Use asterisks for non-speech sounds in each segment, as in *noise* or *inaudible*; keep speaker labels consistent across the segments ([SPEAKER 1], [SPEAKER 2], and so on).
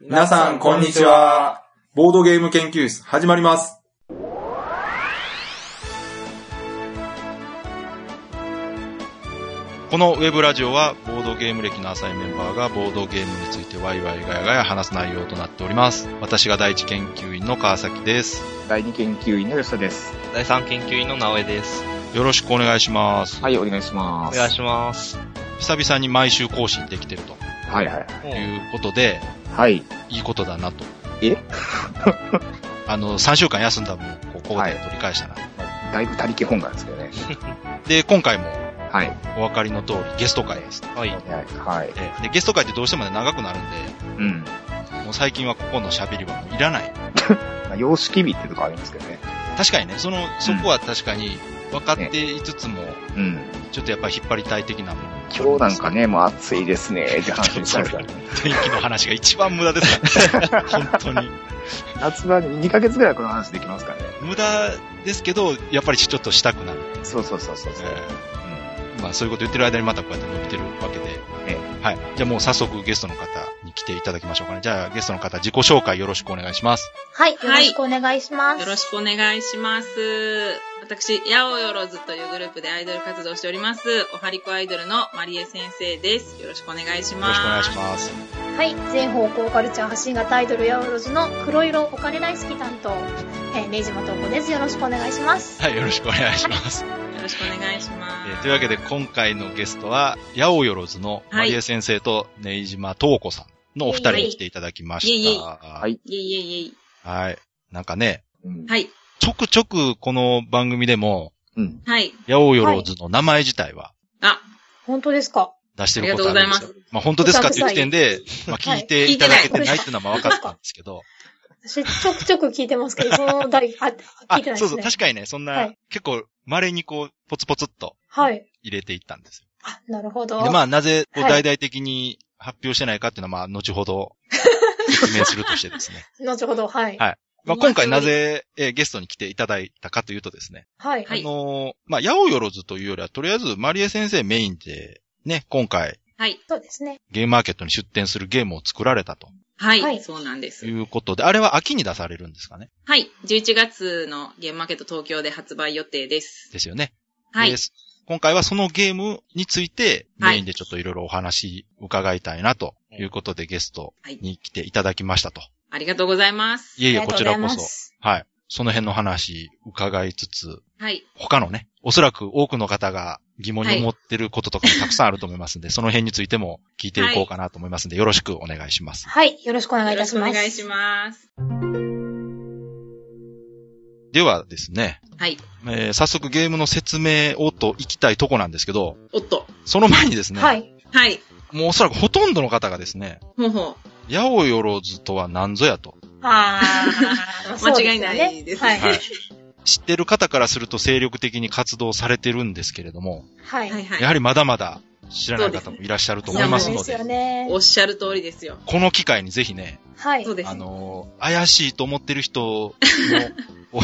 [SPEAKER 1] 皆さん、こんにちは。ボードゲーム研究室、始まります。
[SPEAKER 2] このウェブラジオはボードゲーム歴の浅いメンバーがボードゲームについてワイワイガヤガヤ話す内容となっております。私が第一研究員の川崎です。
[SPEAKER 3] 第二研究員の吉田です。
[SPEAKER 4] 第3研究員の直江です。
[SPEAKER 2] よろしくお願いします。
[SPEAKER 3] はい、お願いしま
[SPEAKER 4] お
[SPEAKER 3] す。
[SPEAKER 4] 願いします。
[SPEAKER 2] 久々に毎週更新できてると
[SPEAKER 3] はいはい。
[SPEAKER 2] いうことで、
[SPEAKER 3] はい。
[SPEAKER 2] いいことだなと。
[SPEAKER 3] え
[SPEAKER 2] *laughs* あの、3週間休んだ分、こう、ここで取り返したな、
[SPEAKER 3] だいぶ他力本願ですけどね。
[SPEAKER 2] で、今回も
[SPEAKER 3] はい。
[SPEAKER 2] お分かりの通りゲスト会です。
[SPEAKER 4] はい。
[SPEAKER 3] はい。はい。
[SPEAKER 2] えーで、ゲスト会ってどうしてもね、長くなるんで、
[SPEAKER 3] うん。
[SPEAKER 2] もう最近はここの喋りはもういらない。
[SPEAKER 3] まあ様式美ってとこありますけどね。
[SPEAKER 2] 確かにね、その、そこは確かに分かっていつつも、
[SPEAKER 3] うん。
[SPEAKER 2] ちょっとやっぱり引っ張りたい的なもの。
[SPEAKER 3] 今日なんか。ね、もう暑いですね、って話にしたんです *laughs* からね。
[SPEAKER 2] 天気の話が一番無駄で
[SPEAKER 3] *laughs*
[SPEAKER 2] すから。本当に。
[SPEAKER 3] 夏場に2ヶ月ぐらいこの話できますからね。
[SPEAKER 2] 無駄ですけど、やっぱりちょっとしたくなる。
[SPEAKER 3] そうそうそうそうそう。
[SPEAKER 2] えーまあそういうこと言ってる間にまたこうやって伸びてるわけで。
[SPEAKER 3] え
[SPEAKER 2] はい。じゃあもう早速ゲストの方に来ていただきましょうかね。じゃあゲストの方自己紹介よろしくお願いします。
[SPEAKER 5] はい、よろ
[SPEAKER 6] はい
[SPEAKER 5] しくお願いします。
[SPEAKER 6] よろしくお願いします。私、ヤオヨロズというグループでアイドル活動しております、おはりこアイドルのマリエ先生です。よろしくお願いし
[SPEAKER 2] よろ
[SPEAKER 6] ま
[SPEAKER 2] し
[SPEAKER 6] す。
[SPEAKER 2] くお願いします。
[SPEAKER 5] はい、全方向カルチャー発信型アイドルヤオロズの黒色お金大好き担当、えー、ネジマトコです。よろしくお願いします。
[SPEAKER 2] はい、よろしくお願いします。
[SPEAKER 6] よろしくお願いしま
[SPEAKER 2] え
[SPEAKER 6] す。
[SPEAKER 2] ーというわけで今回のゲストは、ヤオヨロズのマリエ先生とネイジマトウコさんのお二人に来ていただきまし
[SPEAKER 3] い
[SPEAKER 2] た。
[SPEAKER 3] えい
[SPEAKER 6] イェイイェイイェイ。
[SPEAKER 2] はい。なんかね、
[SPEAKER 3] うん。
[SPEAKER 6] はい。
[SPEAKER 2] ちょくちょくこの番組でも、
[SPEAKER 3] うん。
[SPEAKER 6] はい。
[SPEAKER 2] ヤオヨローズの名前自体は
[SPEAKER 6] あ、
[SPEAKER 5] 本当ですか
[SPEAKER 2] 出してることあるんですよ。
[SPEAKER 6] ありがとうござい
[SPEAKER 2] まあ本当ですかっていう時点で、まあ
[SPEAKER 5] さい
[SPEAKER 2] 聞いていただけてないっていうのはまあ分かったんですけど。
[SPEAKER 5] 私、ちょくちょく聞いて *laughs* ますけど、その誰、あ、聞いてな
[SPEAKER 2] あ
[SPEAKER 5] いで、
[SPEAKER 2] そう
[SPEAKER 5] す
[SPEAKER 2] そう、
[SPEAKER 5] ね。
[SPEAKER 2] 確かにね、そんな、
[SPEAKER 5] はい
[SPEAKER 2] 結構稀にこう、ポツポツっと
[SPEAKER 5] はい。
[SPEAKER 2] 入れていったんです
[SPEAKER 5] あ、なるほ
[SPEAKER 2] よ。
[SPEAKER 5] ど。
[SPEAKER 2] で、まあなぜこう
[SPEAKER 5] は
[SPEAKER 2] 大
[SPEAKER 5] い
[SPEAKER 2] 々的に発表してないかっていうのはまあ後ほど説明するとしてです
[SPEAKER 5] *laughs*
[SPEAKER 2] ね。
[SPEAKER 5] 後ほど、はい。
[SPEAKER 2] はいまあ今回なぜ、えーゲストに来ていただいたかというとですね、
[SPEAKER 5] はい。
[SPEAKER 6] はい
[SPEAKER 2] あのーまあ、ヤオヨロズというよりは、とりあえず、マリエ先生メインで、ね、今回、
[SPEAKER 6] はい。
[SPEAKER 5] そうですね。
[SPEAKER 2] ゲームマーケットに出展するゲームを作られたと
[SPEAKER 6] はい。
[SPEAKER 5] はい
[SPEAKER 6] そうなんです
[SPEAKER 2] い。うことで、あれは秋に出されるんですかね
[SPEAKER 6] はい。11月のゲームマーケット東京で発売予定です。
[SPEAKER 2] ですよね。
[SPEAKER 6] はい
[SPEAKER 2] で。今回はそのゲームについて、メインでちょっといろいろお話伺いたいなということで、ゲストに来ていただきましたと。
[SPEAKER 6] ありがとうございます。
[SPEAKER 2] いえいえ、
[SPEAKER 5] あり
[SPEAKER 2] こ
[SPEAKER 5] が
[SPEAKER 2] ち
[SPEAKER 5] とうござ
[SPEAKER 2] らこ
[SPEAKER 5] いま
[SPEAKER 2] そ。
[SPEAKER 5] す。
[SPEAKER 2] はい。その辺の話伺いつつ、
[SPEAKER 6] はい。
[SPEAKER 2] 他のね、おそらく多くの方が疑問に思ってることとかもたくさんあると思いますんで、その辺についても聞いていこうかなと思いますんで、よろしくお願いします。
[SPEAKER 5] はい。よろしくお願いい
[SPEAKER 6] よろ
[SPEAKER 5] た
[SPEAKER 6] し
[SPEAKER 5] し
[SPEAKER 6] くお
[SPEAKER 5] ます。
[SPEAKER 6] 願いします。
[SPEAKER 2] ではですね、
[SPEAKER 6] はい。
[SPEAKER 2] えー早速ゲームの説明をと行きたいとこなんですけど、
[SPEAKER 6] おっと。
[SPEAKER 2] その前にですね、
[SPEAKER 5] はい。
[SPEAKER 6] はい。
[SPEAKER 2] もうおそらくほとんどの方がですね、
[SPEAKER 6] ほうほ
[SPEAKER 2] 八百よろずとは何ぞやと。
[SPEAKER 5] あー *laughs* そうですよね
[SPEAKER 6] 間違いないです
[SPEAKER 5] はい。 *laughs*
[SPEAKER 2] はい。知ってる方からすると精力的に活動されてるんですけれども、
[SPEAKER 5] は
[SPEAKER 6] う。はい
[SPEAKER 5] い。
[SPEAKER 6] はい。
[SPEAKER 2] やはりまだまだ知らない方もいらっしゃると思いますの
[SPEAKER 5] そう
[SPEAKER 2] で、
[SPEAKER 5] なんですよね。
[SPEAKER 6] おっしゃる通りですよ。
[SPEAKER 2] この機会にぜひね、
[SPEAKER 5] はい
[SPEAKER 6] そう。です。
[SPEAKER 2] あのー怪しいと思ってる人の、を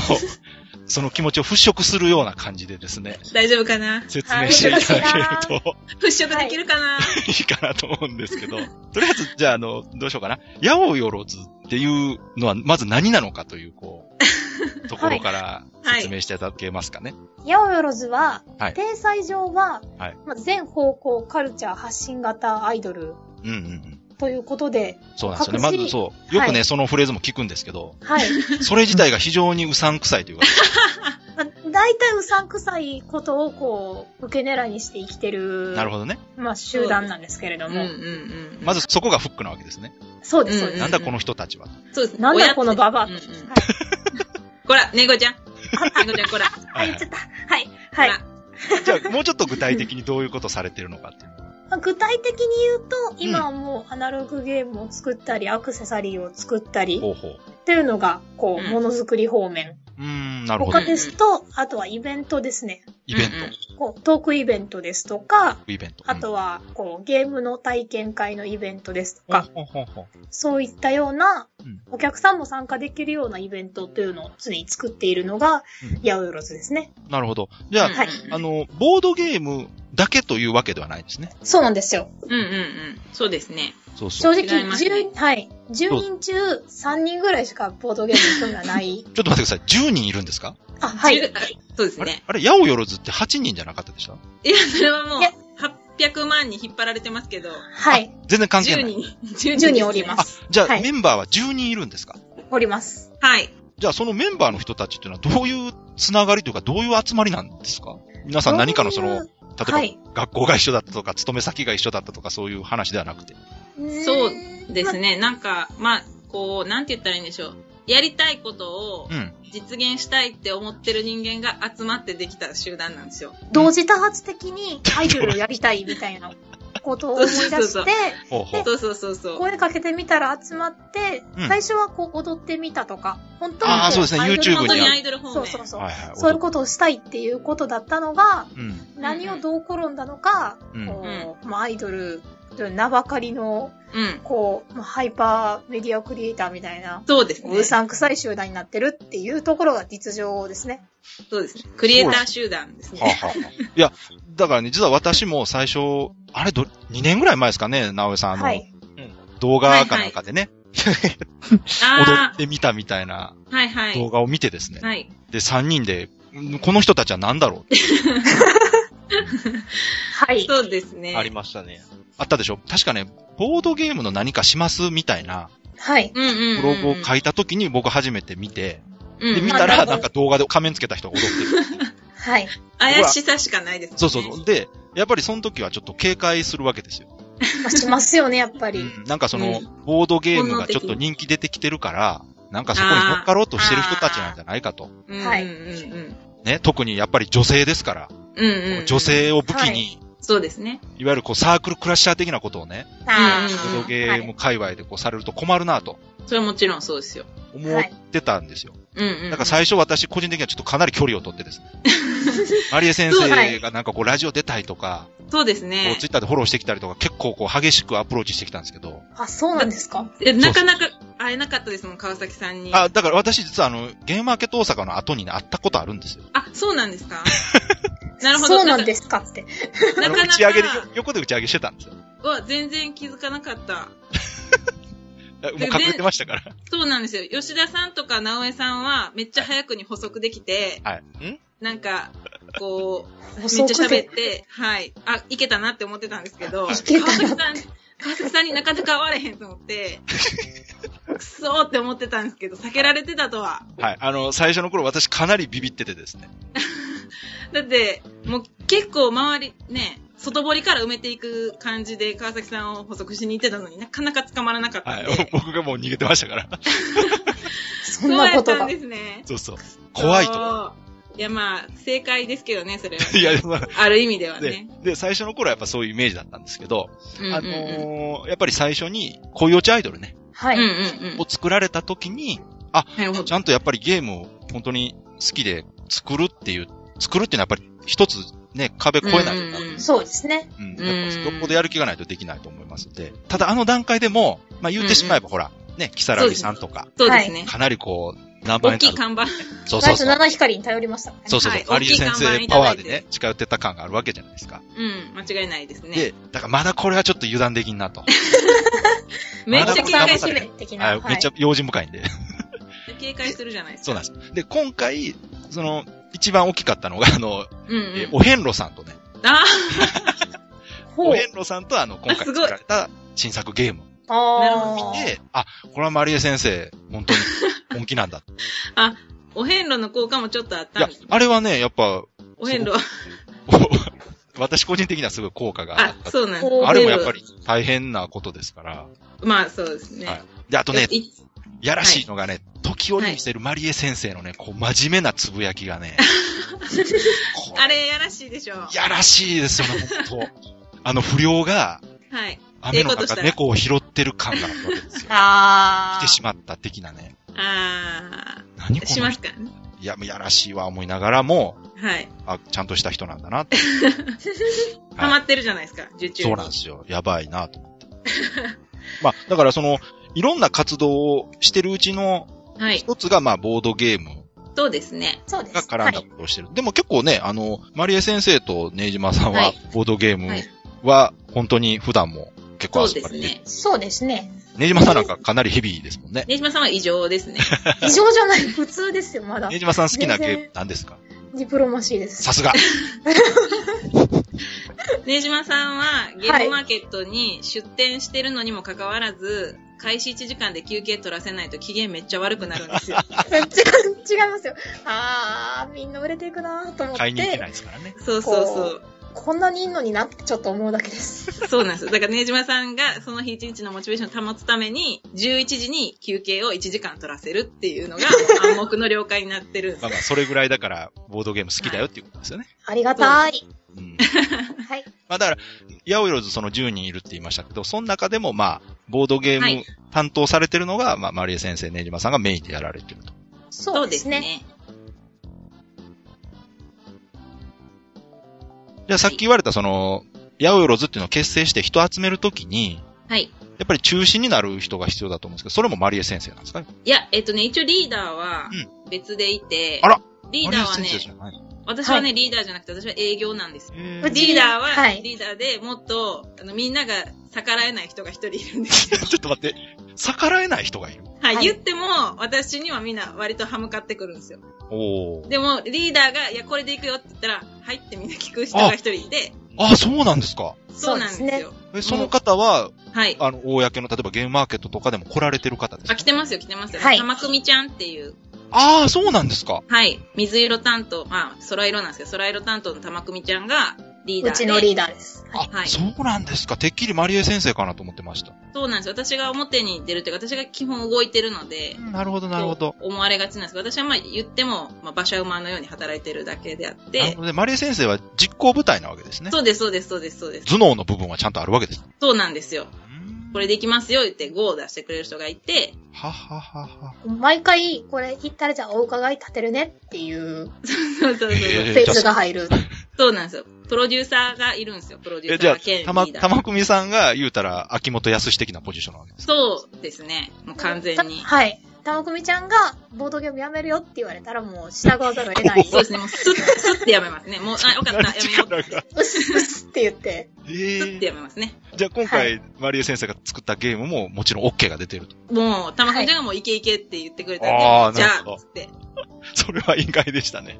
[SPEAKER 2] その気持ちを払拭するような感じでですね、
[SPEAKER 6] 大丈夫かな *laughs*
[SPEAKER 2] 説明していただけると
[SPEAKER 6] 払拭できるか
[SPEAKER 2] い
[SPEAKER 6] な、
[SPEAKER 2] いかなと思うんですけど、とりあえず、じゃあ、あの、どうしようかな。八百よろずっていうのは、まず何なのかという、こう、ところから
[SPEAKER 6] はい
[SPEAKER 2] 説明していただけますかね。
[SPEAKER 5] ヤオヨロズは、
[SPEAKER 2] はい
[SPEAKER 5] 体裁上は、
[SPEAKER 2] はい
[SPEAKER 5] まあ全方向カルチャー発信型アイドル
[SPEAKER 2] うんうんうん。
[SPEAKER 5] ということで、
[SPEAKER 2] そうなんですよね。ま
[SPEAKER 5] 各自
[SPEAKER 2] ずそう。よくね、
[SPEAKER 5] はい
[SPEAKER 2] そのフレーズも聞くんですけど、
[SPEAKER 5] はい。
[SPEAKER 2] *laughs* それ自体が非常にうさんくさいというか、
[SPEAKER 5] まあ、大体うさんくさいことをこう、受け狙いにして生きてる、
[SPEAKER 2] なるほどね。
[SPEAKER 5] まあ集団なんですけれど
[SPEAKER 6] うんう
[SPEAKER 5] も、
[SPEAKER 6] んうん。
[SPEAKER 2] まずそこがフックなわけですね。
[SPEAKER 5] そうです、そうで
[SPEAKER 6] うん
[SPEAKER 5] す。
[SPEAKER 2] なんだこの人たちは。
[SPEAKER 6] そうです
[SPEAKER 5] なんだこのババア
[SPEAKER 6] うんうん
[SPEAKER 5] は
[SPEAKER 6] こら、猫ちゃん。猫ちゃ
[SPEAKER 5] *laughs*
[SPEAKER 6] ん、こら。
[SPEAKER 5] あ、言っち
[SPEAKER 2] *laughs*
[SPEAKER 5] ゃった。はい。はい。
[SPEAKER 6] こ
[SPEAKER 2] じゃあ、もうちょっと具体的にどういうことされてるのかっていうのは。
[SPEAKER 5] まあ具体的に言うと、今はもうアナログゲームを作ったり、アクセサリーを作ったり
[SPEAKER 2] 方法。う
[SPEAKER 5] っていうのが、こ
[SPEAKER 6] う
[SPEAKER 5] う、
[SPEAKER 6] ん
[SPEAKER 5] ものづくり方面。
[SPEAKER 2] ーん、なるほど
[SPEAKER 5] 他。ですと、あとはイベントですね。
[SPEAKER 2] イベン
[SPEAKER 6] うんうん
[SPEAKER 5] こう、トークイベントですとか、
[SPEAKER 2] ト、イベント。
[SPEAKER 5] あと
[SPEAKER 2] は、
[SPEAKER 5] は、こう、ゲームの体験会のイベントですと
[SPEAKER 2] ほう
[SPEAKER 5] か、
[SPEAKER 2] ほうほうほう
[SPEAKER 5] そういったような
[SPEAKER 2] うん、
[SPEAKER 5] お客さんも参加できるようなイベントというのを常に作っているのが
[SPEAKER 2] うん、
[SPEAKER 5] ヤオヨロズですね。
[SPEAKER 2] なるほど。じゃあ、
[SPEAKER 5] はい
[SPEAKER 2] あの、ボードゲームだけというわけではないですね。
[SPEAKER 5] そうなんですよ。
[SPEAKER 6] うんうんうん。そうですね。
[SPEAKER 2] そうそ
[SPEAKER 5] 正
[SPEAKER 2] う。
[SPEAKER 5] 直、
[SPEAKER 6] 違いますね
[SPEAKER 5] 10、はい。10人中3人ぐらいしかボードゲームに興味がない。
[SPEAKER 2] ちょっと待ってください。10人いるんですか
[SPEAKER 5] *laughs* あ、はい。
[SPEAKER 6] 10あそうです
[SPEAKER 2] あれ
[SPEAKER 6] ね。
[SPEAKER 2] あれ、ヤオヨロズって8人じゃなかったでした
[SPEAKER 6] いや、それはもう
[SPEAKER 5] いや、
[SPEAKER 6] 800万に引っ張られてますけど、
[SPEAKER 5] はい。
[SPEAKER 2] 全然関係
[SPEAKER 6] 10
[SPEAKER 2] ない。
[SPEAKER 6] 人、10
[SPEAKER 5] 10人おりま
[SPEAKER 2] あ
[SPEAKER 5] す。、
[SPEAKER 2] じゃあ、
[SPEAKER 5] はい
[SPEAKER 2] メンバーは10人いるんですか
[SPEAKER 5] おります。
[SPEAKER 6] はい。
[SPEAKER 2] じゃあ、そのメンバーの人たちっていうのはどういうつながりというか、どういう集まりなんですか皆さん何かのその、
[SPEAKER 5] ど
[SPEAKER 2] 例
[SPEAKER 5] ういう
[SPEAKER 2] えば、
[SPEAKER 5] はい
[SPEAKER 2] 学校が一緒だったとか、勤め先が一緒だったとか、そういう話ではなくて。
[SPEAKER 6] そうで
[SPEAKER 5] ね
[SPEAKER 6] すね。なんか、まあ、こう、なんて言ったらいいんでしょう。やりたいことを
[SPEAKER 2] うん。
[SPEAKER 6] 実現したいって思ってる人間が集まってできた集団なんですよ。
[SPEAKER 5] 同時多発的にアイドルをやりたいみたいなことを思い出
[SPEAKER 6] そう
[SPEAKER 5] し
[SPEAKER 6] そうそう
[SPEAKER 5] て、
[SPEAKER 2] ほうほう。
[SPEAKER 6] そうそうそうそう。
[SPEAKER 5] 声かけてみたら集まって
[SPEAKER 2] う、ん
[SPEAKER 5] 最初はこう踊ってみたとか、本当に
[SPEAKER 2] あーそう
[SPEAKER 5] こ
[SPEAKER 2] ですね
[SPEAKER 5] アイドル
[SPEAKER 2] YouTube
[SPEAKER 6] 本当に
[SPEAKER 2] にあ
[SPEAKER 6] ア
[SPEAKER 2] る
[SPEAKER 6] イドル方面。
[SPEAKER 5] そうそうそう
[SPEAKER 2] はい。はい。
[SPEAKER 5] そういうことをしたいっていうことだったのが、
[SPEAKER 2] うん。
[SPEAKER 6] ん
[SPEAKER 5] 何をどう転んだのか、
[SPEAKER 2] うん
[SPEAKER 5] こうまあ、アイドル、名ばかりの、
[SPEAKER 6] うん。
[SPEAKER 5] こう、まあハイパーメディアクリエイターみたいな、
[SPEAKER 6] そうですね。
[SPEAKER 5] うさんくさい集団になってるっていうところが実情ですね。
[SPEAKER 6] そうですね。クリエイター集団です
[SPEAKER 2] はあ、
[SPEAKER 6] ね。
[SPEAKER 2] はあ、いや、だからね、実は私も最初、あれど、2年ぐらい前ですかね、直江さん、あの、
[SPEAKER 5] はい。
[SPEAKER 2] 動画かなんかでね、踊
[SPEAKER 6] あ
[SPEAKER 2] ってみたみたいな
[SPEAKER 6] あ、はいは
[SPEAKER 2] 動
[SPEAKER 6] い。
[SPEAKER 2] 画を見てですね、
[SPEAKER 6] はい。
[SPEAKER 2] で、3人で、んこの人たちは何だろうって
[SPEAKER 5] はい。
[SPEAKER 6] そうですね。
[SPEAKER 4] ありましたね。
[SPEAKER 2] あったでしょ確かね、ボードゲームの何かしますみたいな
[SPEAKER 5] はい。
[SPEAKER 6] うんうんうんうん。
[SPEAKER 2] ブログを書いた時に僕初めて見て、
[SPEAKER 6] うん
[SPEAKER 2] で、見たらなんか動画で仮面つけた人が踊ってる。
[SPEAKER 5] はい。
[SPEAKER 6] 怪しさしかないですね。
[SPEAKER 2] そうそうそう。で、やっぱりその時はちょっと警戒するわけですよ。
[SPEAKER 5] まあしますよね、やっぱり。
[SPEAKER 2] うんなんかその
[SPEAKER 6] う、
[SPEAKER 2] ボードゲームがちょっと人気出てきてるから、なんかそこに乗っかろうとしてる人たちなんじゃないかと。
[SPEAKER 6] うんうんうん。
[SPEAKER 5] はい
[SPEAKER 2] ね、特にやっぱり女性ですから、
[SPEAKER 6] うんうんうん。
[SPEAKER 2] 女。性を武器に、
[SPEAKER 6] そうですね。
[SPEAKER 2] いわゆるこうサークルクラッシャー的なことをね、ボ
[SPEAKER 5] あ
[SPEAKER 6] う
[SPEAKER 5] ー
[SPEAKER 2] ー
[SPEAKER 6] ん
[SPEAKER 2] ドゲーム界隈でこうされると困るなと
[SPEAKER 6] それはもちろんそうですよ。
[SPEAKER 2] 思ってたんですよ。
[SPEAKER 6] うんうんうん。
[SPEAKER 2] なんか最初私個人的にはちょっとかなり距離を取って
[SPEAKER 6] *laughs*
[SPEAKER 2] ですね。マリエ先生がなんかこうラジオ出たいとか、
[SPEAKER 6] そうです
[SPEAKER 2] こう
[SPEAKER 6] ね
[SPEAKER 2] ツイ。ッターでフォローしてきたりとか結構こう激しくアプローチしてきたんですけど。
[SPEAKER 5] あ、そうなんですか
[SPEAKER 6] えなかなか会えなかったですもん、川崎さんに。
[SPEAKER 2] あ、だから私実はあの、ゲームマーケット大阪の後にね、会ったことあるんですよ。
[SPEAKER 6] あ、そうなんで
[SPEAKER 2] *laughs*
[SPEAKER 6] すかなるほど。
[SPEAKER 5] そうなんですかって。
[SPEAKER 2] あ
[SPEAKER 6] な
[SPEAKER 2] の
[SPEAKER 6] かなか
[SPEAKER 2] 打ち上げで、よ横で打ち上げしてたんですよ。
[SPEAKER 6] は全然気づかなかった。
[SPEAKER 2] もう隠れてましたから。
[SPEAKER 6] そうなんですよ。吉田さんとか直江さんはめっちゃ早くに補足できて、
[SPEAKER 2] はい
[SPEAKER 4] ん
[SPEAKER 6] なんか、こ
[SPEAKER 5] 補
[SPEAKER 6] う、めっ
[SPEAKER 5] 足
[SPEAKER 6] ちゃ喋
[SPEAKER 5] で
[SPEAKER 6] っ。て、はい。あ、いけたなって思ってたんですけど、川
[SPEAKER 5] いけたな
[SPEAKER 6] 崎さん、川崎さんになかなか会われへんと
[SPEAKER 5] *laughs*
[SPEAKER 6] 思って、くそーって思ってたんですけど、避けられてたとは。
[SPEAKER 2] はい。あの、最初の頃私かなりビビっててですね。
[SPEAKER 6] だって、もう結構周り、ね、外堀から埋めていく感じで川崎さんを補足しに行ってたのになかなか捕まらなかった
[SPEAKER 2] は
[SPEAKER 6] ん
[SPEAKER 2] い *laughs*
[SPEAKER 6] で。。
[SPEAKER 2] 僕がもう逃げてましたから。 *laughs*
[SPEAKER 5] そ
[SPEAKER 6] そうん
[SPEAKER 5] な
[SPEAKER 6] や
[SPEAKER 5] こ
[SPEAKER 6] っ
[SPEAKER 5] と
[SPEAKER 6] たん
[SPEAKER 5] が。
[SPEAKER 6] ですね。
[SPEAKER 2] そうそう。怖いと。
[SPEAKER 6] と。いやまあ、正解ですけどね、それは。
[SPEAKER 2] *laughs* いや、でも
[SPEAKER 6] ある意味では
[SPEAKER 2] で
[SPEAKER 6] ね。、
[SPEAKER 2] で、最初の頃はやっぱそういうイメージだったんですけど、
[SPEAKER 6] うんうんうん
[SPEAKER 2] あのーやっぱり最初に、恋落ちアイドルね、
[SPEAKER 5] は
[SPEAKER 6] うん
[SPEAKER 5] い。
[SPEAKER 6] うんうん
[SPEAKER 2] を。作られた時に、
[SPEAKER 6] なるほ
[SPEAKER 2] ち
[SPEAKER 6] ど。
[SPEAKER 2] ゃんとやっぱりゲームを本当に好きで作るっていう、作るっていうのはやっぱり一つね、壁越えないとか、
[SPEAKER 6] うんうんうん
[SPEAKER 5] そうですね。
[SPEAKER 2] うん
[SPEAKER 6] うん
[SPEAKER 2] やっぱそこでやる気がないとできないと思いますので、ただあの段階でも、まあ言ってしまえばほら、ね、キサラギさんとか、
[SPEAKER 6] そうですね。
[SPEAKER 2] かなりこう、名前
[SPEAKER 6] 大
[SPEAKER 2] にな
[SPEAKER 6] きい
[SPEAKER 2] る。
[SPEAKER 6] 看板。
[SPEAKER 2] そうそ
[SPEAKER 5] 最
[SPEAKER 2] うそ
[SPEAKER 5] 初
[SPEAKER 2] う。
[SPEAKER 5] 七光に頼りましたもんね。
[SPEAKER 2] そうそうそう。
[SPEAKER 6] はい
[SPEAKER 2] マリエ先
[SPEAKER 6] 大き
[SPEAKER 2] 生
[SPEAKER 6] い看板いただいて
[SPEAKER 2] パワーでね、近寄ってった感があるわけじゃないですか。
[SPEAKER 6] うん、間違いないですね。
[SPEAKER 2] で、だからまだこれはちょっと油断できんなと。
[SPEAKER 6] めっちゃ警戒
[SPEAKER 2] まだまだ
[SPEAKER 6] す
[SPEAKER 5] 姫
[SPEAKER 6] る。
[SPEAKER 5] 的な。
[SPEAKER 2] はい、めっちゃ用心深いんで。 *laughs*
[SPEAKER 6] 警戒するじゃないです
[SPEAKER 2] そう
[SPEAKER 6] か。
[SPEAKER 2] なんです。で、今回、その、一番大きかったのが、あの、
[SPEAKER 6] うんう
[SPEAKER 2] えー
[SPEAKER 6] ん。
[SPEAKER 2] お遍路さんとね、
[SPEAKER 6] あ
[SPEAKER 5] ほ
[SPEAKER 2] お
[SPEAKER 5] う。
[SPEAKER 2] 遍路さんとあの、今回
[SPEAKER 6] あす
[SPEAKER 2] 作
[SPEAKER 6] ごい
[SPEAKER 2] られた新作ゲーム
[SPEAKER 5] あー
[SPEAKER 2] で、あ、これはマリエ先生、本当に本気
[SPEAKER 6] *laughs*
[SPEAKER 2] なんだ。
[SPEAKER 6] あ、あ、お遍路の効果もちょっとあっ
[SPEAKER 2] い
[SPEAKER 6] た
[SPEAKER 2] や
[SPEAKER 6] んです、
[SPEAKER 2] あれはね、やっぱ、
[SPEAKER 6] お遍路は、
[SPEAKER 2] お *laughs* 私個人的にはすごい効果があ
[SPEAKER 6] あ
[SPEAKER 2] っ、た。
[SPEAKER 6] そうなんです。
[SPEAKER 5] お
[SPEAKER 2] あれもやっぱり大変なことですから。
[SPEAKER 6] まあ、そうですね。
[SPEAKER 2] はいで、あとね、
[SPEAKER 6] い
[SPEAKER 2] やらしいのがね、時折見せるマリエ先生のね、こう、真面目なつぶやきがね、これ
[SPEAKER 6] *laughs* あれ、やらしいでしょ。は
[SPEAKER 2] やらしいですよね、本当。あの不良が
[SPEAKER 6] い。
[SPEAKER 2] 雨の
[SPEAKER 6] ええことした
[SPEAKER 2] 中
[SPEAKER 6] ら
[SPEAKER 2] 猫を拾ってる感があるわけです
[SPEAKER 6] *laughs*
[SPEAKER 2] よ。
[SPEAKER 5] あ
[SPEAKER 2] 来て
[SPEAKER 5] ー
[SPEAKER 2] しまった的なね。
[SPEAKER 6] あ
[SPEAKER 2] 何
[SPEAKER 6] あ、
[SPEAKER 2] こ
[SPEAKER 6] し
[SPEAKER 2] の
[SPEAKER 6] ま
[SPEAKER 2] 人
[SPEAKER 6] すからね。
[SPEAKER 2] いや、やらしいわ思いながらも、
[SPEAKER 6] はい。
[SPEAKER 2] あ、ちゃんとした人なんだなって。
[SPEAKER 6] ハマってるじゃないですか、受注に。
[SPEAKER 2] そうなんですよ。やばいなと
[SPEAKER 6] *laughs*
[SPEAKER 2] 思って。まあ、だからその、いろんな活動をしてるうちの
[SPEAKER 6] はい。
[SPEAKER 2] 一つが、まあ、ボードゲーム
[SPEAKER 6] そうですね。
[SPEAKER 5] そうで
[SPEAKER 2] が
[SPEAKER 5] す。
[SPEAKER 2] 絡んだことをしてる。でも結構ね、あの、マリエ先生とネイジマさん
[SPEAKER 6] は、
[SPEAKER 2] はいボードゲーム
[SPEAKER 6] はい
[SPEAKER 2] は、本当に普段も結
[SPEAKER 6] そ
[SPEAKER 2] 構
[SPEAKER 6] う
[SPEAKER 2] 遊
[SPEAKER 6] で
[SPEAKER 2] ば
[SPEAKER 6] す
[SPEAKER 2] れてる。
[SPEAKER 6] ね。
[SPEAKER 5] そうですね。
[SPEAKER 2] ネイジマさんなんかかなりヘビーですもんね。
[SPEAKER 6] ねじまさんは異常ですね。
[SPEAKER 5] 異常じゃない、普通ですよ、まだ
[SPEAKER 2] ネイ。ジマさん好きなゲ
[SPEAKER 5] 全
[SPEAKER 2] ー
[SPEAKER 5] 然
[SPEAKER 2] ム何ですか
[SPEAKER 5] ディプロマシーです。
[SPEAKER 2] さすが。
[SPEAKER 6] ねじまさんはゲームマーケットに出店してるのにもかかわらず、開始1時間で休憩取らせないと機嫌めっちゃ悪くなるん *laughs* ですよ。
[SPEAKER 5] *laughs* 違う、違いますよ。あー、みんな売れていくなーと思っ
[SPEAKER 2] 買いに行ってな
[SPEAKER 5] て、
[SPEAKER 2] いです
[SPEAKER 6] *laughs*
[SPEAKER 2] からね。
[SPEAKER 6] そうそうそう。
[SPEAKER 5] こんなにいいのになってちょっと思うだけです。
[SPEAKER 2] *laughs*
[SPEAKER 6] そうなんですよ。だから、ねじまさんがその日一日のモチベーションを保つために、11時に休憩を1時間取らせるっていうの *laughs* が暗黙の了解になってるんです
[SPEAKER 2] まあまあ、それぐらいだから、ボードゲーム好きだよっていうことですよね。
[SPEAKER 5] ありがたい。
[SPEAKER 2] うん。
[SPEAKER 5] はい。
[SPEAKER 2] まあだから、ヤオヨロズその10人いるって言いましたけど、その中でもまあ、ボードゲー
[SPEAKER 6] は
[SPEAKER 2] ム
[SPEAKER 6] い
[SPEAKER 2] 担当されてるのが、まあ、マリエ先生、ネイジマさんがメインでやられてると。
[SPEAKER 5] そうですね。。
[SPEAKER 2] じゃあさっき言われたその、ヤオヨロズっていうのを結成して人集めるときに、
[SPEAKER 6] はい。
[SPEAKER 2] やっぱり中心になる人が必要だと思うんですけど、それもマリエ先生なんですかね
[SPEAKER 6] いや、えっとね、一応リーダーは別でいて、
[SPEAKER 2] あら
[SPEAKER 6] リーダーは
[SPEAKER 2] マリ
[SPEAKER 6] ね
[SPEAKER 2] エ、先生じゃない *laughs* の
[SPEAKER 6] 私はね、リーダーじゃなくて、私は営業なんですよ。
[SPEAKER 2] へ
[SPEAKER 5] う
[SPEAKER 2] ー
[SPEAKER 5] ん
[SPEAKER 6] リーダー
[SPEAKER 5] は
[SPEAKER 6] は、
[SPEAKER 5] い
[SPEAKER 6] リーダーでもっと、あの、みんなが逆らえない人が一人いるんですよ。
[SPEAKER 2] ちょっと待って、逆らえない人がいる。
[SPEAKER 6] は
[SPEAKER 5] *laughs*
[SPEAKER 6] い、
[SPEAKER 5] はい
[SPEAKER 6] 言っても、私にはみんな割と歯向かってくるんですよ。
[SPEAKER 2] おー。
[SPEAKER 6] でも、リーダーが、いや、これで行くよって言ったら、はいってみんな聞く人が一人いて、
[SPEAKER 2] あ、そうなんですか。
[SPEAKER 6] そうなんです
[SPEAKER 5] そうで
[SPEAKER 6] よ。
[SPEAKER 2] え、その方は、
[SPEAKER 6] はい。
[SPEAKER 2] あの、公の、例えばゲームマーケットとかでも来られてる方ですか
[SPEAKER 6] あ、来てますよ、来てますよ。
[SPEAKER 5] はい
[SPEAKER 6] 玉組ちゃんっていう、
[SPEAKER 2] ああ、そうなんですか。
[SPEAKER 6] はい、水色担当、まあ、空色なんですけど、空色担当の玉組ちゃんが、リーダ
[SPEAKER 5] う
[SPEAKER 6] ーで。
[SPEAKER 5] ちのリーダーです。
[SPEAKER 2] あ、
[SPEAKER 6] はい
[SPEAKER 2] そうなんですか。てっきりマリエ先生かなと思ってました。
[SPEAKER 6] そうなんですよ。私が表に出るというか、私が基本動いてるので、
[SPEAKER 2] なるほど、なるほど。
[SPEAKER 6] こう思われがちなんですけど、私はまあ言っても、まあ、馬車馬のように働いてるだけであっ
[SPEAKER 2] なる
[SPEAKER 6] て
[SPEAKER 2] ほ、どで、マリエ先生は実行部隊なわけですね。
[SPEAKER 6] そうです、そうです、そうです、そうです。
[SPEAKER 2] 頭脳の部分はちゃんとあるわけです。
[SPEAKER 6] そうなんですよ。これ
[SPEAKER 2] で。
[SPEAKER 6] でいきますよ、言って、5を出してくれる人がいて、
[SPEAKER 2] はははは。
[SPEAKER 5] 毎回、これ言ったらじゃあお伺い立てるねっていう
[SPEAKER 6] そうそうそうそう。
[SPEAKER 2] え
[SPEAKER 5] フ
[SPEAKER 2] ー
[SPEAKER 5] ェーズが入る。
[SPEAKER 6] *laughs* そうなんですよ。プロデューサーがいるんですよ、プロデュ
[SPEAKER 2] え、
[SPEAKER 6] ー
[SPEAKER 2] じ
[SPEAKER 6] サ
[SPEAKER 2] ゃあ
[SPEAKER 6] ー兼リ、ー
[SPEAKER 2] た
[SPEAKER 6] ダ
[SPEAKER 2] ま、
[SPEAKER 6] ー。
[SPEAKER 2] たまくみさんが言うたら、秋元康的なポジションなわけです。
[SPEAKER 6] そうですね、もう完全に。
[SPEAKER 5] はい。玉組ちゃんがボードゲームやめるよって言われたらもう従わざるを得ない。
[SPEAKER 6] そうですね、もうスッ、スッてやめますね。もう、 *laughs* あ、よかった、
[SPEAKER 2] *laughs*
[SPEAKER 6] やめよ
[SPEAKER 2] 力
[SPEAKER 6] う。
[SPEAKER 2] が。
[SPEAKER 5] うっすうっすって言って。
[SPEAKER 2] え
[SPEAKER 6] スッて
[SPEAKER 2] ー
[SPEAKER 6] やめますね。
[SPEAKER 2] じゃあ今回、マリエ先生が作ったゲームももちろん OK が出てると。 *laughs*
[SPEAKER 6] もう、たまくんちゃんがもういけいけって言ってくれたんで、
[SPEAKER 2] あー
[SPEAKER 6] じゃ
[SPEAKER 2] なるほ
[SPEAKER 6] あ、
[SPEAKER 2] ど
[SPEAKER 6] つって。
[SPEAKER 2] それは意外でしたね。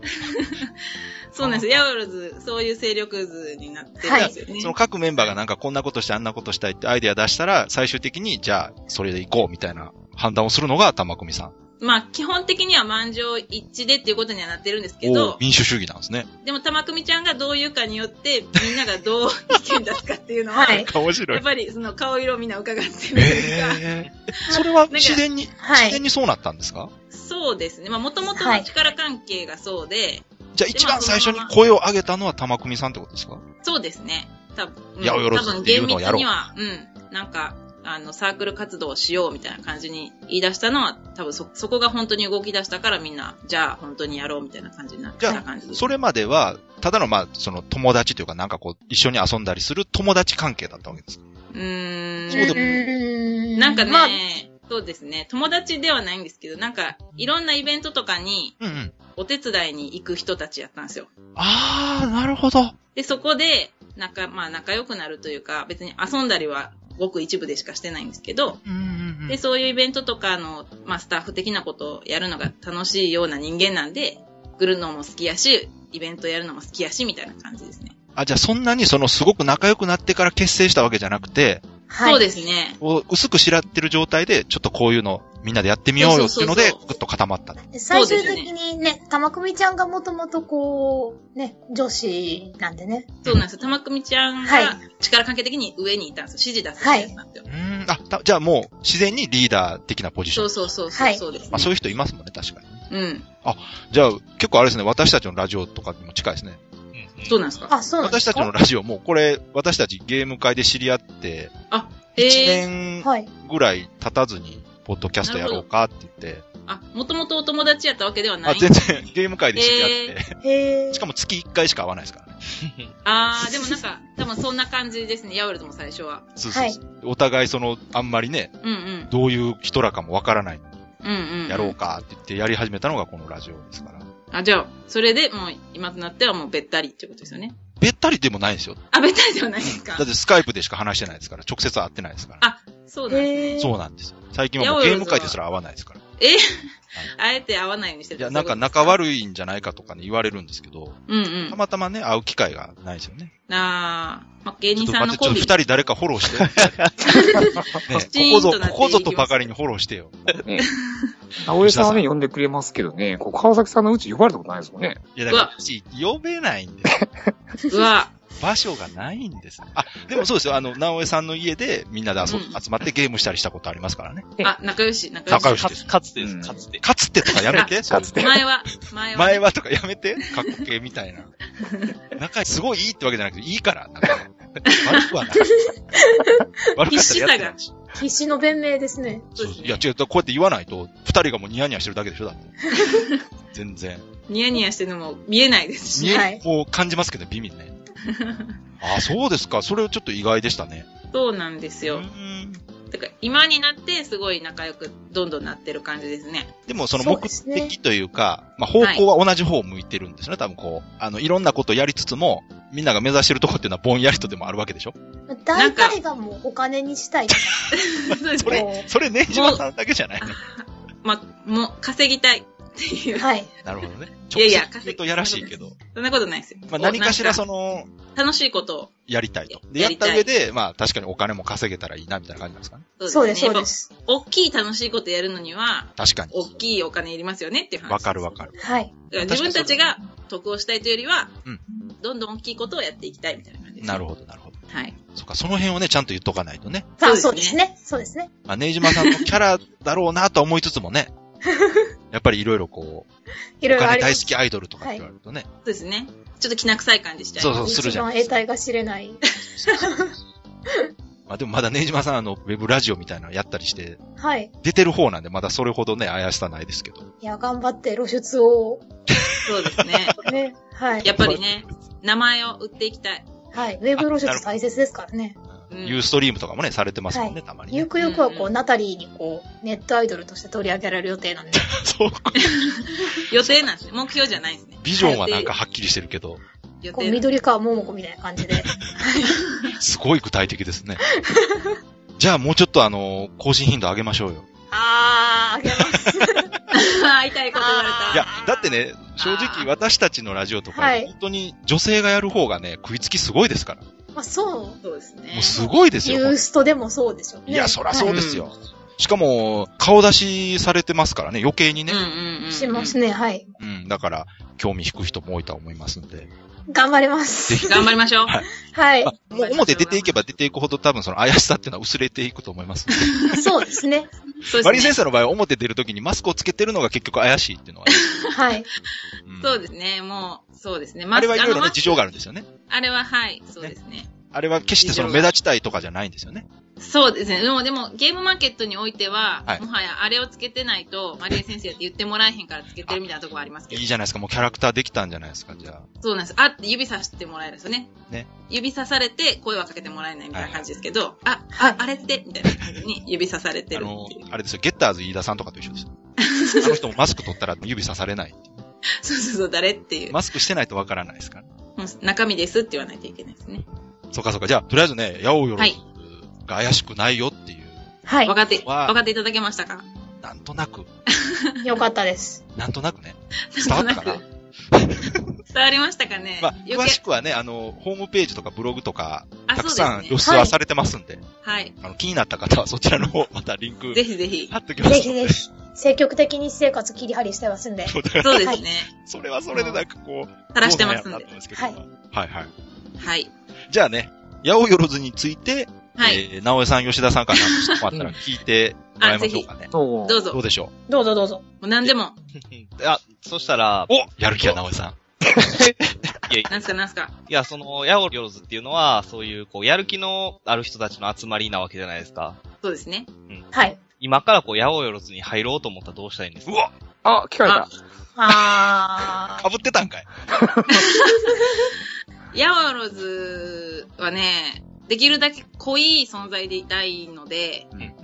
[SPEAKER 6] そうなんですよ。ヤオルズ、そういう勢力図になってるんですよね。
[SPEAKER 2] その各メンバーがなんかこんなことしてあんなことしたいってアイデア出したら、最終的にじゃあそれで行こうみたいな判断をするのが玉組さん。
[SPEAKER 6] まあ、基本的には満場一致でっていうことにはなってるんですけ
[SPEAKER 2] おー
[SPEAKER 6] ど、
[SPEAKER 2] 民主主義なん
[SPEAKER 6] *laughs*
[SPEAKER 2] ですね。
[SPEAKER 6] でも玉組ちゃんがどう言うかによって、みんな
[SPEAKER 2] *laughs*
[SPEAKER 6] がどう意見出すかっていうのは、
[SPEAKER 5] はい。
[SPEAKER 2] 面白
[SPEAKER 6] やっ。ぱりその顔色をみんな伺ってるというか、
[SPEAKER 2] えー、それは
[SPEAKER 6] か
[SPEAKER 2] 自然に、
[SPEAKER 5] はい
[SPEAKER 2] 自然にそうなったんですか
[SPEAKER 6] そうですね。まあ、もともとの力関係がそうで、
[SPEAKER 2] じゃあ一番最初に
[SPEAKER 6] でもそ
[SPEAKER 2] 声を上げたのは玉組さんってことですか
[SPEAKER 6] そうですね。多分、うん
[SPEAKER 2] 八百万
[SPEAKER 6] 多分
[SPEAKER 2] ってい
[SPEAKER 6] 厳
[SPEAKER 2] う
[SPEAKER 6] 密
[SPEAKER 2] のをやろう
[SPEAKER 6] には、うん、なんか、あの、サークル活動をしようみたいな感じに言い出したのは、多分そ、そこが本当に動き出したからみんな、じゃあ本当にやろうみたいな感じになって
[SPEAKER 2] じゃ
[SPEAKER 6] た
[SPEAKER 2] あ
[SPEAKER 6] 感じです。
[SPEAKER 2] それまでは、ただのまあ、その友達というかなんかこう、一緒に遊んだりする友達関係だったわけですか
[SPEAKER 6] うーん。
[SPEAKER 2] そうでも
[SPEAKER 5] ん
[SPEAKER 6] なんかね、
[SPEAKER 5] まあ、
[SPEAKER 6] そうですね、友達ではないんですけど、なんか、いろんなイベントとかに
[SPEAKER 2] うんうん。
[SPEAKER 6] お手伝いに行く人たちやったんですよ。
[SPEAKER 2] あー、なるほど。
[SPEAKER 6] で、そこで、なんか、まあ仲良くなるというか、別に遊んだりはごく一部でしかしてないんですけど、
[SPEAKER 2] うんうんう
[SPEAKER 6] で、
[SPEAKER 2] ん。
[SPEAKER 6] そういうイベントとかの、まあスタッフ的なことをやるのが楽しいような人間なんで、来るのも好きやし、イベントやるのも好きやし、みたいな感じですね。
[SPEAKER 2] あ、じゃあそんなにそのすごく仲良くなってから結成したわけじゃなくて、
[SPEAKER 5] はい。
[SPEAKER 6] そうですね。
[SPEAKER 2] こう薄く知らってる状態で、ちょっとこういうのみんなでやってみようよっていうので、
[SPEAKER 6] そうそうそうそう
[SPEAKER 2] ぐっと固まった。
[SPEAKER 5] 最終的にね、玉組ちゃんがもともとこう、ね、女子なんでね。
[SPEAKER 6] そうなんですよ。玉組ちゃん
[SPEAKER 5] はい
[SPEAKER 6] が力関係的に上にいたんですよ。指示出す人やったんですよ。
[SPEAKER 2] うーん、あ、たじゃあもう自然にリーダー的なポジショ
[SPEAKER 6] そ
[SPEAKER 2] ン
[SPEAKER 6] う。そうそう
[SPEAKER 5] は
[SPEAKER 6] そう。
[SPEAKER 5] い
[SPEAKER 6] そうです、
[SPEAKER 2] まあそういう人いますもんね、確かに。
[SPEAKER 6] うん。
[SPEAKER 2] じゃあ結構あれですね、私たちのラジオとかにも近いですね。
[SPEAKER 6] そうなんですか
[SPEAKER 5] あ、そうなんで
[SPEAKER 2] 私
[SPEAKER 5] す
[SPEAKER 2] た
[SPEAKER 5] か
[SPEAKER 2] ちのラジオもうこれ、私たちゲーム会で知り合って、
[SPEAKER 6] あ、
[SPEAKER 2] 1
[SPEAKER 6] ええ
[SPEAKER 2] 年
[SPEAKER 5] はい。
[SPEAKER 2] ぐらい経たずに、ポッドキャストやろうかって言って、
[SPEAKER 6] あ、もともとお友達やったわけではな
[SPEAKER 2] あ
[SPEAKER 6] い。
[SPEAKER 2] 全然ゲーム会で知り合って、
[SPEAKER 5] へ
[SPEAKER 2] *laughs*
[SPEAKER 5] え。
[SPEAKER 2] しかも月1回しか会わないですからね。
[SPEAKER 6] あー、でもなんか、多分そんな感じですね。ヤオルズも最初は。
[SPEAKER 2] そうそうそうお互いその、あんまりね、
[SPEAKER 6] うんうん。
[SPEAKER 2] どういう人らかもわからない。
[SPEAKER 6] うんうん。
[SPEAKER 2] やろうかって言ってやり始めたのがこのラジオですから。
[SPEAKER 6] あ、じゃあ、それでもう今となってはもうべったりってことですよね。
[SPEAKER 2] べったりでもないんですよ。
[SPEAKER 6] あ、べったりではないですか
[SPEAKER 2] だっ。てスカイプでしか話してないですから、直接会ってないですから。
[SPEAKER 6] あ、そうだ。
[SPEAKER 5] へー
[SPEAKER 2] そうなんですよ。最近はもうゲーム界ですら会わないですから。
[SPEAKER 6] えあえて会わないようにしてる
[SPEAKER 2] いや、なんか仲悪いんじゃないかとかね、言われるんですけど、
[SPEAKER 6] うんうん
[SPEAKER 2] た。またまね、会う機会がないですよね。
[SPEAKER 6] あー、まあ、芸
[SPEAKER 2] ちょっ
[SPEAKER 6] 人
[SPEAKER 2] と
[SPEAKER 6] さん
[SPEAKER 2] 待っ
[SPEAKER 6] の
[SPEAKER 2] て、ち
[SPEAKER 6] コ
[SPEAKER 2] ょっと
[SPEAKER 6] ンビ。
[SPEAKER 2] 二人誰かフォローしてよ。
[SPEAKER 6] *laughs*
[SPEAKER 2] ね、ここぞ、ここぞとばかりにフォローしてよ。
[SPEAKER 3] ね。直江さんはね、呼んでくれますけどね、こう川崎さんのうち呼ばれたことないですもんね。
[SPEAKER 2] いや、だから、私呼べないんですよ
[SPEAKER 6] うわ、
[SPEAKER 2] 場所がないんです。あ、でもそうですよ。あの、直江さんの家でみんなで遊、
[SPEAKER 6] うん
[SPEAKER 2] 集まってゲームしたりしたことありますからね。
[SPEAKER 6] あ、仲良し、仲良し。
[SPEAKER 2] 仲良し
[SPEAKER 4] か
[SPEAKER 2] で
[SPEAKER 4] つ、
[SPEAKER 2] す。
[SPEAKER 4] かつで
[SPEAKER 3] う
[SPEAKER 4] す、
[SPEAKER 3] ん
[SPEAKER 4] かつて。
[SPEAKER 2] かつてとかやめて。
[SPEAKER 3] かつて。
[SPEAKER 6] 前は、前は。
[SPEAKER 2] 前はとかやめて。かっこ系みたいな。仲すごいいいってわけじゃなくて、いいから。なんか悪くはない。
[SPEAKER 6] *laughs*
[SPEAKER 2] 悪かったらやってないし。
[SPEAKER 5] 必死の弁明ですね。
[SPEAKER 6] そう
[SPEAKER 2] そ
[SPEAKER 6] ですね
[SPEAKER 2] ういや、違う、こうやって言わないと、二人がもうニヤニヤしてるだけでしょ、だって。全然。
[SPEAKER 6] ニヤニヤしてるのも見えないです
[SPEAKER 2] 見
[SPEAKER 6] し。
[SPEAKER 2] え、
[SPEAKER 5] はい
[SPEAKER 2] こう感じますけど、ビビね。あ、そうですか。それちょっと意外でしたね。
[SPEAKER 6] そうなんです
[SPEAKER 2] う
[SPEAKER 6] よ。
[SPEAKER 2] ん
[SPEAKER 6] てか、今になって、すごい仲良く、どんどんなってる感じですね。
[SPEAKER 2] でもその
[SPEAKER 5] そう
[SPEAKER 2] 目
[SPEAKER 5] ですね
[SPEAKER 2] 的というか、まあ、方向は同じ方を向いてるんですね、多分こう。あの、いろんなことをやりつつも、みんなが目指してるとこっていうのはぼんやりとでもあるわけでしょ
[SPEAKER 5] 大体がもうお金にしたいとか。
[SPEAKER 6] そうです
[SPEAKER 2] そ
[SPEAKER 6] ね。
[SPEAKER 2] れ、それ、ねじまさんだけじゃないね。
[SPEAKER 6] *laughs* ま、もう、稼ぎたいっていう。
[SPEAKER 5] はい。
[SPEAKER 2] なるほどね。
[SPEAKER 6] いやいや
[SPEAKER 2] 直接言うとやらしいけど。
[SPEAKER 6] そんなことないですよ。
[SPEAKER 2] まあ、何かしらその、
[SPEAKER 6] の。楽しいことを。
[SPEAKER 2] やりたいと。で、
[SPEAKER 6] や
[SPEAKER 2] や
[SPEAKER 6] り
[SPEAKER 2] った
[SPEAKER 6] い
[SPEAKER 2] た上で、まあ、確かにお金も稼げたらいいな、みたいな感じなんですかね。
[SPEAKER 5] そうです、
[SPEAKER 6] ね
[SPEAKER 5] そうで。す。
[SPEAKER 6] やっぱ大きい楽しいことやるのには、
[SPEAKER 2] 確かに。
[SPEAKER 6] 大きいお金いりますよねっていう話。
[SPEAKER 2] わかるわかる。
[SPEAKER 5] はい。
[SPEAKER 6] だから自分たちが得をしたいというよりは、
[SPEAKER 2] うん
[SPEAKER 6] どんどん大きいことをやっていきたいみたいな感じです、
[SPEAKER 2] なるほど、なるほど。
[SPEAKER 6] ど。はい。
[SPEAKER 2] そっか、その辺をね、ちゃんと言っとかないとね。
[SPEAKER 5] まあ
[SPEAKER 6] そ
[SPEAKER 5] そうう
[SPEAKER 6] で
[SPEAKER 5] ですすね。そうですね。
[SPEAKER 2] まあ、ねじまさんのキャラだろうなとは思いつつも
[SPEAKER 5] *laughs*
[SPEAKER 2] ね。やっぱりいろいろこう、
[SPEAKER 5] い
[SPEAKER 2] お
[SPEAKER 5] ろいろあ
[SPEAKER 2] 金
[SPEAKER 5] りま
[SPEAKER 2] 大好
[SPEAKER 5] す。
[SPEAKER 2] きアイドルとかって言われるとね。
[SPEAKER 6] そうですね。ちょっときな臭い感じしちゃい
[SPEAKER 2] そう
[SPEAKER 6] ます。
[SPEAKER 2] そう、する
[SPEAKER 5] 一
[SPEAKER 2] じゃな
[SPEAKER 5] 番
[SPEAKER 2] いで
[SPEAKER 5] 得
[SPEAKER 2] すか。
[SPEAKER 5] 体が知れない。 *laughs*
[SPEAKER 2] まあでもまだねじまさん、あの、ウェブラジオみたいなのやったりして、
[SPEAKER 5] はい。
[SPEAKER 2] 出てる方なんで、まだそれほどね、怪しさないですけど。
[SPEAKER 5] いや、頑張って露出を。
[SPEAKER 6] そうです
[SPEAKER 2] *laughs*
[SPEAKER 6] ね。
[SPEAKER 5] ね。はい。
[SPEAKER 6] やっぱりね、名前を売っていきたい。
[SPEAKER 5] はい。ウェブ露出大切ですからね。
[SPEAKER 6] うん
[SPEAKER 2] ユーストリームとかもね、されてますもんね、たまに
[SPEAKER 5] ゆ
[SPEAKER 2] ね。
[SPEAKER 5] くゆくはこ
[SPEAKER 6] う
[SPEAKER 5] う、ナタリーにこう、ネットアイドルとして取り上げられる予定なんで。
[SPEAKER 2] そうか
[SPEAKER 6] 予定なんですね。目標じゃないですね。
[SPEAKER 2] ビジョンはなんかはっきりしてるけど、
[SPEAKER 6] 予
[SPEAKER 5] こう、
[SPEAKER 6] 定 *laughs* なんです。
[SPEAKER 5] 緑川桃子みたいな感じ
[SPEAKER 2] *laughs*
[SPEAKER 5] で。
[SPEAKER 2] すごい具体的です
[SPEAKER 5] *laughs*
[SPEAKER 2] ね。じゃあもうちょっとあの、更新頻度上げましょうよ。
[SPEAKER 5] あー、あげます。
[SPEAKER 6] あー痛いこと言われた。
[SPEAKER 2] いや、だってね、正直私たちのラジオとか、
[SPEAKER 5] はい
[SPEAKER 2] 本当に女性がやる方がね、食いつきすごいですから。
[SPEAKER 5] ま
[SPEAKER 2] *laughs*
[SPEAKER 5] あ、そう。
[SPEAKER 6] そうですね
[SPEAKER 2] もう。すごいですよ。
[SPEAKER 5] ユーストでもそうでしょうね。
[SPEAKER 2] いや、そらそうです
[SPEAKER 6] う
[SPEAKER 2] よ。しかも、顔出しされてますからね、余計にね
[SPEAKER 6] うん。うんうん。
[SPEAKER 5] しますね。はい。
[SPEAKER 2] うん、だから、興味引く人も多いとは思いますんで。
[SPEAKER 5] 頑張りま
[SPEAKER 2] ぜ
[SPEAKER 5] す。
[SPEAKER 2] ひ。
[SPEAKER 6] 頑張りましょう。
[SPEAKER 2] はい
[SPEAKER 5] はい。
[SPEAKER 2] まあもう表出ていけば出ていくほど多分その怪しさっていうのは薄れていくと思いますんで。
[SPEAKER 5] そうですね。
[SPEAKER 6] そう
[SPEAKER 2] マリ
[SPEAKER 6] で
[SPEAKER 2] ン先
[SPEAKER 6] す
[SPEAKER 2] 生
[SPEAKER 6] ね。
[SPEAKER 2] の場合は表出るときにマスクをつけてるのが結局怪しいっていうのはね、
[SPEAKER 5] はい。
[SPEAKER 2] うん
[SPEAKER 6] そうですね。もう、そうですね。
[SPEAKER 2] あれはいろい
[SPEAKER 6] あの
[SPEAKER 2] ろ
[SPEAKER 6] マ
[SPEAKER 2] ね
[SPEAKER 6] スク
[SPEAKER 2] 事情があるんですよね。
[SPEAKER 6] あれは、はい、そうですね。
[SPEAKER 2] あれは決してその目立ちたいとかじゃないんですよね。
[SPEAKER 6] そうですね。でも、でも、ゲームマーケットにおいては、
[SPEAKER 2] はい
[SPEAKER 6] もはやあれをつけてないと、マリエ先生って言ってもらえへんからつけてるみたいなとこはありますけ
[SPEAKER 2] い
[SPEAKER 6] ど
[SPEAKER 2] い。じゃないですか。もうキャラクターできたんじゃないですか、じゃ
[SPEAKER 6] そうなんです。あって指さしてもらえるんですよね。
[SPEAKER 2] ね
[SPEAKER 6] 指さされて声はかけてもらえないみたいな感じですけど、あ、
[SPEAKER 5] は
[SPEAKER 6] あ
[SPEAKER 5] い、
[SPEAKER 6] あれって、みたいな感じに指さされて
[SPEAKER 2] あ。あ
[SPEAKER 6] る
[SPEAKER 2] の
[SPEAKER 6] っていう。、
[SPEAKER 2] あれですよ。ゲッターズ飯田さんとかと一緒
[SPEAKER 6] *laughs*
[SPEAKER 2] です。あの人もマスク取ったら指さされない。
[SPEAKER 6] そうそうそう、誰っていう。
[SPEAKER 2] マスクしてないとわからないですから。
[SPEAKER 6] もう中身ですって言わないといけないですね。
[SPEAKER 2] そうかそうか。じゃあ、とりあえずね、八百万
[SPEAKER 6] はい
[SPEAKER 2] が怪しくないよっていう、
[SPEAKER 5] は
[SPEAKER 6] 分かって、
[SPEAKER 2] わあ
[SPEAKER 6] 分かっていただけましたか
[SPEAKER 2] なんとなく、
[SPEAKER 5] い。よかったです。
[SPEAKER 2] なんとなくね、伝わったかな
[SPEAKER 6] なんと。なく伝わりましたかね、
[SPEAKER 2] まあ、
[SPEAKER 6] 余計
[SPEAKER 2] 詳しくはね、あの、ホームページとかブログとか、
[SPEAKER 6] あ、
[SPEAKER 2] たく
[SPEAKER 6] そ
[SPEAKER 2] さ
[SPEAKER 6] うんです
[SPEAKER 2] 露
[SPEAKER 6] ね。
[SPEAKER 2] 出はされてますんで、
[SPEAKER 6] はい。
[SPEAKER 2] あの、気になった方はそちらの
[SPEAKER 6] *laughs*
[SPEAKER 2] 方、またリンク
[SPEAKER 6] ぜひぜひ。
[SPEAKER 2] 貼っときます。
[SPEAKER 5] ぜひぜひ、積極的に私生活切り張りしてますん
[SPEAKER 2] *laughs*
[SPEAKER 5] で。
[SPEAKER 2] そうだから
[SPEAKER 6] そうですね。
[SPEAKER 2] それはそれでなんかこう、
[SPEAKER 6] 垂らしてますん
[SPEAKER 2] どうな。やろう
[SPEAKER 6] で
[SPEAKER 2] なと思うんですけど
[SPEAKER 5] はい
[SPEAKER 2] はいはい。
[SPEAKER 6] はい。
[SPEAKER 2] じゃあね、八百万について、
[SPEAKER 6] はい。
[SPEAKER 2] えー、直江さん、吉田さんから何か質問あったら聞いてもらいましょうかね。
[SPEAKER 3] そ
[SPEAKER 6] どう
[SPEAKER 2] ど
[SPEAKER 6] ぞ
[SPEAKER 2] う。でしょ
[SPEAKER 5] どうぞどうぞ。
[SPEAKER 6] もう何でも。
[SPEAKER 4] あ、そしたら
[SPEAKER 2] う、おやる気や、直江さん。
[SPEAKER 4] いや、
[SPEAKER 6] 何すか何すか。
[SPEAKER 4] いや、その、ヤオリョルズっていうのは、そういう、こう、やる気のある人たちの集まりなわけじゃないですか。
[SPEAKER 6] そうですね。
[SPEAKER 5] はい。
[SPEAKER 4] 今からこう、ヤオリョルズに入ろうと思ったらどうしたらいいんです
[SPEAKER 2] う
[SPEAKER 4] か
[SPEAKER 2] わ
[SPEAKER 3] あ、聞かれた。
[SPEAKER 5] あ
[SPEAKER 2] かぶってたんかい。
[SPEAKER 6] ヤオロズはね、できるだけ濃い存在でいたいので、
[SPEAKER 3] うんうんうん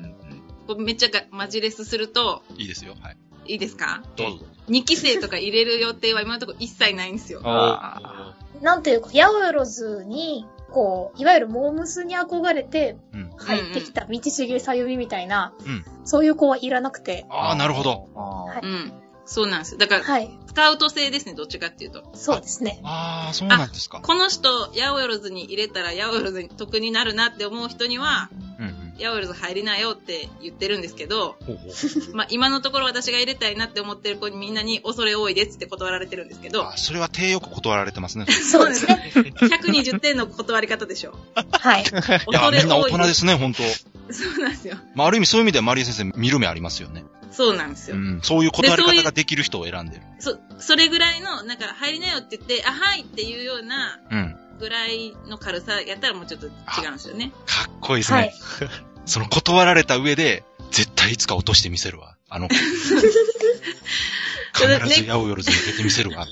[SPEAKER 6] こうめっちゃがマジレスすると、
[SPEAKER 2] いいですよ。はい。
[SPEAKER 6] いいですか
[SPEAKER 2] どうぞどうぞ。
[SPEAKER 6] 2期生とか入れる予定は今のところ一切ないんですよ。
[SPEAKER 2] あ
[SPEAKER 5] なんていうか、ヤオロズに、こう、いわゆるモームスに憧れて
[SPEAKER 2] ーうん。
[SPEAKER 5] 入ってきた道重さゆみみたいな、
[SPEAKER 2] うん
[SPEAKER 5] そういう子はいらなくて、
[SPEAKER 2] ああ、なるほど。
[SPEAKER 3] あー
[SPEAKER 6] うん。そうなんですよ。だから、
[SPEAKER 5] はい、
[SPEAKER 6] スカウト制ですね、どっちかっていうと。
[SPEAKER 5] そうですね。
[SPEAKER 2] ああ、そうなんですか。
[SPEAKER 6] この人、ヤオヨロズに入れたらヤオヨロズに得になるなって思う人には、
[SPEAKER 2] うんうん。
[SPEAKER 6] ヤオヨロズ入りなよって言ってるんですけど、
[SPEAKER 2] ほうほう。
[SPEAKER 6] まあ今のところ私が入れたいなって思ってる子にみんなに恐れ多いですって断られてるんですけど、
[SPEAKER 2] あーそれは手よく断られてますね。
[SPEAKER 5] そうですね。
[SPEAKER 6] 120点の断り方でしょ。
[SPEAKER 5] はい。
[SPEAKER 2] いや、
[SPEAKER 6] 恐れ
[SPEAKER 2] みんな大
[SPEAKER 6] 多い
[SPEAKER 2] 人ですね、本当
[SPEAKER 6] です。そうなんですよ。
[SPEAKER 2] まあ、ある意味そういう意味ではマリー先生見る目ありますよね。
[SPEAKER 6] そうなんですよ。
[SPEAKER 2] うん。そういう断り
[SPEAKER 6] でそうい
[SPEAKER 2] 方
[SPEAKER 6] う
[SPEAKER 2] ができる人を選んでる。
[SPEAKER 6] そ、それぐらいの、なんか入りなよって言って、あ、はいっていうような
[SPEAKER 2] うん。
[SPEAKER 6] ぐらいの軽さやったらもうちょっと違うんですよね。
[SPEAKER 2] かっこいいですね。
[SPEAKER 5] はい。
[SPEAKER 2] その断られた上で、絶対いつか落としてみせるわ。あの子、
[SPEAKER 6] それね
[SPEAKER 2] 必ず矢を夜ずに出てみせるわ。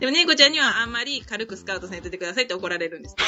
[SPEAKER 6] でも、猫ちゃんにはあんまり軽くスカウトされててくださいって怒られるんですけ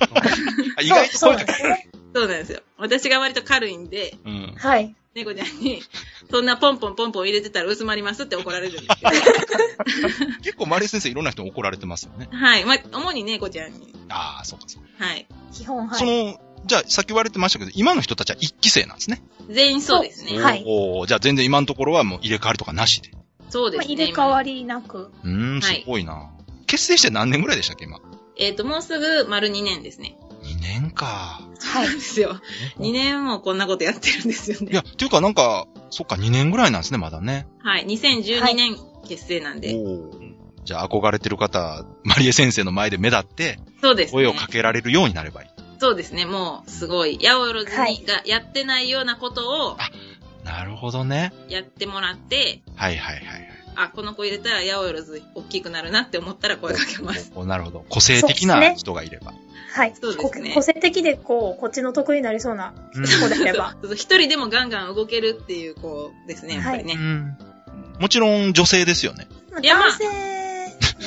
[SPEAKER 2] あ意外と
[SPEAKER 5] そう
[SPEAKER 2] 声か
[SPEAKER 5] そうで
[SPEAKER 2] け
[SPEAKER 5] すね。
[SPEAKER 6] ど、そうなんですよ。私が割と軽いんで、
[SPEAKER 2] うん。
[SPEAKER 5] はい。
[SPEAKER 6] 猫ちゃんに、そんなポンポンポンポン入れてたら薄まりますって怒られるんですけ
[SPEAKER 5] *laughs*
[SPEAKER 2] 結構マリー先生いろんな人に怒られてますよね。
[SPEAKER 6] ど。はい。まあ、主に猫ちゃんに。
[SPEAKER 2] ああ、そうかそうか。
[SPEAKER 6] はい。
[SPEAKER 5] 基本、は
[SPEAKER 2] そ
[SPEAKER 5] い。
[SPEAKER 2] の、じゃあ、さっき言われてましたけど、今の人たちは一期生なんですね。
[SPEAKER 6] 全員そうですね。
[SPEAKER 5] はい
[SPEAKER 2] おおじゃあ全然今のところはもう入れ替わりとかなしで。
[SPEAKER 6] そうで
[SPEAKER 5] ますあ、
[SPEAKER 6] ね。
[SPEAKER 5] 入れ替わりなく。
[SPEAKER 2] うーん、す
[SPEAKER 6] はい
[SPEAKER 2] ごいな。結成して何年ぐらいでしたっけ、今。
[SPEAKER 6] 今えっ、と、もうすぐ丸2年ですね。
[SPEAKER 2] 2年か。
[SPEAKER 5] はい
[SPEAKER 6] そう。ですよ。2年もこんなことやってるんですよ
[SPEAKER 2] いや、
[SPEAKER 6] ね。
[SPEAKER 2] っていうかなんか、そっか、2年ぐらいなんですね、まだね。
[SPEAKER 6] はい。2012年結成なんで。
[SPEAKER 2] おーじゃあ、憧れてる方、マリエ先生の前で目立って、
[SPEAKER 6] そうですね。
[SPEAKER 2] 声をかけられるようになればいい。
[SPEAKER 6] そうですね。もう、すごい。ヤオロズ
[SPEAKER 5] は
[SPEAKER 6] に
[SPEAKER 5] い
[SPEAKER 6] がやってないようなことを
[SPEAKER 2] なるほどね。
[SPEAKER 6] やってもらって、
[SPEAKER 2] はいはいはいはい。
[SPEAKER 6] あ、この子入れたらヤオロズ大きくなるなって思ったら声かけます。
[SPEAKER 2] おなるほど。個性的
[SPEAKER 5] そうです
[SPEAKER 2] な
[SPEAKER 5] ね
[SPEAKER 2] 人がいれば。
[SPEAKER 5] はい。
[SPEAKER 6] そうですね
[SPEAKER 5] こ個性的で、こう、こっちの得意になりそうな
[SPEAKER 2] うん
[SPEAKER 5] 子であれば。
[SPEAKER 6] そうそう一人でもガンガン動けるっていう子ですね、やっぱりね。
[SPEAKER 2] うんもちろん女性ですよね。
[SPEAKER 6] いやまあ
[SPEAKER 5] 男性、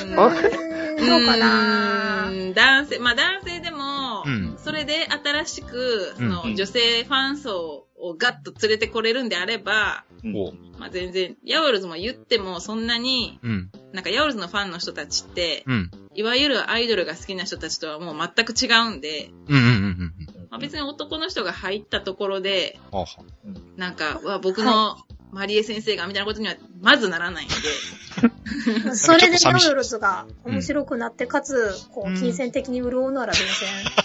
[SPEAKER 6] うん
[SPEAKER 5] うーんそうかな
[SPEAKER 6] うーん男性、まあ男性でも、
[SPEAKER 2] うん。
[SPEAKER 6] それで新しく、その
[SPEAKER 2] うん
[SPEAKER 6] 女性ファン層をガッと連れてこれるんであれば、
[SPEAKER 2] おう
[SPEAKER 6] まあ全然、ヤオルズも言ってもそんなに、
[SPEAKER 2] うん。
[SPEAKER 6] なんかヤオルズのファンの人たちって、
[SPEAKER 2] うん。
[SPEAKER 6] いわゆるアイドルが好きな人たちとはもう全く違うんで、
[SPEAKER 2] うんうんうんうんうん。
[SPEAKER 6] まあ、別に男の人が入ったところで、
[SPEAKER 2] あは
[SPEAKER 6] なんか、うわ、僕のマリエ先生がみたいなことにはまずならないんで、
[SPEAKER 5] それで
[SPEAKER 2] ちょっと寂
[SPEAKER 5] ナ
[SPEAKER 2] しい
[SPEAKER 5] ウロズが面白くなって、かつ、こ
[SPEAKER 2] う
[SPEAKER 5] う、
[SPEAKER 2] ん
[SPEAKER 5] 金銭的に潤うなら全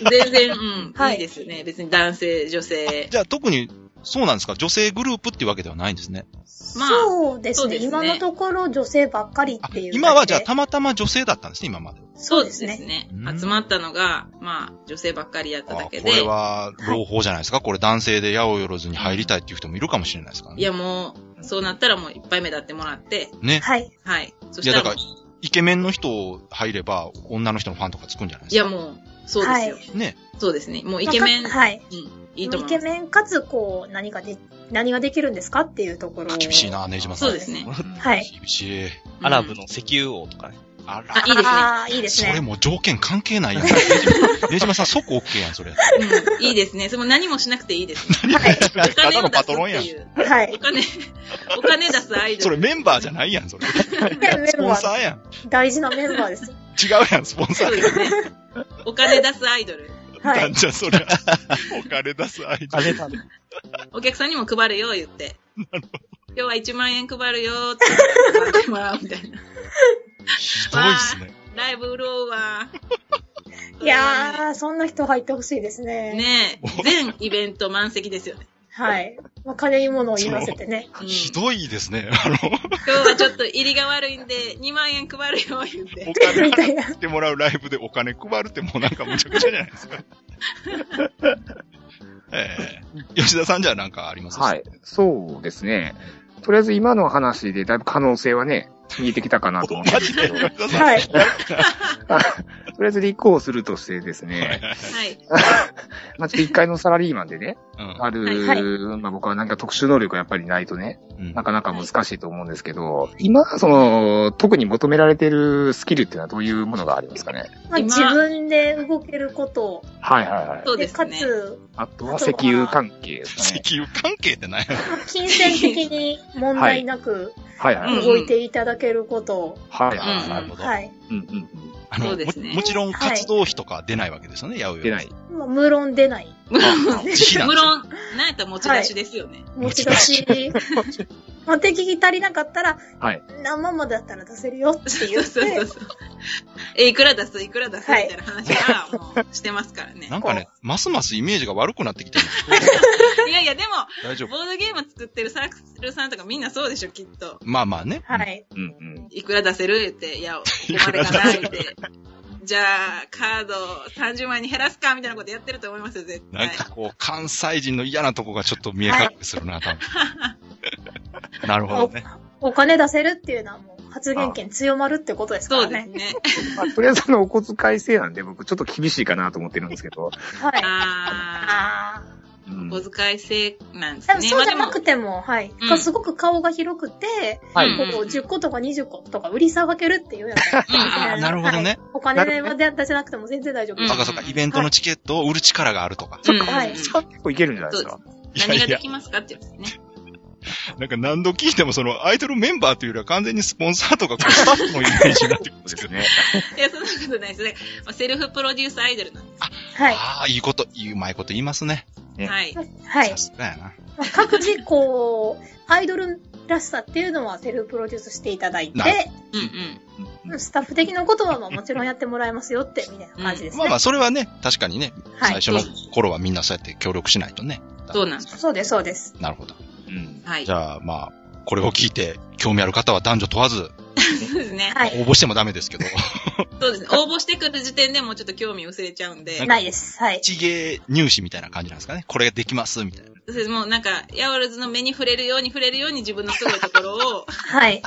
[SPEAKER 6] 全然、うん、、
[SPEAKER 5] はいい
[SPEAKER 6] いですね。別に男性、女性。
[SPEAKER 2] じゃあ、特に、そうなんですか女性グループっていうわけではないんですね。
[SPEAKER 5] 然。
[SPEAKER 6] まあ
[SPEAKER 5] そうです
[SPEAKER 6] そう
[SPEAKER 5] ね
[SPEAKER 6] ですね
[SPEAKER 5] 今のところ女性ばっかり
[SPEAKER 2] あ
[SPEAKER 5] っていう。
[SPEAKER 2] 今はじゃあ、、たまたま女性だったんですね、今まで。
[SPEAKER 5] そうですね。
[SPEAKER 6] ね
[SPEAKER 2] うん
[SPEAKER 6] 集まったのが、まあ、女性ばっかりやっただ
[SPEAKER 2] あこ
[SPEAKER 6] けで、
[SPEAKER 2] れは、朗報じゃないですか、これ男性で矢をよろずに入りたいっていう人もいるかもしれないですから
[SPEAKER 6] い
[SPEAKER 2] ね。
[SPEAKER 6] やもう、そうなったらもういっぱい目立ってもらって、
[SPEAKER 2] ね。
[SPEAKER 5] はい。
[SPEAKER 6] はい。そ
[SPEAKER 2] い
[SPEAKER 6] し
[SPEAKER 2] や、
[SPEAKER 6] た
[SPEAKER 2] だ
[SPEAKER 6] ら
[SPEAKER 2] か
[SPEAKER 6] も
[SPEAKER 2] ら
[SPEAKER 6] う、、
[SPEAKER 2] イケメンの人を入れば、女の人のファンとかつくんじゃないで
[SPEAKER 6] い
[SPEAKER 2] すか。
[SPEAKER 6] やもう、そうですよ。
[SPEAKER 2] や、ね。
[SPEAKER 6] そうですね。もうイケメン、
[SPEAKER 5] まあかはい。
[SPEAKER 6] いいと思
[SPEAKER 5] イ
[SPEAKER 6] い
[SPEAKER 5] ケ
[SPEAKER 6] ます。
[SPEAKER 5] メンかつ、こう、何がで、何ができるんですかっていうところを。
[SPEAKER 2] 厳しい。な、ねじまさん。
[SPEAKER 6] そうですね。
[SPEAKER 5] はい。
[SPEAKER 2] 厳しい。
[SPEAKER 6] うん
[SPEAKER 4] アラブの石油王とかね。
[SPEAKER 2] あら。
[SPEAKER 6] あ、いいですね。
[SPEAKER 5] ああ、いいです
[SPEAKER 2] それ
[SPEAKER 5] ね。
[SPEAKER 2] もう条件関係ないやん。ねじまさん即 OK やん、それ。
[SPEAKER 6] うんいいですね。それも何もしなくていいですね。
[SPEAKER 2] た
[SPEAKER 6] お金
[SPEAKER 2] だ
[SPEAKER 6] を
[SPEAKER 2] の
[SPEAKER 6] 出す
[SPEAKER 2] パ
[SPEAKER 6] って
[SPEAKER 2] トロンやん。
[SPEAKER 6] いう。
[SPEAKER 2] *laughs*
[SPEAKER 5] は
[SPEAKER 6] お
[SPEAKER 5] い。
[SPEAKER 6] 金、お金出すアイド
[SPEAKER 2] それ
[SPEAKER 6] ル。
[SPEAKER 2] メンバーじゃないやん、それ。
[SPEAKER 5] メ
[SPEAKER 2] ス
[SPEAKER 5] ン
[SPEAKER 2] ポン
[SPEAKER 5] バ
[SPEAKER 2] サ
[SPEAKER 5] ー、
[SPEAKER 2] ーやん。
[SPEAKER 5] 大事なメンバー
[SPEAKER 2] *laughs*
[SPEAKER 5] です。
[SPEAKER 2] 違うやん、スポンサ
[SPEAKER 6] そう
[SPEAKER 2] ー
[SPEAKER 6] ですね。お金出すアイドル。
[SPEAKER 5] は
[SPEAKER 2] ないん。じゃ、それ。お金出す相手。
[SPEAKER 4] あれだね。
[SPEAKER 6] お客さんにも配るよ、言って。今日は1万円配るよ、って配っても *laughs* らうみたいな。
[SPEAKER 2] ひどいっすね。
[SPEAKER 6] ライブ潤うわ。
[SPEAKER 5] いやー、そんな人入ってほしいですね。
[SPEAKER 6] ねえ、全イベント満席ですよね。
[SPEAKER 5] はい。まあ、金に物を言わせてね。
[SPEAKER 6] うん
[SPEAKER 2] *laughs* ひ
[SPEAKER 6] 今
[SPEAKER 2] どいですね。あの、
[SPEAKER 6] 日はちょっと入りが悪いんで、2万円配るよ、
[SPEAKER 2] *laughs*
[SPEAKER 6] 言って
[SPEAKER 2] お。金
[SPEAKER 5] みた
[SPEAKER 2] 払
[SPEAKER 6] *laughs*
[SPEAKER 5] いな。
[SPEAKER 2] ってもらうライブでお金配るってもうなんかむちゃくちゃじゃないです
[SPEAKER 6] *laughs*
[SPEAKER 2] か。ええ吉田さんじゃあなんかあります
[SPEAKER 3] はい。そうですね。とりあえず今の話
[SPEAKER 2] *laughs*
[SPEAKER 3] でだいぶ可能性はね、見えてきたかなと思うん
[SPEAKER 2] マ
[SPEAKER 3] です
[SPEAKER 2] ジ
[SPEAKER 3] け
[SPEAKER 2] で
[SPEAKER 3] ど。
[SPEAKER 2] 吉田さん、
[SPEAKER 5] はい。
[SPEAKER 3] とりあえず立候補するとしてですね、
[SPEAKER 6] はい。
[SPEAKER 3] まあちょっと一回のサラリーマンでね、
[SPEAKER 2] うん
[SPEAKER 3] ある、
[SPEAKER 6] はい
[SPEAKER 5] はい
[SPEAKER 3] まあ僕はなんか特殊能力がやっぱりないとね、
[SPEAKER 2] うん
[SPEAKER 3] なかなか難しいと思うんですけど、今、その、特に求められているスキルっていうのはどういうものがありますかね
[SPEAKER 5] まあ、
[SPEAKER 6] 今
[SPEAKER 5] 自分で動けること。
[SPEAKER 3] はいはいはい。
[SPEAKER 6] そう
[SPEAKER 5] で、
[SPEAKER 6] です
[SPEAKER 5] か
[SPEAKER 6] ね。
[SPEAKER 5] つ、
[SPEAKER 3] あとは石油関係ですね。
[SPEAKER 2] 石油関係ってない
[SPEAKER 5] まあ金銭的に問題なく
[SPEAKER 3] はいはい。
[SPEAKER 6] うん
[SPEAKER 5] 動いていただけること。
[SPEAKER 3] はい
[SPEAKER 6] うん
[SPEAKER 3] はい
[SPEAKER 2] な
[SPEAKER 3] は
[SPEAKER 2] る
[SPEAKER 3] い。
[SPEAKER 2] ほど。
[SPEAKER 5] はい。
[SPEAKER 3] うんうん
[SPEAKER 2] あの
[SPEAKER 6] そうですね
[SPEAKER 2] ももちろん活動費とか出ないわけですよね、八
[SPEAKER 3] うん。
[SPEAKER 2] 百
[SPEAKER 3] 出
[SPEAKER 2] 屋
[SPEAKER 3] な
[SPEAKER 2] さん
[SPEAKER 3] い。。
[SPEAKER 5] まあ無論出ない。
[SPEAKER 2] 自費なん
[SPEAKER 6] 無
[SPEAKER 2] ですよ
[SPEAKER 6] 論、なんやったら持ち出しですよね。
[SPEAKER 5] 持ち出
[SPEAKER 6] *laughs*
[SPEAKER 5] し。まあ、適宜足りなかったら、
[SPEAKER 3] はい
[SPEAKER 5] 何万までだったら出せるよって
[SPEAKER 6] そ
[SPEAKER 5] 言
[SPEAKER 6] う
[SPEAKER 5] っ
[SPEAKER 6] そうそ
[SPEAKER 5] て、
[SPEAKER 6] うそう。え、いくら出すいくら出すみたいな話は、もう、してますから
[SPEAKER 2] *laughs*
[SPEAKER 6] ね。
[SPEAKER 2] なんかね、ますますイメージが悪くなってきてるんですけ
[SPEAKER 6] いやいや、でも、
[SPEAKER 2] ど大丈夫。
[SPEAKER 6] ボードゲーム作ってるサークルさんとかみんなそうでしょ、きっと。
[SPEAKER 2] まあまあね。
[SPEAKER 5] はい。
[SPEAKER 3] うんうん。
[SPEAKER 6] いくら出せる言って、いや、困るかな、言って。じゃあ、カード30万円に減らすか、みたいなことやってると思いますよ、絶
[SPEAKER 2] なん
[SPEAKER 6] 対。
[SPEAKER 2] かこう、関西人の嫌なとこがちょっと見え隠れするな、多分。 *laughs* なるほどね。
[SPEAKER 5] お金出せるっていうのはもう発言権強まるってことですか
[SPEAKER 6] そ
[SPEAKER 5] ら
[SPEAKER 6] うです
[SPEAKER 5] ね。
[SPEAKER 6] ね。
[SPEAKER 3] まあ、とりあえずあの、お小遣い制なんで僕ちょっと厳しいかなと思ってるんですけど。
[SPEAKER 5] はい。あ
[SPEAKER 6] あ
[SPEAKER 5] あ。
[SPEAKER 3] う
[SPEAKER 6] ー、
[SPEAKER 3] ん、
[SPEAKER 6] お小遣い制なんです
[SPEAKER 5] でも
[SPEAKER 6] ね。
[SPEAKER 5] そうじゃな
[SPEAKER 6] まあで
[SPEAKER 5] くても、はい。
[SPEAKER 6] うん
[SPEAKER 5] すごく顔が広くて、
[SPEAKER 3] はい
[SPEAKER 6] うん
[SPEAKER 5] こう10個とか20個とか売りさばけるっていうやつ。
[SPEAKER 2] あなるほどね。
[SPEAKER 5] お金は出せなくても全然大丈夫
[SPEAKER 6] う
[SPEAKER 5] で
[SPEAKER 6] ん
[SPEAKER 5] す
[SPEAKER 2] そっ。かそっか、イベントのチケットを売る力があるとか。
[SPEAKER 6] も、うん
[SPEAKER 5] はい
[SPEAKER 3] そっか結構いけるんじゃないですか。
[SPEAKER 2] いや
[SPEAKER 6] 何が
[SPEAKER 2] い
[SPEAKER 6] で
[SPEAKER 2] や、
[SPEAKER 6] きますかってやつね。
[SPEAKER 2] なんか何度聞いてもそのアイドルメンバーというよりは完全にスポンサーとかこうスタッフのイメージになってくるんですけ
[SPEAKER 3] そう
[SPEAKER 2] ど。
[SPEAKER 3] ですね。
[SPEAKER 6] いや、そんなことないですね。まあセルフプロデュースアイドルなんで
[SPEAKER 5] はい。
[SPEAKER 2] ああ、いいこと、うまいこと言いますね。
[SPEAKER 6] す。
[SPEAKER 3] ね
[SPEAKER 6] はい。
[SPEAKER 5] はい
[SPEAKER 2] さ。すがやな。
[SPEAKER 5] まあ各自、こう、アイドルらしさっていうのはセルフプロデュースしていただい
[SPEAKER 2] なる
[SPEAKER 5] て、
[SPEAKER 6] うんうん。
[SPEAKER 3] うん
[SPEAKER 5] スタッフ的なことはまあもちろんやってもらえますよって、みたいな感じですね。
[SPEAKER 2] まあまあ、それはね、確かにね、
[SPEAKER 5] はい
[SPEAKER 2] 最初の頃はみんなそうやって協力しないとね。
[SPEAKER 6] そうなんです。
[SPEAKER 5] そうです、そうです。
[SPEAKER 2] なるほど。
[SPEAKER 3] うん。
[SPEAKER 6] はい。
[SPEAKER 2] じ
[SPEAKER 6] そ
[SPEAKER 2] ゃあ、まあ、これを聞いて、興味ある方は男女問わず、
[SPEAKER 6] うですね。
[SPEAKER 5] はい。
[SPEAKER 2] 応募してもダメですけど、 *laughs*
[SPEAKER 6] そうですね。応募してくる時点でもうちょっと興味薄れちゃうんで。
[SPEAKER 2] なんか
[SPEAKER 5] ないです。はい。
[SPEAKER 2] 一芸入試みたいな感じなんですかね。これができます、みたいな。
[SPEAKER 6] そうですもうなんか、ヤオルズの目に触れるように触れるように自分のすごいところを
[SPEAKER 5] はい。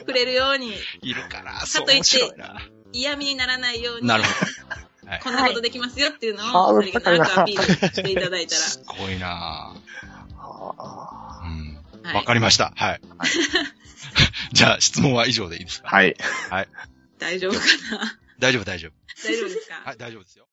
[SPEAKER 6] 触れるように
[SPEAKER 2] いるから、
[SPEAKER 6] と
[SPEAKER 2] そう、
[SPEAKER 6] いって
[SPEAKER 2] 面白いな。
[SPEAKER 6] 嫌味にならないように
[SPEAKER 2] なるほ
[SPEAKER 6] *laughs* こんなことできますよっていうの
[SPEAKER 3] は
[SPEAKER 6] を、
[SPEAKER 3] い
[SPEAKER 6] 二人がなんかアピールしていただいた
[SPEAKER 2] *laughs* ど。すごいな
[SPEAKER 3] はあ
[SPEAKER 2] うん。
[SPEAKER 6] ら。
[SPEAKER 2] わ、
[SPEAKER 6] はい。
[SPEAKER 2] かりました。はい。 *laughs* じゃあ、質問は以上でいいですか
[SPEAKER 3] はい。
[SPEAKER 6] 大丈夫か
[SPEAKER 2] *laughs*
[SPEAKER 6] な
[SPEAKER 2] 大丈夫、大丈夫。
[SPEAKER 6] 大丈夫ですか
[SPEAKER 2] はい、大丈夫ですよ。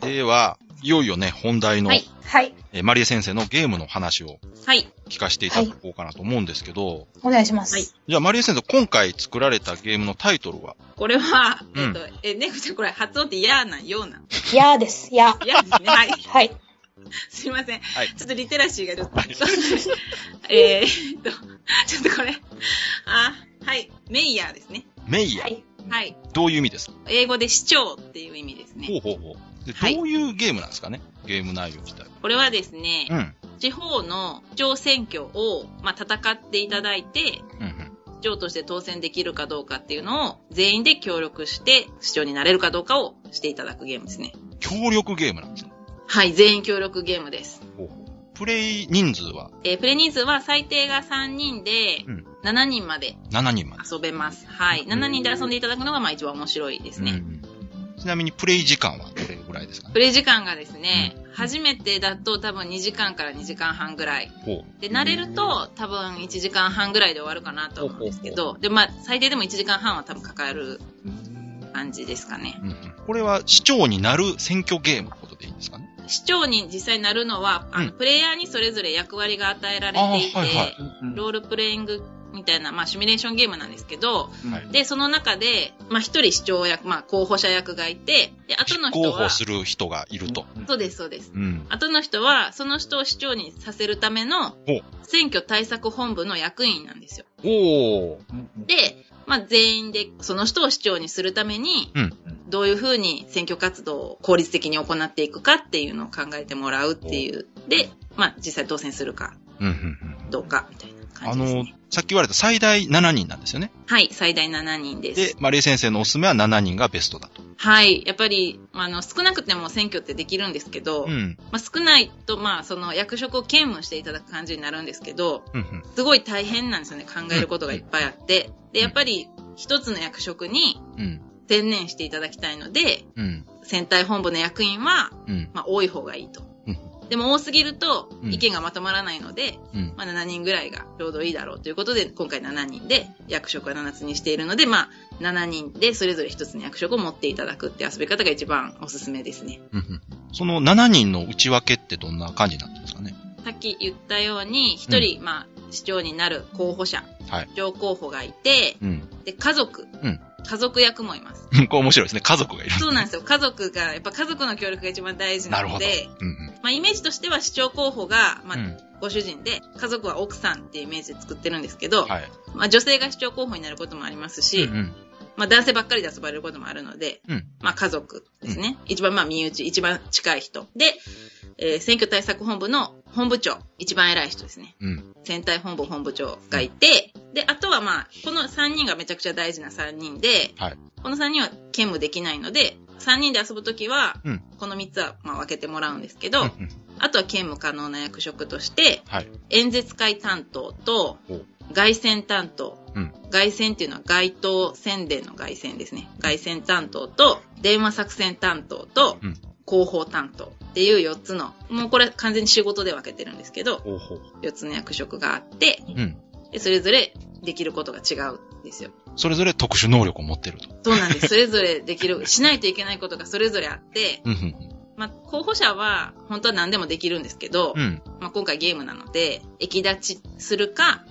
[SPEAKER 2] では、いよいよね、本題の、
[SPEAKER 6] はい
[SPEAKER 5] はい。
[SPEAKER 2] えーマリエ先生のゲームの話を
[SPEAKER 6] はい。
[SPEAKER 2] 聞かせていただこうかなと思うんですけど、
[SPEAKER 5] お願いします。
[SPEAKER 6] はい
[SPEAKER 2] じゃあ、マリエ先生、今回作られたゲームのタイトルは、
[SPEAKER 6] これは、
[SPEAKER 2] うん
[SPEAKER 6] えっと、え、ネクちゃんこれ発音って嫌なん、ようなん。
[SPEAKER 5] いやーです。いや。
[SPEAKER 6] 嫌ですね。はい。 *laughs*
[SPEAKER 5] はい。
[SPEAKER 6] すいません。
[SPEAKER 2] はい
[SPEAKER 6] ちょっとリテラシーがちょっと。 *laughs* えーっと、 *laughs* ちょっとこれ。あ、はい。メイヤーですね。
[SPEAKER 2] メイヤー。
[SPEAKER 5] はい。
[SPEAKER 6] はい。
[SPEAKER 2] どういう意味ですか
[SPEAKER 6] 英語で市長っていう意味です
[SPEAKER 2] ほ
[SPEAKER 6] ね。
[SPEAKER 2] うほうほう。で、
[SPEAKER 6] はい
[SPEAKER 2] どういうゲームなんですかねゲーム内容自体。
[SPEAKER 6] これはですね、
[SPEAKER 2] うん。
[SPEAKER 6] 地方の市長選挙を、まあ、戦っていただいて、
[SPEAKER 2] うんうん。
[SPEAKER 6] 市長として当選できるかどうかっていうのを全員で協力して市長になれるかどうかをしていただくゲームですね。
[SPEAKER 2] 協力ゲームなんですね。
[SPEAKER 6] はい、全員協力ゲームです。
[SPEAKER 2] ほうほう。プレイ人数は
[SPEAKER 6] えープレ人数は最低が3人で
[SPEAKER 2] うん
[SPEAKER 6] 7人まで
[SPEAKER 2] 7人まで。
[SPEAKER 6] 遊べます。はい。7人で遊んでいただくのがまあ一番面白いですね。
[SPEAKER 2] うんうんちなみにプレイ時間はどれぐらいですかね
[SPEAKER 6] プレイ時間がですね、初めてだと多分2時間から2時間半ぐらい。
[SPEAKER 2] ほ
[SPEAKER 6] で、慣れると多分1時間半ぐらいで終わるかなと思うんですけど、で、まあ最低でも1時間半は多分かか
[SPEAKER 2] う。
[SPEAKER 6] る
[SPEAKER 2] うん
[SPEAKER 6] 感じですかね。
[SPEAKER 2] うんこれは市長になる選挙ゲームのことでいいんですかね
[SPEAKER 6] 市長に実際になるのは、あの
[SPEAKER 2] う
[SPEAKER 6] プレイヤーにそれぞれ役割が与えられ
[SPEAKER 2] あー
[SPEAKER 6] ていて、
[SPEAKER 2] はいはい
[SPEAKER 6] ロールプレイングみたいな、まあ、シミュレーションゲームなんですけど、
[SPEAKER 2] はい
[SPEAKER 6] で、その中で、まあ、一人市長役、まあ、候補者役がいて、で、後の人
[SPEAKER 2] 候
[SPEAKER 6] は、
[SPEAKER 2] 補
[SPEAKER 6] そ
[SPEAKER 2] する人がいると。
[SPEAKER 6] うです、そうです。
[SPEAKER 2] うん。
[SPEAKER 6] 後の人は、その人を市長にさせるための
[SPEAKER 2] お、
[SPEAKER 6] 選挙対策本部の役員なんですよ。
[SPEAKER 2] おー。
[SPEAKER 6] で、まあ、全員で、その人を市長にするために
[SPEAKER 2] うん、
[SPEAKER 6] どういうふうに選挙活動を効率的に行っていくかっていうのを考えてもらうっていう。で、まあ、実際当選するか
[SPEAKER 2] うんうんうん。
[SPEAKER 6] どうかみたいな
[SPEAKER 2] あ
[SPEAKER 6] 感じです、
[SPEAKER 2] の
[SPEAKER 6] ね。、
[SPEAKER 2] さっき言われた最大7人なんですよね。
[SPEAKER 6] はい、最大7人で
[SPEAKER 2] で、
[SPEAKER 6] す。
[SPEAKER 2] まあ、レイ先生のおすすめは7人がベストだと。
[SPEAKER 6] はい。やっぱり、あの、少なくても選挙ってできるんですけど、
[SPEAKER 2] うん。
[SPEAKER 6] まあ、少ないと、まあ、その役職を兼務していただく感じになるんですけど、
[SPEAKER 2] うんうん。
[SPEAKER 6] すごい大変なんですよね。考えることがいっぱいあって。で、やっぱり、一つの役職に
[SPEAKER 2] うん。
[SPEAKER 6] 専念していただきたいので、
[SPEAKER 2] うん。
[SPEAKER 6] 選対本部の役員は、
[SPEAKER 2] うん。
[SPEAKER 6] まあ、多い方がいいと
[SPEAKER 2] うん。
[SPEAKER 6] でも多すぎると
[SPEAKER 2] うん
[SPEAKER 6] 意見がまとまらないので、
[SPEAKER 2] うん。
[SPEAKER 6] まあ、7人ぐらいがちょうどいいだろうということで、今回7人で役職は7つにしているので、まあ、7人でそれぞれ1つの役職を持っていただくって遊び方が一番おすすめですね。
[SPEAKER 2] うんうん。その7人の内訳ってどんな感じになってるんですかね。
[SPEAKER 6] さっき言ったように、1人、まあ、市長になる候補者、
[SPEAKER 2] はい
[SPEAKER 6] 市長候補がいて、
[SPEAKER 2] うん。
[SPEAKER 6] で、家族、
[SPEAKER 2] うん
[SPEAKER 6] 家族役もいます。
[SPEAKER 2] *laughs* これ面白いですね。家族がいる。
[SPEAKER 6] そうなんですよ。家族が、やっぱ家族の協力が一番大事な
[SPEAKER 2] なる
[SPEAKER 6] の
[SPEAKER 2] ほど
[SPEAKER 6] で、。
[SPEAKER 2] うんうん。
[SPEAKER 6] まあ、イメージとしては市長候補が、まあ、
[SPEAKER 2] うん
[SPEAKER 6] ご主人で、家族は奥さんっていうイメージで作ってるんですけど、
[SPEAKER 2] はい。
[SPEAKER 6] まあ、女性が市長候補になることもありますし、
[SPEAKER 2] うんうん。
[SPEAKER 6] まあ、男性ばっかりで遊ばれることもあるので、
[SPEAKER 2] うん
[SPEAKER 6] まあ、家族ですね。一番まあ身内、一番近い人。で、えー選挙対策本部の本部長、一番偉い人ですね。
[SPEAKER 2] うん。
[SPEAKER 6] 選対本部本部長がいて、で、あとはまあ、この3人がめちゃくちゃ大事な3人で、
[SPEAKER 2] はい
[SPEAKER 6] この3人は兼務できないので、3人で遊ぶときは、
[SPEAKER 2] うん
[SPEAKER 6] この3つはまあ分けてもらうんですけど、
[SPEAKER 2] うんうん
[SPEAKER 6] あとは兼務可能な役職として、
[SPEAKER 2] はい
[SPEAKER 6] 演説会担当と
[SPEAKER 2] ほう、
[SPEAKER 6] 外宣担当、
[SPEAKER 2] うん
[SPEAKER 6] 外宣っていうのは街頭宣伝の外宣ですね。外宣担当と、電話作戦担当と、
[SPEAKER 2] うん
[SPEAKER 6] 広報担当っていう4つの、もうこれ完全に仕事で分けてるんですけど、
[SPEAKER 2] ほうほう。
[SPEAKER 6] 4つの役職があって、
[SPEAKER 2] うん。
[SPEAKER 6] でそれぞれできることが違うんですよ。
[SPEAKER 2] それぞれ特殊能力を持ってると。
[SPEAKER 6] そうな
[SPEAKER 2] *laughs*
[SPEAKER 6] んです。それぞれできる、しないといけないことがそれぞれあって、
[SPEAKER 2] うんうん
[SPEAKER 6] まあ、候補者は本当は何でもできるんですけど、
[SPEAKER 2] うん。うん。
[SPEAKER 6] まあ、今回ゲームなので、駅立ちす
[SPEAKER 2] *laughs*
[SPEAKER 6] るか、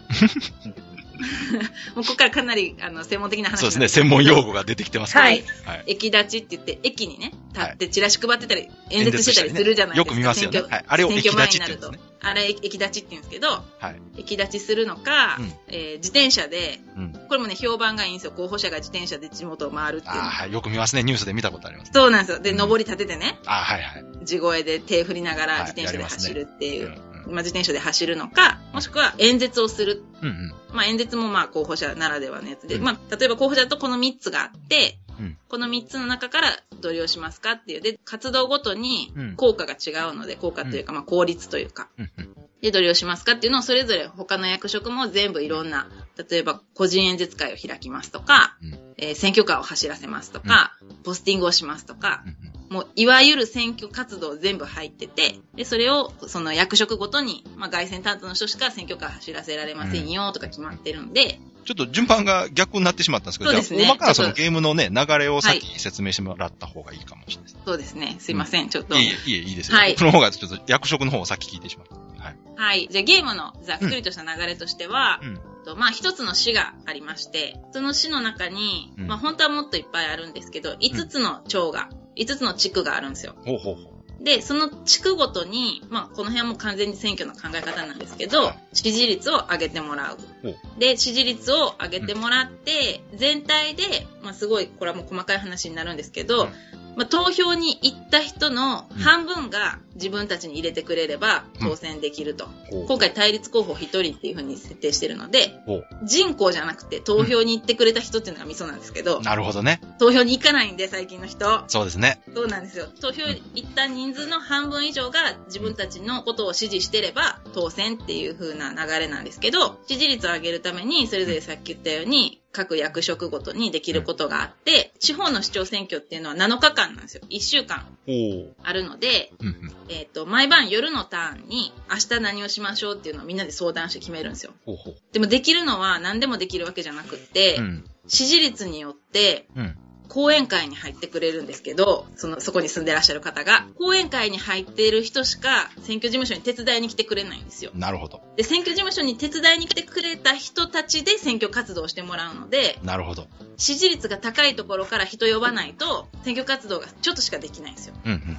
[SPEAKER 6] もうここからかなりあの専門的な話
[SPEAKER 2] そうですね。
[SPEAKER 6] になる
[SPEAKER 2] 専門用語が出てきてますから。
[SPEAKER 6] はい。
[SPEAKER 2] はい。
[SPEAKER 6] 駅立ちって言って、駅にね、立
[SPEAKER 2] は
[SPEAKER 6] ってチラシ配ってたり、演説してたりするじゃないですか。
[SPEAKER 2] よく見ますよね。
[SPEAKER 6] 選挙
[SPEAKER 2] はい。あれを
[SPEAKER 6] 選
[SPEAKER 2] 駅
[SPEAKER 6] 挙前
[SPEAKER 2] 立
[SPEAKER 6] に
[SPEAKER 2] ちっ
[SPEAKER 6] な
[SPEAKER 2] て言うん
[SPEAKER 6] る
[SPEAKER 2] で
[SPEAKER 6] と
[SPEAKER 2] すね。
[SPEAKER 6] あれ、駅立ちって言うんですけど、
[SPEAKER 2] はい。
[SPEAKER 6] 駅立ちするのか、
[SPEAKER 2] うん
[SPEAKER 6] えー自転車で、
[SPEAKER 2] うん
[SPEAKER 6] これもね、評判がいいんですよ。候補者が自転車で地元を回るっていう
[SPEAKER 2] あ
[SPEAKER 6] の
[SPEAKER 2] あ、
[SPEAKER 6] が。
[SPEAKER 2] はい。よく見ますね。ニュースで見たことあります。
[SPEAKER 6] そうなんですよ。で、
[SPEAKER 2] うん
[SPEAKER 6] 上り立ててね、
[SPEAKER 2] ああ、はいはい。
[SPEAKER 6] 地声で手振りながら
[SPEAKER 2] はい
[SPEAKER 6] 自転車で走るっていうう、
[SPEAKER 2] ん
[SPEAKER 6] まあ、自転車で走るのか、もしくは演説をする。
[SPEAKER 2] うん。うん
[SPEAKER 6] まあ、演説もまあ候補者ならではのやつで、
[SPEAKER 2] うん
[SPEAKER 6] まあ、例えば候補者だとこの3つがあって、
[SPEAKER 2] うん
[SPEAKER 6] この3つの中からどれをしますかっていう。で、活動ごとに
[SPEAKER 2] うん
[SPEAKER 6] 効果が違うので、効果というか、まあ、効率というか。
[SPEAKER 2] うん。うん
[SPEAKER 6] で、どれをしますかっていうのをそれぞれ他の役職も全部いろんな、例えば個人演説会を開きますとか、
[SPEAKER 2] うん
[SPEAKER 6] えー選挙カーを走らせますとか、ポスティングをしますとか
[SPEAKER 2] う、んうん。
[SPEAKER 6] もういわゆる選挙活動全部入ってて、で、それをその役職ごとに、まあ外選担当の人しか選挙カー走らせられませんよとか決まってるんで、
[SPEAKER 2] ちょっと順番が逆になってしまったんですけど、
[SPEAKER 6] そうです
[SPEAKER 2] じゃ
[SPEAKER 6] ね
[SPEAKER 2] あ、大まかなそ
[SPEAKER 6] ち
[SPEAKER 2] の
[SPEAKER 6] ょっと
[SPEAKER 2] ゲームのね、流れを先に説明してもらった方がいいかもしれないです。
[SPEAKER 6] そうですね。すいません、ちょっと。
[SPEAKER 2] い、いえ、いえ、いいですよ。
[SPEAKER 6] はい
[SPEAKER 2] 僕の方がちょっと役職の方を先聞いてしまった。はい。
[SPEAKER 6] はい。じゃあゲームのざっくりとした流れとしては、
[SPEAKER 2] うん。
[SPEAKER 6] とまあ一つの市がありまして、その市の中に、
[SPEAKER 2] うん
[SPEAKER 6] まあ本当はもっといっぱいあるんですけど、5つの町が、5つの地区があるんですよ。
[SPEAKER 2] ほうほうほう。
[SPEAKER 6] で、その地区ごとに、まあ、この辺はもう完全に選挙の考え方なんですけど、支持率を上げてもらう
[SPEAKER 2] ほ。
[SPEAKER 6] で、支持率を上げてもらって、全体で、まあ、すごい、これはもう細かい話になるんですけ
[SPEAKER 2] う
[SPEAKER 6] ど
[SPEAKER 2] ん、
[SPEAKER 6] まあ、投票に行った人の半分が自分たちに入れてくれれば
[SPEAKER 2] うん
[SPEAKER 6] 当選できると。
[SPEAKER 2] ほう
[SPEAKER 6] 今回対立候補1人っていう風に設定してるので、
[SPEAKER 2] ほう
[SPEAKER 6] 人口じゃなくて投票に行ってくれた人っていうのがミソなんですけど、
[SPEAKER 2] なるほどね。
[SPEAKER 6] 投票に行かないんで、最近の人。
[SPEAKER 2] そうですね。
[SPEAKER 6] そうなんですよ。投票行った人数の半分以上が自分たちのことを支持してれば当選っていう風な流れなんですけど、支持率を上げるために、それぞれさっき言ったように、各役職ごとにできることがあって、地方の市長選挙っていうのは7日間なんですよ。1週間
[SPEAKER 2] ほう。
[SPEAKER 6] あるので、
[SPEAKER 2] うんうん。
[SPEAKER 6] えっ、と、毎晩夜のターンに明日何をしましょうっていうのをみんなで相談して決めるんですよ。
[SPEAKER 2] ほうほう。
[SPEAKER 6] でもできるのは何でもできるわけじゃなくって、
[SPEAKER 2] うん。
[SPEAKER 6] 支持率によって、
[SPEAKER 2] うん。
[SPEAKER 6] 講演会に入ってくれるんですけど、その、そこに住んでらっしゃる方が、講演会に入っている人しか選挙事務所に手伝いに来てくれないんですよ。
[SPEAKER 2] なるほど。
[SPEAKER 6] で、選挙事務所に手伝いに来てくれた人たちで選挙活動をしてもらうので、
[SPEAKER 2] なるほど。
[SPEAKER 6] 支持率が高いところから人呼ばないと、選挙活動がちょっとしかできないんですよ。
[SPEAKER 2] うんうん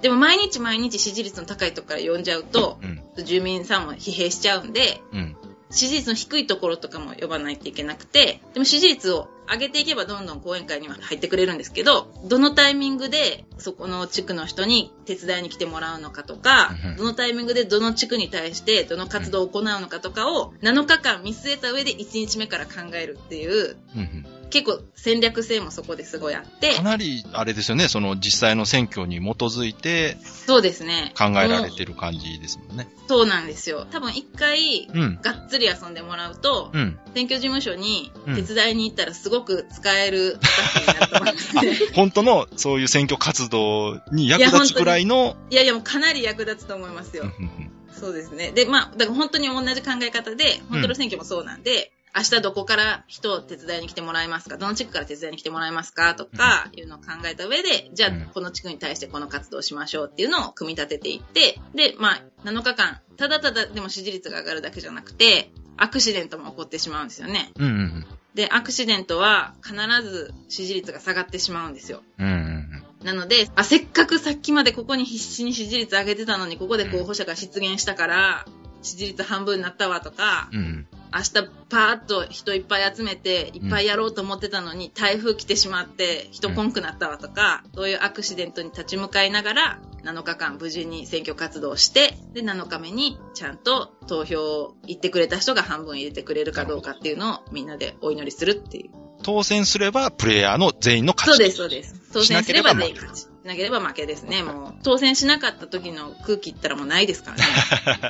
[SPEAKER 6] でも毎日毎日支持率の高いところから呼んじゃうと、
[SPEAKER 2] うん。
[SPEAKER 6] 住民さんも疲弊しちゃうんで、
[SPEAKER 2] うん。
[SPEAKER 6] 支持率の低いところとかも呼ばないといけなくて、でも支持率を上げていけばどんどん講演会には入ってくれるんですけど、どのタイミングでそこの地区の人に手伝いに来てもらうのかとか
[SPEAKER 2] うんうん、
[SPEAKER 6] どのタイミングでどの地区に対してどの活動を行うのかとかを7日間見据えた上で1日目から考えるっていう、
[SPEAKER 2] うんうん
[SPEAKER 6] 結構戦略性もそこですごいあって
[SPEAKER 2] か、なり、あれですよね、その実際の選挙に基づいて
[SPEAKER 6] そうですね。
[SPEAKER 2] 考えられ
[SPEAKER 6] も
[SPEAKER 2] てる感じですもんね。
[SPEAKER 6] うそうなんですよ。多分一回、
[SPEAKER 2] うん。
[SPEAKER 6] がっつり遊んでもらうと、
[SPEAKER 2] うん。
[SPEAKER 6] 選挙事務所に手伝いに行ったらすごく使えるスタッフになると思います、
[SPEAKER 2] *laughs* 本当の、そういう選挙活動に役立つくらいの、
[SPEAKER 6] いやいや、もうかなり役立つと思いますよ。
[SPEAKER 2] うんうんうん
[SPEAKER 6] そうですね。で、まあ、だから本当に同じ考え方で、本当の選挙もそうなんで、明日どこから人を手伝いに来てもらえますかどの地区から手伝いに来てもらえますかとか、いうのを考えた上で、じゃ
[SPEAKER 2] うん
[SPEAKER 6] あ、この地区に対してこの活動をしましょうっていうのを組み立てていって、で、まあ、7日間、ただただでも支持率が上がるだけじゃなくて、アクシデントも起こってしまうんですよね。
[SPEAKER 2] うんうん
[SPEAKER 6] で、アクシデントは必ず支持率が下がってしまうんですよ。
[SPEAKER 2] うん。うんうん
[SPEAKER 6] なので、あ、せっかくさっきまでここに必死に支持率上げてたのに、ここで候補者が出現したから、支持率半分になったわとか、
[SPEAKER 2] うんうん。
[SPEAKER 6] 明日パーッと人いっぱい集めて、いっぱいやろうと思ってたのに、台風来てしまって、人こんくなったわとか、そういうアクシデントに立ち向かいながら、7日間無事に選挙活動をして、で、7日目にちゃんと投票行ってくれた人が半分入れてくれるかどうかっていうのをみんなでお祈りするっていう。
[SPEAKER 2] 当選すれば、プレイヤーの全員の
[SPEAKER 6] そ
[SPEAKER 2] 勝
[SPEAKER 6] う
[SPEAKER 2] ち。
[SPEAKER 6] です、そうです。当選すれば全員勝ち。なければ負けですね。もう、当選しなかった時の空気ったらもうないですからね。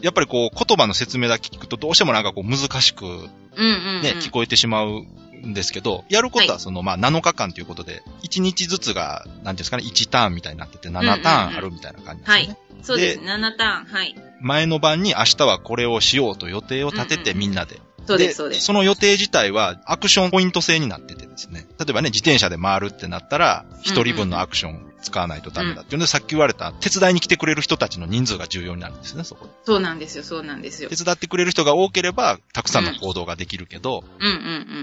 [SPEAKER 2] やっぱりこう、言葉の説明だけ聞くと、どうしてもなんかこう、難しく
[SPEAKER 6] *laughs* うんうん、うん。
[SPEAKER 2] ね、聞こえてしまうんですけど、やること
[SPEAKER 6] は
[SPEAKER 2] はその、まあ、7日間ということで、1日ずつが、なんていうんですかね、1ターンみたいになってて、7ターンあるみたいな感じです
[SPEAKER 6] は
[SPEAKER 2] よね。
[SPEAKER 6] い。そうです。7ターン。はい。
[SPEAKER 2] 前の晩に明日はこれをしようと予定を立て
[SPEAKER 6] うん
[SPEAKER 2] て
[SPEAKER 6] うん
[SPEAKER 2] みんなで。
[SPEAKER 6] そうです、そうです。
[SPEAKER 2] その予定自体はアクションポイント制になっててですね。例えばね、自転車で回るってなったら、一人分のアクション使わないとダメだっていうので、さっき言われた手伝いに来てくれる人たちの人数が重要になるんですね、そこで。
[SPEAKER 6] そうなんですよ、そうなんですよ。
[SPEAKER 2] 手伝ってくれる人が多ければ、たくさんの行動ができるけど、
[SPEAKER 6] うんう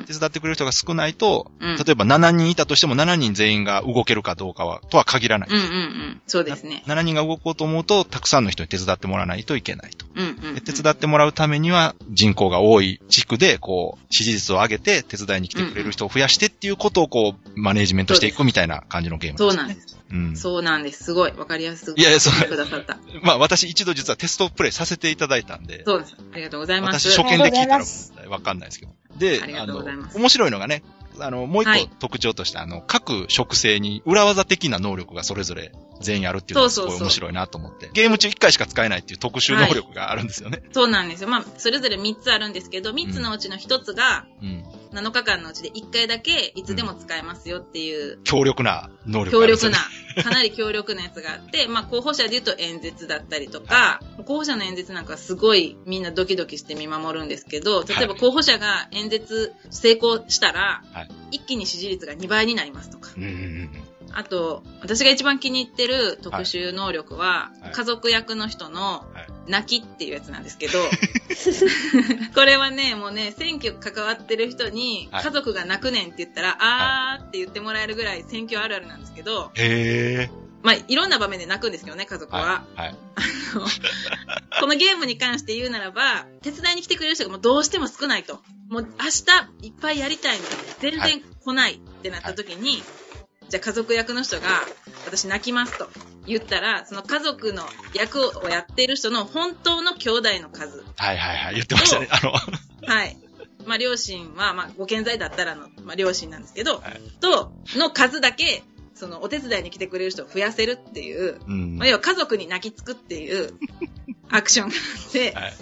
[SPEAKER 6] ん
[SPEAKER 2] 手伝ってくれる人が少ないと、
[SPEAKER 6] うん。うん
[SPEAKER 2] 例えば7人いたとしても7人全員が動けるかどうかは、とは限らない。
[SPEAKER 6] うんうんうん。そうですね。
[SPEAKER 2] 7人が動こうと思うと、たくさんの人に手伝ってもらわないといけないと。
[SPEAKER 6] うんうん、うん。
[SPEAKER 2] で手伝ってもらうためには、人口が多い地区で、こう、支持率を上げて、手伝いに来てくれる人を増やしてっていうことを、こう、マネジメントしていくみたいな感じのゲーム
[SPEAKER 6] そ
[SPEAKER 2] で
[SPEAKER 6] う
[SPEAKER 2] す
[SPEAKER 6] なん
[SPEAKER 2] ね。
[SPEAKER 6] です。
[SPEAKER 2] うん。
[SPEAKER 6] そうなんです。すごい。わかりやすく。
[SPEAKER 2] いやいやそう
[SPEAKER 6] くださった。
[SPEAKER 2] まあ、私一度実はテストプレイさせていただいたんで、
[SPEAKER 6] そうです。ありがとうございます。
[SPEAKER 2] 私初見で聞いた
[SPEAKER 5] ありがとうございま
[SPEAKER 2] らわかんないですけど。で
[SPEAKER 6] あり、
[SPEAKER 2] あ
[SPEAKER 6] がとう
[SPEAKER 2] の
[SPEAKER 6] ございま、す
[SPEAKER 2] 面白いのがね、あの、もう
[SPEAKER 6] は
[SPEAKER 2] 一
[SPEAKER 6] い
[SPEAKER 2] 個特徴として、あの、各職性に裏技的な能力がそれぞれ全員あるっていうのがすご
[SPEAKER 6] そう
[SPEAKER 2] い
[SPEAKER 6] そうそう
[SPEAKER 2] 面白いなと思って、ゲーム中1回しか使えないっていう特殊能力があるんですよね。
[SPEAKER 6] そうなんですよ。まあ、それぞれ3つあるんですけど、3つのうちの1つが、
[SPEAKER 2] うん。
[SPEAKER 6] 7日間のうちで1回だけいつでも使えますよっていう
[SPEAKER 2] 強力な能力が
[SPEAKER 6] 強
[SPEAKER 2] あるんです
[SPEAKER 6] 力
[SPEAKER 2] よね
[SPEAKER 6] な、 *laughs* かなり強力なやつがあって、まあ候補者で言うと演説だったりとか、候補者の演説なんかすごいみんなドキドキして見守るんですけど、例えば
[SPEAKER 2] はい
[SPEAKER 6] 候補者が演説成功したら、
[SPEAKER 2] はい
[SPEAKER 6] 一気に支持率が2倍になりますとか。
[SPEAKER 2] うんうんうん。
[SPEAKER 6] あと、私が一番気に入ってる特殊能力は、
[SPEAKER 2] はい
[SPEAKER 6] 家族役の人の
[SPEAKER 2] は
[SPEAKER 6] 泣きっていうやつなんで
[SPEAKER 2] *laughs*
[SPEAKER 6] すけど、 *laughs* これはね、もうね、選挙関わってる人に、
[SPEAKER 2] はい
[SPEAKER 6] 家族が泣くねんって言ったら、あーって言ってもらえるぐらい選挙あるあるなんですけど、
[SPEAKER 2] へえ。
[SPEAKER 6] まあ、いろんな場面で泣くんですけどね、家族は。
[SPEAKER 2] はい。はい。
[SPEAKER 6] このゲームに関して言うならば、手伝いに来てくれる人がもうどうしても少ないと。もう明日いっぱいやりたいのに全
[SPEAKER 2] は
[SPEAKER 6] 然来ないってなった時に、じゃあ家族役の人が、私泣きますと言ったら、その家族の役をやっている人の本当の兄弟の数。
[SPEAKER 2] はいはいはい。言ってましたね。あの、
[SPEAKER 6] はい。まあ、両親は、まあ、ご健在だったらの、まあ、両親なんですけど、
[SPEAKER 2] はい
[SPEAKER 6] と、の数だけ、その、お手伝いに来てくれる人を増やせるっていう、 *laughs*
[SPEAKER 2] うん
[SPEAKER 6] まあ、。要は家族に泣きつくって
[SPEAKER 2] *laughs*
[SPEAKER 6] いうアクションがあって、
[SPEAKER 2] はい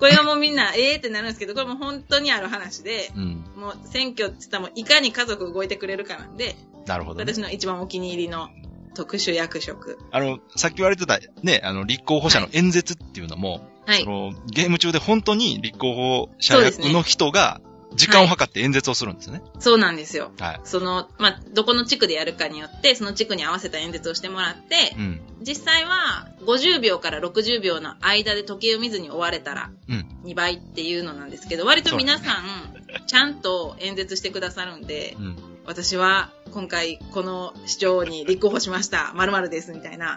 [SPEAKER 6] これがもうみんな、ええー、ってなるんですけど、これもう本当にある話で、
[SPEAKER 2] うん。
[SPEAKER 6] もう選挙って言ったらもういかに家族動いてくれるかなんで、
[SPEAKER 2] なるほどね
[SPEAKER 6] 私。の一番お気に入りの特殊役職。
[SPEAKER 2] あの、さっき言われてたね、あの、立候補者の演説っていうのも、
[SPEAKER 6] は
[SPEAKER 2] そ
[SPEAKER 6] い。
[SPEAKER 2] の、ゲーム中で本当に立候補者役の人が、時間を計って演説をするんですよね。
[SPEAKER 6] そうなんですよ。
[SPEAKER 2] はい。
[SPEAKER 6] その、まあ、どこの地区でやるかによって、その地区に合わせた演説をしてもらって
[SPEAKER 2] う、ん。
[SPEAKER 6] 実際は50秒から60秒の間で時計を見ずに追われたら
[SPEAKER 2] うん
[SPEAKER 6] 2倍っていうのなんですけど、割と皆さんちゃんと演説してくださるんで
[SPEAKER 2] う、ん。 *laughs*
[SPEAKER 6] 私は今回この市長に立候補しました、〇〇ですみたいな。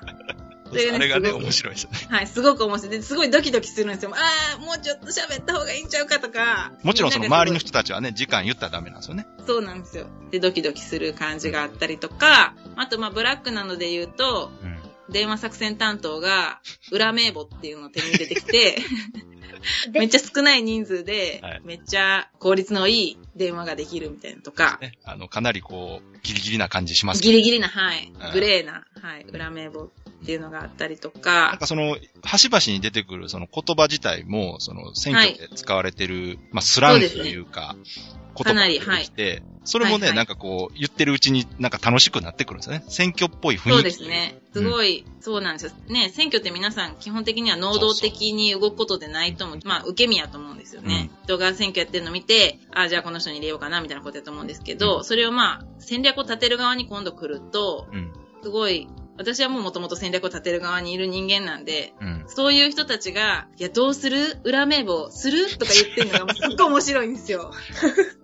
[SPEAKER 6] それがね
[SPEAKER 2] あれがね、
[SPEAKER 6] すごく
[SPEAKER 2] 面白いですよね。
[SPEAKER 6] はい、すごく面白い。ですごいドキドキするんですよ。ああ、もうちょっと喋った方がいいんちゃうかとか。
[SPEAKER 2] もちろんその
[SPEAKER 6] みな
[SPEAKER 2] 周
[SPEAKER 6] で
[SPEAKER 2] りの
[SPEAKER 6] す
[SPEAKER 2] 人たちはね、時間言ったらダメなんですよね。
[SPEAKER 6] ごいそうなんですよ。で、ドキドキする感じがあったりとか、あと、まあ、ブラックなので言うと、
[SPEAKER 2] うん。
[SPEAKER 6] 電話作戦担当が、裏名簿っていうのを手に入れて
[SPEAKER 2] *laughs*
[SPEAKER 6] きて、
[SPEAKER 5] で
[SPEAKER 6] めっちゃ少ない人数で
[SPEAKER 2] はい、
[SPEAKER 6] めっちゃ効率のいい電話ができるみたいなとか、
[SPEAKER 2] ね。あの、かなりこう、ギリギリな感じしますけど
[SPEAKER 6] ギリギリな、はい
[SPEAKER 2] うん、
[SPEAKER 6] グレーな、はい、裏名簿っていうのがあったりと
[SPEAKER 2] なん
[SPEAKER 6] か、
[SPEAKER 2] かその、端々に出てくるその言葉自体も、その選挙で使われてる、まあスラングというか、
[SPEAKER 6] か
[SPEAKER 2] 言葉
[SPEAKER 6] な
[SPEAKER 2] が
[SPEAKER 6] り
[SPEAKER 2] 出てきて、それもね、
[SPEAKER 6] はいはい
[SPEAKER 2] なんかこう、言ってるうちになんか楽しくなってくるんですよね。選挙っぽい雰囲気。
[SPEAKER 6] そうです。ね。すごい、そうなんですよ。ね、選挙って皆さん基本的には能動的に動くことでないとも、まあ、受け身やと思うんですよね。人が選挙やってるの見て、あ、じゃあこの人に入れようかな、みたいなことやと思うんですけど、それをまあ、戦略を立てる側に今度来ると、
[SPEAKER 2] うん。
[SPEAKER 6] すごい、私はもう元々戦略を立てる側にいる人間なんで、
[SPEAKER 2] うん。
[SPEAKER 6] そういう人たちが、いや、どうする裏名簿するとか言ってるのが、すっごい面白いんですよ。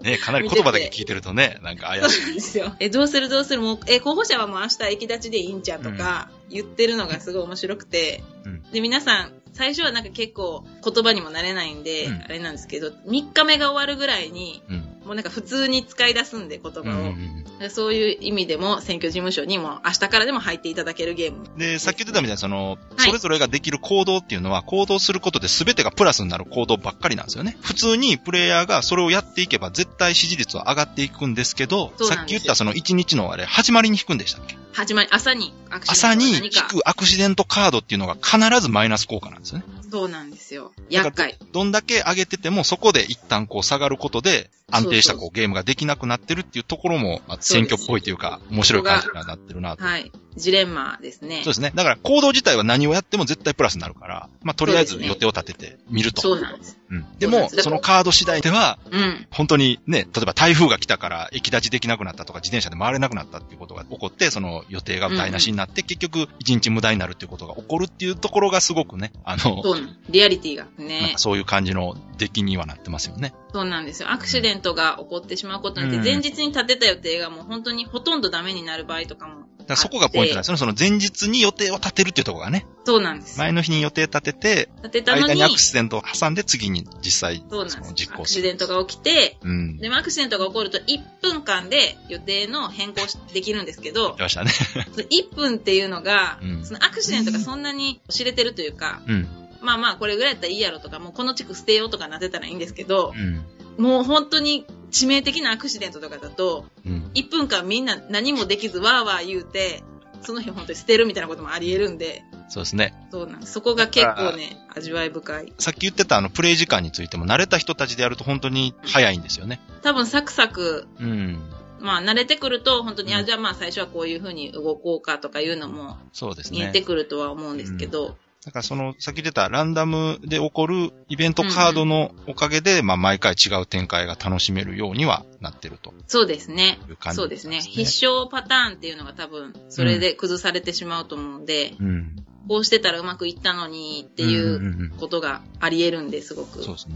[SPEAKER 2] ね、かなり言葉だけ聞いてるとね、なんか怪し
[SPEAKER 6] そうなんですよ。え、どうするどうするもう、え、候補者はもう明日行き立ちでいいんちゃうとか、言ってるのがすごい面白くて、
[SPEAKER 2] うん
[SPEAKER 6] で、皆さん、最初はなんか結構言葉にもなれないんで、
[SPEAKER 2] うん
[SPEAKER 6] あれなんですけど、3日目が終わるぐらいに、
[SPEAKER 2] い。うん。
[SPEAKER 6] もうなんか普通に使い出すんで言葉を。
[SPEAKER 2] うんうん
[SPEAKER 6] でそういう意味でも選挙事務所にも明日からでも入っていただけるゲーム。
[SPEAKER 2] うんで、さっき言ってたみたいに、その、
[SPEAKER 6] い
[SPEAKER 2] それぞれができる行動っていうのは、行動することで全てがプラスになる行動ばっかりなんですよね。普通にプレイヤーがそれをやっていけば、絶対支持率は上がっていくんですけど、
[SPEAKER 6] そう
[SPEAKER 2] さ
[SPEAKER 6] な
[SPEAKER 2] っ
[SPEAKER 6] ん
[SPEAKER 2] き
[SPEAKER 6] ですよ
[SPEAKER 2] 言ったその1日のあれ、始まりに引くんでしたっけ
[SPEAKER 6] 始まり、朝にアクシ
[SPEAKER 2] 朝
[SPEAKER 6] デント
[SPEAKER 2] に
[SPEAKER 6] が
[SPEAKER 2] 引
[SPEAKER 6] 何か。
[SPEAKER 2] くアクシデントカードっていうのが必ずマイナス効果なんですよね。
[SPEAKER 6] そうなんですよ。
[SPEAKER 2] だから
[SPEAKER 6] 厄介。
[SPEAKER 2] どんだけ上げてても、そこで一旦こう下がることで、安定した
[SPEAKER 6] そうそ
[SPEAKER 2] こ
[SPEAKER 6] う
[SPEAKER 2] うゲームができなくなってるっていうところも、まあ
[SPEAKER 6] そう
[SPEAKER 2] 選
[SPEAKER 6] です
[SPEAKER 2] 挙っぽいというか、面白い感じにはなってるなと。
[SPEAKER 6] はい。ジレンマですね。
[SPEAKER 2] そうですね。だから行動自体は何をやっても絶対プラスになるから、まあとりあえず
[SPEAKER 6] そうですね
[SPEAKER 2] 予定を立ててみると。
[SPEAKER 6] そうなんです。
[SPEAKER 2] うんで
[SPEAKER 6] そうなん
[SPEAKER 2] も、
[SPEAKER 6] です
[SPEAKER 2] そのカード次第では、
[SPEAKER 6] うん。
[SPEAKER 2] 本当にね、例えば台風が来たから、駅立ちできなくなったとか、自転車で回れなくなったっていうことが起こって、その予定が台無しになって、結局、一日無駄になるっていうことが起こるっていうところがすごくね、あの、
[SPEAKER 6] そうなんリアリティが
[SPEAKER 2] なん
[SPEAKER 6] ね
[SPEAKER 2] か。そういう感じの出来にはなってますよね。
[SPEAKER 6] そうなんですよ。アクシデントが起こってしまうことによ
[SPEAKER 2] う
[SPEAKER 6] っ
[SPEAKER 2] ん
[SPEAKER 6] て、前日に立てた予定がもう本当にほとんどダメになる場合とかも。
[SPEAKER 2] だからそこがポイントなんですよね。その前日に予定を立てるっていうところがね、
[SPEAKER 6] そうなんです。
[SPEAKER 2] 前の日に予定立てて、
[SPEAKER 6] 立てたの
[SPEAKER 2] 間
[SPEAKER 6] に
[SPEAKER 2] にア、クシデントを挟んで、次に実際、
[SPEAKER 6] そうなん
[SPEAKER 2] その
[SPEAKER 6] です。
[SPEAKER 2] 実
[SPEAKER 6] ア
[SPEAKER 2] 行
[SPEAKER 6] ク
[SPEAKER 2] す
[SPEAKER 6] シ
[SPEAKER 2] る。
[SPEAKER 6] デントが起きて、
[SPEAKER 2] うん。
[SPEAKER 6] でもアクシデントが起こると1分間で予定の変更しできるんですけど
[SPEAKER 2] *laughs* 出、ましたね。
[SPEAKER 6] その1分っていうのが
[SPEAKER 2] う、ん
[SPEAKER 6] そのアクシデントがそんなに知れてるというか、
[SPEAKER 2] うん。
[SPEAKER 6] まあまあこれぐらいやったらいいやろとか、もうこの地区捨てようとかなってたらいいんですけど
[SPEAKER 2] う、ん。
[SPEAKER 6] もう本当に致命的なアクシデントとかだと、
[SPEAKER 2] うん。
[SPEAKER 6] 1分間みんな何もできずわーわー言うて、その日本当に捨てるみたいなこともあり得るんで、
[SPEAKER 2] そうですね。
[SPEAKER 6] そうなんですそこが結構ね、味わい深い。
[SPEAKER 2] さっき言ってたあの、プレイ時間についても、慣れた人たちでやると本当に早いんですよね。
[SPEAKER 6] 多分サクサク、
[SPEAKER 2] うん。
[SPEAKER 6] まあ慣れてくると本当に、
[SPEAKER 2] う
[SPEAKER 6] あ、
[SPEAKER 2] ん
[SPEAKER 6] じゃあまあ最初はこういう風に動こうかとかいうのも
[SPEAKER 2] そうです
[SPEAKER 6] 見え
[SPEAKER 2] ね。
[SPEAKER 6] てくるとは思うんですけど、
[SPEAKER 2] だからその、さっき出たランダムで起こるイベントカードのおかげで、まあ毎回違う展開が楽しめるようにはなってると
[SPEAKER 6] そうですね。
[SPEAKER 2] いう感じ、
[SPEAKER 6] そうですね。必。勝パターンっていうのが多分、それで崩されてしまうと思うんで、
[SPEAKER 2] うん。っ
[SPEAKER 6] こうしてたらうまくいったのにっていうことがあり得るんですごく。
[SPEAKER 2] そうですね。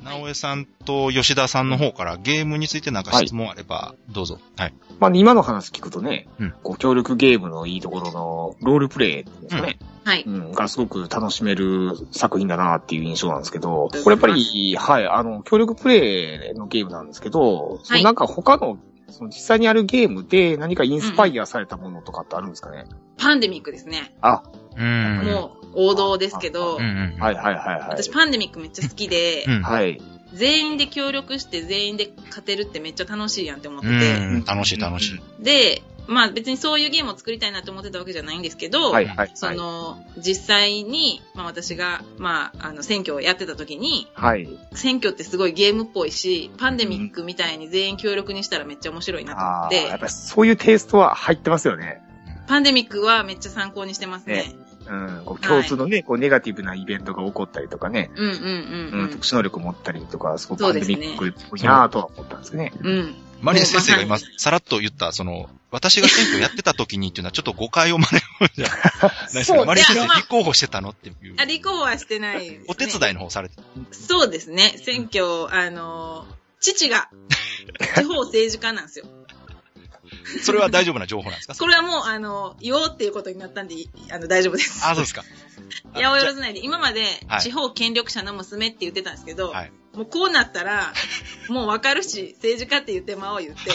[SPEAKER 2] 直江さんと吉田さんの方からゲームについてなんか質問あれば、どうぞ。はい。
[SPEAKER 3] まあ、今の話聞くとね、
[SPEAKER 2] うん
[SPEAKER 3] こう協力ゲームのいいところのロールプレイっていうんですかね、
[SPEAKER 6] はい。
[SPEAKER 3] うんがすごく楽しめる作品だなっていう印象なんですけど、これやっぱり、はい、あの、協力プレイのゲームなんですけど、そのなんか他の、その実際にあるゲームで何かインスパイアされたものとかってあるんですかね、
[SPEAKER 6] パンデミックですね。
[SPEAKER 3] あ、
[SPEAKER 2] うん
[SPEAKER 6] もう王道ですけど、
[SPEAKER 2] うんうん。。
[SPEAKER 3] はいいはいはいはい。
[SPEAKER 6] 私パンデミックめっちゃ好きで、
[SPEAKER 2] うん。
[SPEAKER 3] はい。
[SPEAKER 6] 全員で協力して全員で勝てるってめっちゃ楽しいやんって思ってて、
[SPEAKER 2] うん。楽しい楽しい。
[SPEAKER 6] で、まあ別にそういうゲームを作りたいなって思ってたわけじゃないんですけど、
[SPEAKER 3] はいはいはい。
[SPEAKER 6] その、実際に、まあ私が、まあ、あの、選挙をやってた時に、
[SPEAKER 3] はい。
[SPEAKER 6] 選挙ってすごいゲームっぽいし、パンデミックみたいに全員協力にしたらめっちゃ面白いなと思
[SPEAKER 3] あ
[SPEAKER 6] っ、
[SPEAKER 3] あ、やってぱりそういうテイストは入ってますよね。
[SPEAKER 6] パンデミックはめっちゃ参考にしてますね
[SPEAKER 3] ね。うん。こう共通のね、こうネガティブなイベントが起こったりとかね、
[SPEAKER 6] うんうん
[SPEAKER 3] うん
[SPEAKER 6] うん
[SPEAKER 3] 特殊能力持ったりとか、すごく
[SPEAKER 6] そ
[SPEAKER 3] パ
[SPEAKER 6] う
[SPEAKER 3] ン
[SPEAKER 6] で
[SPEAKER 3] デ
[SPEAKER 6] すね
[SPEAKER 3] ミックっぽいなぁとは思ったんですね。
[SPEAKER 6] うん。うん。
[SPEAKER 2] マリア先生が今、さらっと言った、その、私が選挙やってた時にっていうのはちょっと誤解を招くんじゃないです
[SPEAKER 5] そ
[SPEAKER 2] か。
[SPEAKER 5] う
[SPEAKER 2] マリア先
[SPEAKER 6] いや
[SPEAKER 2] 生
[SPEAKER 6] まあ
[SPEAKER 2] 立候補してたのっていう
[SPEAKER 6] あ、。立候補はしてないですね、
[SPEAKER 2] お手伝いの方されてた。
[SPEAKER 6] そうですね。選挙、あのー、父が、地方政治家なんですよ。
[SPEAKER 2] それは大丈夫な情報なんですか
[SPEAKER 6] これはもう、あの、言おうっていうことになったんで、いあの、大丈夫です。
[SPEAKER 2] あ、そうですか。
[SPEAKER 6] 八百万ないで、今まで
[SPEAKER 2] はい
[SPEAKER 6] 地方権力者の娘って言ってたんですけど、
[SPEAKER 2] はい
[SPEAKER 6] もうこうなった
[SPEAKER 2] *laughs*
[SPEAKER 6] ら、もうわかるし、政治家って言ってまおう言って、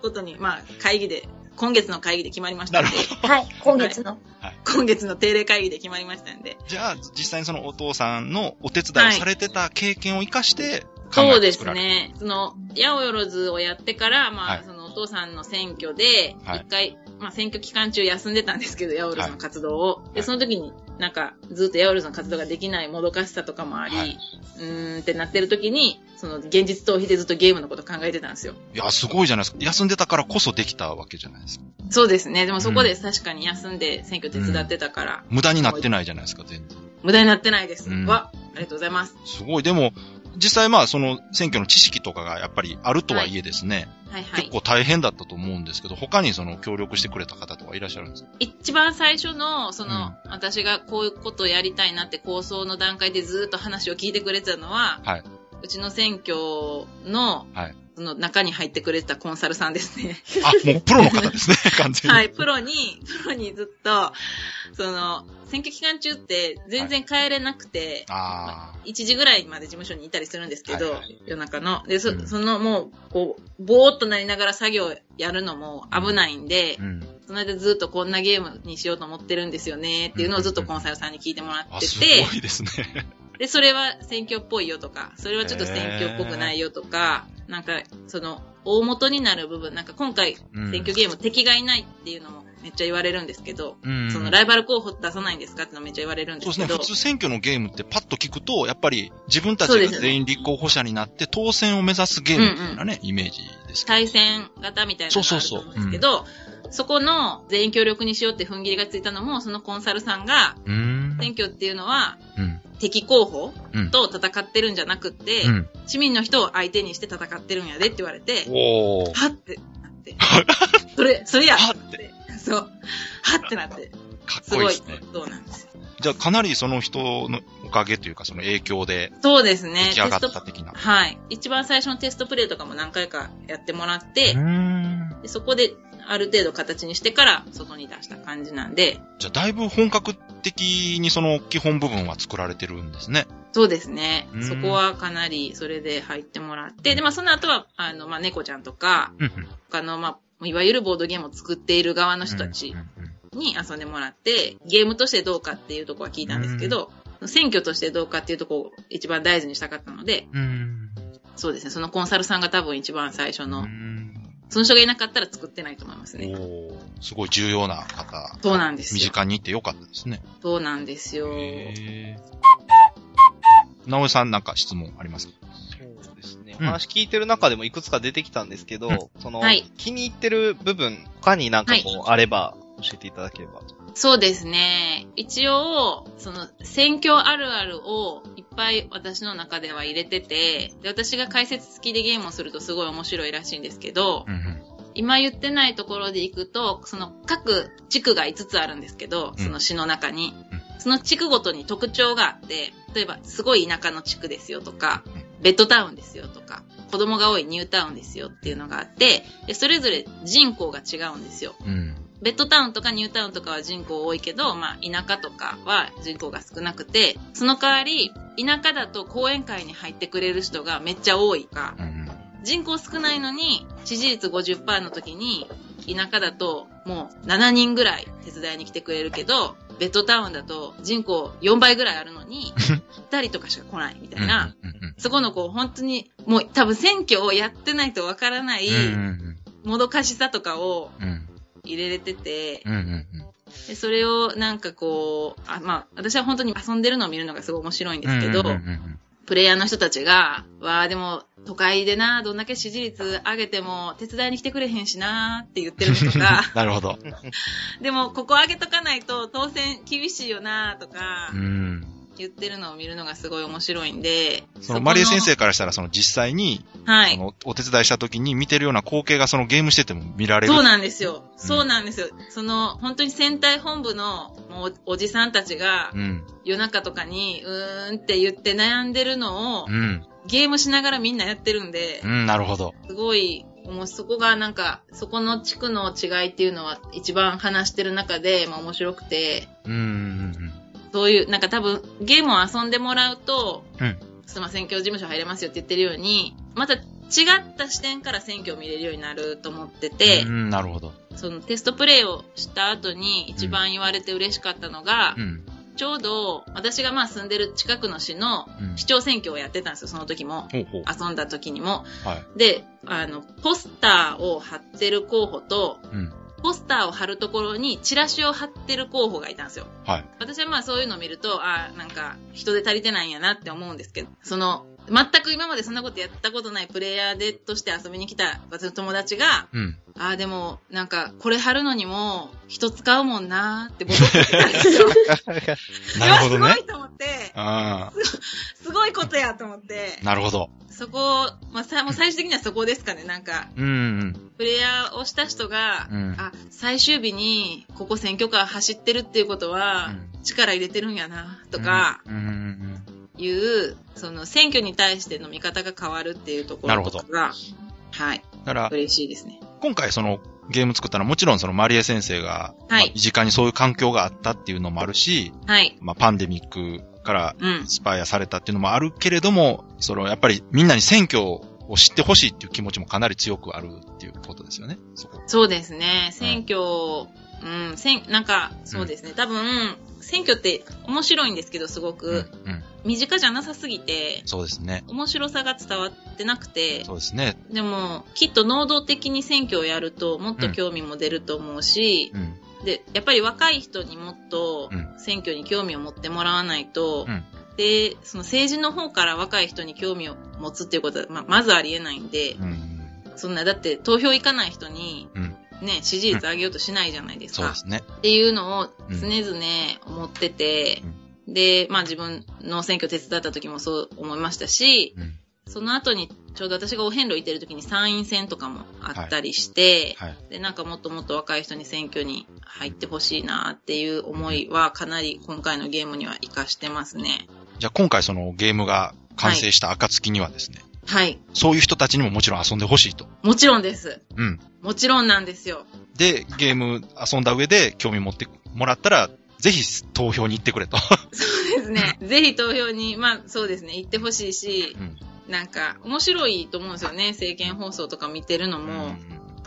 [SPEAKER 6] ことに、まあ、会議で、今月の会議で決まりましたんで、
[SPEAKER 5] はい、今月の。
[SPEAKER 6] 今月の定例会議で決まりましたんで、
[SPEAKER 2] じゃあ、実際にそのお父さんのお手伝いをされてた経験を生かして、考
[SPEAKER 6] そう
[SPEAKER 2] え
[SPEAKER 6] で
[SPEAKER 2] て
[SPEAKER 6] す
[SPEAKER 2] 作られる。
[SPEAKER 6] ね。その、八百万をやってから、まあ、
[SPEAKER 2] はい
[SPEAKER 6] そのお父さんの選挙で、一
[SPEAKER 2] はい
[SPEAKER 6] 回、まあ、選挙期間中休んでたんですけど、八百万の活動を。
[SPEAKER 2] は
[SPEAKER 6] で、
[SPEAKER 2] い
[SPEAKER 6] その時に、なんか、ずっと八百万の活動ができないもどかしさとかもあり、
[SPEAKER 2] はいう
[SPEAKER 6] ーんってなってる時に、その、現実逃避でずっとゲームのこと考えてたんですよ。
[SPEAKER 2] いや、すごいじゃないですか。休んでたからこそできたわけじゃないですか。
[SPEAKER 6] そうですね。でもそこで確かに休んで選挙手伝ってたから、
[SPEAKER 2] 無駄になってないじゃないですか、全然。
[SPEAKER 6] 無駄になってないです。
[SPEAKER 2] うん
[SPEAKER 6] わ、ありがとうございます。
[SPEAKER 2] すごい。でも、実際まあ、その選挙の知識とかがやっぱりあるとはいえですね、
[SPEAKER 6] はいはい。
[SPEAKER 2] 結構大変だったと思うんですけど、他にその協力してくれた方とかいらっしゃるんですか
[SPEAKER 6] 一番最初の、その、私がこういうことをやりたいなって構想の段階でずっと話を聞いてくれてたのは、
[SPEAKER 2] はいう
[SPEAKER 6] ちの選挙の、
[SPEAKER 2] はい
[SPEAKER 6] その中に入ってくれてたコンサルさんです
[SPEAKER 2] *laughs*
[SPEAKER 6] ね。
[SPEAKER 2] あ、もうプロの方ですね、完全に。
[SPEAKER 6] はい、プロに、プロにずっと、その、選挙期間中って全然帰れなくて、
[SPEAKER 2] ああ。
[SPEAKER 6] 1時ぐらいまで事務所にいたりするんですけど、
[SPEAKER 2] はいは
[SPEAKER 6] 夜中の。で、そ,、
[SPEAKER 2] うん
[SPEAKER 6] そのもう、こう、ぼーっとなりながら作業やるのも危ないんで、
[SPEAKER 2] うん。
[SPEAKER 6] その間ずっとこんなゲームにしようと思ってるんですよねっていうのをずっとコンサルさんに聞いてもらっ
[SPEAKER 2] あ、
[SPEAKER 6] て
[SPEAKER 2] す
[SPEAKER 6] て、
[SPEAKER 2] ごいですね。
[SPEAKER 6] で、それは選挙っぽいよとか、それはちょっと選挙っぽくないよとか、なんか、その、大元になる部分、なんか今回、
[SPEAKER 2] うん
[SPEAKER 6] 選挙ゲーム敵がいないっていうのもめっちゃ言われるんですけど、
[SPEAKER 2] うん。
[SPEAKER 6] そのライバル候補出さないんですかってのめっちゃ言われるんで
[SPEAKER 2] そう
[SPEAKER 6] す
[SPEAKER 2] です
[SPEAKER 6] け
[SPEAKER 2] ね。
[SPEAKER 6] ど、
[SPEAKER 2] 普通選挙のゲームってパッと聞くと、やっぱり自分たち
[SPEAKER 6] そうで
[SPEAKER 2] が
[SPEAKER 6] すね
[SPEAKER 2] 全員立候補者になって当選を目指すゲームっていうようなね、イメージですけど。
[SPEAKER 6] 対戦型みたいなのがあると思うんですけど、そこの全員協力にしようって踏ん切りがついたのも、そのコンサルさんが、
[SPEAKER 2] うーん。
[SPEAKER 6] 選挙っていうのは
[SPEAKER 2] うん。
[SPEAKER 6] 敵候補
[SPEAKER 2] うん。
[SPEAKER 6] と戦ってるんじゃなくって、
[SPEAKER 2] うん。
[SPEAKER 6] 市民の人を相手にして戦ってるんやでって言われて、
[SPEAKER 2] おー。
[SPEAKER 6] はってなって。それ、それや
[SPEAKER 2] は
[SPEAKER 6] は
[SPEAKER 2] っ
[SPEAKER 6] って。そう。はってなって。
[SPEAKER 2] かっ
[SPEAKER 6] す
[SPEAKER 2] こいい
[SPEAKER 6] ご
[SPEAKER 2] で
[SPEAKER 6] い
[SPEAKER 2] すね。
[SPEAKER 6] そうなんです。
[SPEAKER 2] じゃあかなりその人のおかげというかその影響で
[SPEAKER 6] そうですね。
[SPEAKER 2] 出来上がっ
[SPEAKER 6] テ
[SPEAKER 2] た
[SPEAKER 6] ス
[SPEAKER 2] 的な
[SPEAKER 6] ト。。はい。一番最初のテストプレイとかも何回かやってもらって、
[SPEAKER 2] うーん。
[SPEAKER 6] でそこである程度形にしてから外に出した感じなんで、
[SPEAKER 2] じゃあだいぶ本格的にその基本部分は作られてるんですね。
[SPEAKER 6] そうですね
[SPEAKER 2] う。ん
[SPEAKER 6] そこはかなりそれで入ってもらって、で、まあその後は、あの、まあ猫ちゃんとか、
[SPEAKER 2] うん。
[SPEAKER 6] 他の、まあ、いわゆるボードゲームを作っている側の人たちに遊んでもらって、ゲームとしてどうかっていうとこは聞いたんですけど、選挙としてどうかっていうとこを一番大事にしたかったので、
[SPEAKER 2] うん。うん。
[SPEAKER 6] そうですね、そのコンサルさんが多分一番最初
[SPEAKER 2] う
[SPEAKER 6] の、
[SPEAKER 2] ん。
[SPEAKER 6] その人がいなかったら作ってないと思います
[SPEAKER 2] お
[SPEAKER 6] ね。
[SPEAKER 2] ー。すごい重要な方。
[SPEAKER 6] そうなんです
[SPEAKER 2] 身
[SPEAKER 6] よ。
[SPEAKER 2] 近にいてよかったですね。
[SPEAKER 6] そうなんですよ。
[SPEAKER 2] 直江さんなんか質問ありますか
[SPEAKER 4] そうですね。
[SPEAKER 2] う
[SPEAKER 4] お
[SPEAKER 2] ん
[SPEAKER 4] 話聞いてる中でもいくつか出てきたんですけど、
[SPEAKER 2] うん
[SPEAKER 4] その、
[SPEAKER 6] はい
[SPEAKER 4] 気に入ってる部分、他になんかこう、あれば教えていただければ。
[SPEAKER 6] そうですね。一応、その、選挙あるあるをいっぱい私の中では入れてて、で、私が解説付きでゲームをするとすごい面白いらしいんですけど、
[SPEAKER 2] うんうん。
[SPEAKER 6] 今言ってないところで行くと、その各地区が5つあるんですけど、
[SPEAKER 2] うん
[SPEAKER 6] その市の中に。
[SPEAKER 2] うん
[SPEAKER 6] その地区ごとに特徴があって、例えばすごい田舎の地区ですよとか
[SPEAKER 2] うん、
[SPEAKER 6] ベッドタウンですよとか、子供が多いニュータウンですよっていうのがあって、でそれぞれ人口が違うんですよ。
[SPEAKER 2] うん。
[SPEAKER 6] ベッドタウンとかニュータウンとかは人口多いけど、まあ田舎とかは人口が少なくて、その代わり、田舎だと講演会に入ってくれる人がめっちゃ多いか、
[SPEAKER 2] うん
[SPEAKER 6] 人口少ないのに、支持率50%の時に、田舎だともう7人ぐらい手伝いに来てくれるけど、ベッドタウンだと人口4倍ぐらいある
[SPEAKER 2] *laughs*
[SPEAKER 6] のに、2人とかしか来ないみたいな、
[SPEAKER 2] うんうん
[SPEAKER 6] そこのこう本当にもう多分選挙をやってないとわからない
[SPEAKER 2] うんうん
[SPEAKER 6] もどかしさとかを
[SPEAKER 2] うんうん
[SPEAKER 6] 入れれてて、
[SPEAKER 2] うんうんうん
[SPEAKER 6] でそれをなんかこう、あまあ私は本当に遊んでるのを見るのがすごい面白いんですけど、
[SPEAKER 2] うんうんうん
[SPEAKER 6] プレイヤーの人たちが、わあでも、都会でな、どんだけ支持率上げても、手伝いに来てくれへんしな、って言ってるのとか、
[SPEAKER 2] なるほど。
[SPEAKER 6] *laughs* でも、ここ上げとかないと、当選厳しいよな、とか
[SPEAKER 2] う、ん。
[SPEAKER 6] 言ってるのを見るのがすごい面白いんで、
[SPEAKER 2] そ
[SPEAKER 6] こ
[SPEAKER 2] のマリエ先生からしたら、その実際に、
[SPEAKER 6] は
[SPEAKER 2] そ
[SPEAKER 6] い。
[SPEAKER 2] のお手伝いした時に見てるような光景がそのゲームしてても見られる。
[SPEAKER 6] そう
[SPEAKER 2] な
[SPEAKER 6] なんですよ。そうなんですよ。その、本当に戦隊本部の、もうお、おじさんたちが、
[SPEAKER 2] うん。
[SPEAKER 6] 夜中とかに、うーんって言って悩んでるのを
[SPEAKER 2] う、ん。
[SPEAKER 6] ゲームしながらみんなやってるんで
[SPEAKER 2] う、ん、なるほど。
[SPEAKER 6] すごいもうそこがなんか、そこの地区の違いっていうのは一番話してる中で、まあ面白くて、
[SPEAKER 2] うんうんうん。
[SPEAKER 6] そういう、なんか多分ゲームを遊んでもらうと、
[SPEAKER 2] うん
[SPEAKER 6] すいません、今日事務所入れますよって言ってるように、また違った視点から選挙を見れるようになると思ってて、
[SPEAKER 2] うん、なるほど。
[SPEAKER 6] そのテストプレイをした後に一番言われて嬉しかったのが、
[SPEAKER 2] うん。
[SPEAKER 6] ちょうど私がまあ住んでる近くの市の
[SPEAKER 2] うん
[SPEAKER 6] 市長選挙をやってたんですよ、その時も。
[SPEAKER 2] ほうほう。
[SPEAKER 6] 遊んだ時にも。
[SPEAKER 2] はい。
[SPEAKER 6] で、あの、ポスターを貼ってる候補と、
[SPEAKER 2] うん。
[SPEAKER 6] ポスターを貼るところにチラシを貼ってる候補がいたんですよ。
[SPEAKER 2] はい。
[SPEAKER 6] 私はまあそういうのを見ると、ああ、なんか人手足りてないんやなって思うんですけど、その、全く今までそんなことやったことないプレイヤーでとして遊びに来た私の友達が、
[SPEAKER 2] うん。
[SPEAKER 6] ああ、でも、なんか、これ貼るのにも、人使うもんなーって僕は思ってたんですよ。
[SPEAKER 2] *laughs* なるほど
[SPEAKER 6] うわ
[SPEAKER 2] ね
[SPEAKER 6] す。ごいと思って、
[SPEAKER 2] あ
[SPEAKER 6] すごいことやと思って
[SPEAKER 2] あ。、なるほど。
[SPEAKER 6] そこ、まあ、さもう最終的にはそこですかね、なんか、
[SPEAKER 2] うん
[SPEAKER 6] プレイヤーをした人が、
[SPEAKER 2] うん
[SPEAKER 6] あ、最終日に、ここ選挙カー走ってるっていうことは、
[SPEAKER 2] うん
[SPEAKER 6] 力入れてるんやな、
[SPEAKER 2] う
[SPEAKER 6] と
[SPEAKER 2] ん。
[SPEAKER 6] か、
[SPEAKER 2] うんうん
[SPEAKER 6] いう、その選挙に対しての見方が変わるっていうところとかが、はい、
[SPEAKER 2] うん。だから、
[SPEAKER 6] 嬉しいですね。
[SPEAKER 2] 今回そのゲーム作ったのはもちろんそのマリエ先生が、
[SPEAKER 6] はい
[SPEAKER 2] まあ身近にそういう環境があったっていうのもあるし、
[SPEAKER 6] はい。
[SPEAKER 2] まあパンデミックから
[SPEAKER 6] うん
[SPEAKER 2] イン。スパイアされたっていうのもあるけれども、そのやっぱりみんなに選挙を知ってほしいっていう気持ちもかなり強くあるっていうことですよね。そこ。
[SPEAKER 6] そうですね。選挙、うん、選、なんか、そうですね。多分、選挙って面白いんですけど、すご
[SPEAKER 2] うん、う
[SPEAKER 6] く。
[SPEAKER 2] ん。
[SPEAKER 6] 身近じゃなさすぎて、
[SPEAKER 2] そうですね。
[SPEAKER 6] 面白さが伝わってなくて、
[SPEAKER 2] そうですね。
[SPEAKER 6] でも、きっと能動的に選挙をやると、もっと興味も出ると思うし、
[SPEAKER 2] うん。
[SPEAKER 6] で、やっぱり若い人にもっと
[SPEAKER 2] うん
[SPEAKER 6] 選挙に興味を持ってもらわないと、
[SPEAKER 2] うん
[SPEAKER 6] で、その政治の方から若い人に興味を持つっていうことは、まあまずありえないんで、
[SPEAKER 2] うん。
[SPEAKER 6] そんな、だって投票行かない人に、
[SPEAKER 2] うん
[SPEAKER 6] ね、支持率上げようとしないじゃないです
[SPEAKER 2] そう
[SPEAKER 6] か
[SPEAKER 2] で。すね。
[SPEAKER 6] っていうのを常々思ってて、で、まあ自分の選挙手伝った時もそう思いましたし、
[SPEAKER 2] うん。
[SPEAKER 6] その後にちょうど私がお遍路行ってる時に参院選とかもあったりして、
[SPEAKER 2] はい。
[SPEAKER 6] で、なんかもっともっと若い人に選挙に入ってほしいなっていう思いはかなり今回のゲームには活かしてますね。
[SPEAKER 2] じゃあ今回そのゲームが完成した暁にはですね、
[SPEAKER 6] はい。
[SPEAKER 2] そういう人たちにももちろん遊んでほしいと。
[SPEAKER 6] もちろんです。
[SPEAKER 2] うん。
[SPEAKER 6] もちろんなんですよ。
[SPEAKER 2] で、ゲーム遊んだ上で興味持ってもらったら、ぜひ投票に行ってくれと。
[SPEAKER 6] そうですね。 *laughs* ぜひ投票に、まあそうですね、行ってほしいし、
[SPEAKER 2] うん、
[SPEAKER 6] なんか面白いと思うんですよね。政見放送とか見てるのも。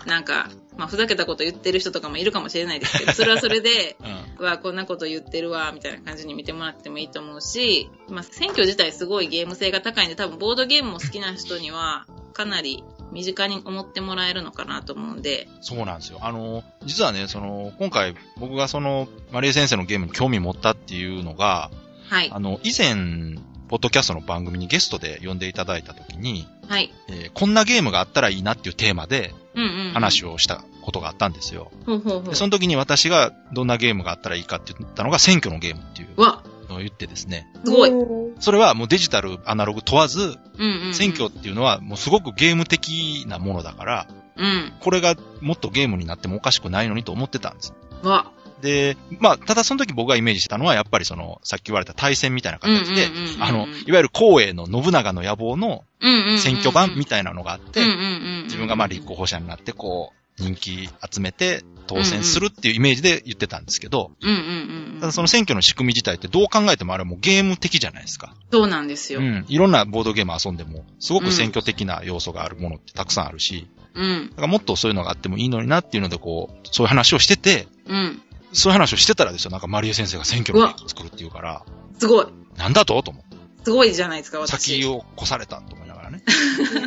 [SPEAKER 6] なんか、まあ、ふざけたこと言ってる人とかもいるかもしれないですけど、それはそれで
[SPEAKER 2] *laughs* うん。
[SPEAKER 6] うわ、こんなこと言ってるわ、みたいな感じに見てもらってもいいと思うし、まあ、選挙自体すごいゲーム性が高いんで、多分ボードゲームも好きな人には、かなり身近に思ってもらえるのかなと思うんで、
[SPEAKER 2] そうなんですよ。あの、実はね、その、今回僕がその、マリエ先生のゲームに興味持ったっていうのが、
[SPEAKER 6] はい
[SPEAKER 2] あ、の、以前、ポッドキャストの番組にゲストで呼んでいただいたときに、
[SPEAKER 6] はい。
[SPEAKER 2] えーこんなゲームがあったらいいなっていうテーマで
[SPEAKER 6] うんうん、うん。
[SPEAKER 2] 話
[SPEAKER 6] を。
[SPEAKER 2] をしたことがあったんですよ。
[SPEAKER 6] ほうほうほう
[SPEAKER 2] で。その時に私がどんなゲームがあったらいいかって言ったのが選挙のゲームっていう
[SPEAKER 6] うわ、
[SPEAKER 2] のを言ってですね、
[SPEAKER 6] すごい。う
[SPEAKER 5] い。
[SPEAKER 6] ん
[SPEAKER 2] それはもうデジタル、アナログ問わず、
[SPEAKER 6] うん、うん。
[SPEAKER 2] 選挙っていうのはもうすごくゲーム的なものだから、
[SPEAKER 6] うん。
[SPEAKER 2] これがもっとゲームになってもおかしくないのにと思ってたんです。
[SPEAKER 6] わ、
[SPEAKER 2] で、まあ、ただその時僕がイメージしてたのは、やっぱりその、さっき言われた対戦みたいな形で
[SPEAKER 6] うんうんうんうんう、ん
[SPEAKER 2] あの、いわゆる光栄の信長の野望の
[SPEAKER 6] うんうんうんうん。
[SPEAKER 2] 選挙版みたいなのがあって
[SPEAKER 6] うん、うんうん。
[SPEAKER 2] 自分がまあ立候補者になって、こう、人気集めて当選するっていうイメージで言ってたんですけど、
[SPEAKER 6] うんうんうん。
[SPEAKER 2] ただその選挙の仕組み自体ってどう考えてもあれはもうゲーム的じゃないですか。
[SPEAKER 6] そうなんですよ。
[SPEAKER 2] う
[SPEAKER 6] うん。
[SPEAKER 2] ん。いろんなボードゲーム遊んでも、すごく選挙的な要素があるものってたくさんあるし、
[SPEAKER 6] うん。
[SPEAKER 2] だからもっとそういうのがあってもいいのになっていうので、こう、そういう話をしてて、
[SPEAKER 6] うん。
[SPEAKER 2] そういう話をしてたらですよ、なんかマリエ先生が選挙のゲームを作るっていうから、
[SPEAKER 6] すごい。
[SPEAKER 2] なんだとと思って。
[SPEAKER 6] すごいじゃないですか、私。
[SPEAKER 2] 先を越されたと思いながら
[SPEAKER 6] *laughs*
[SPEAKER 2] ね。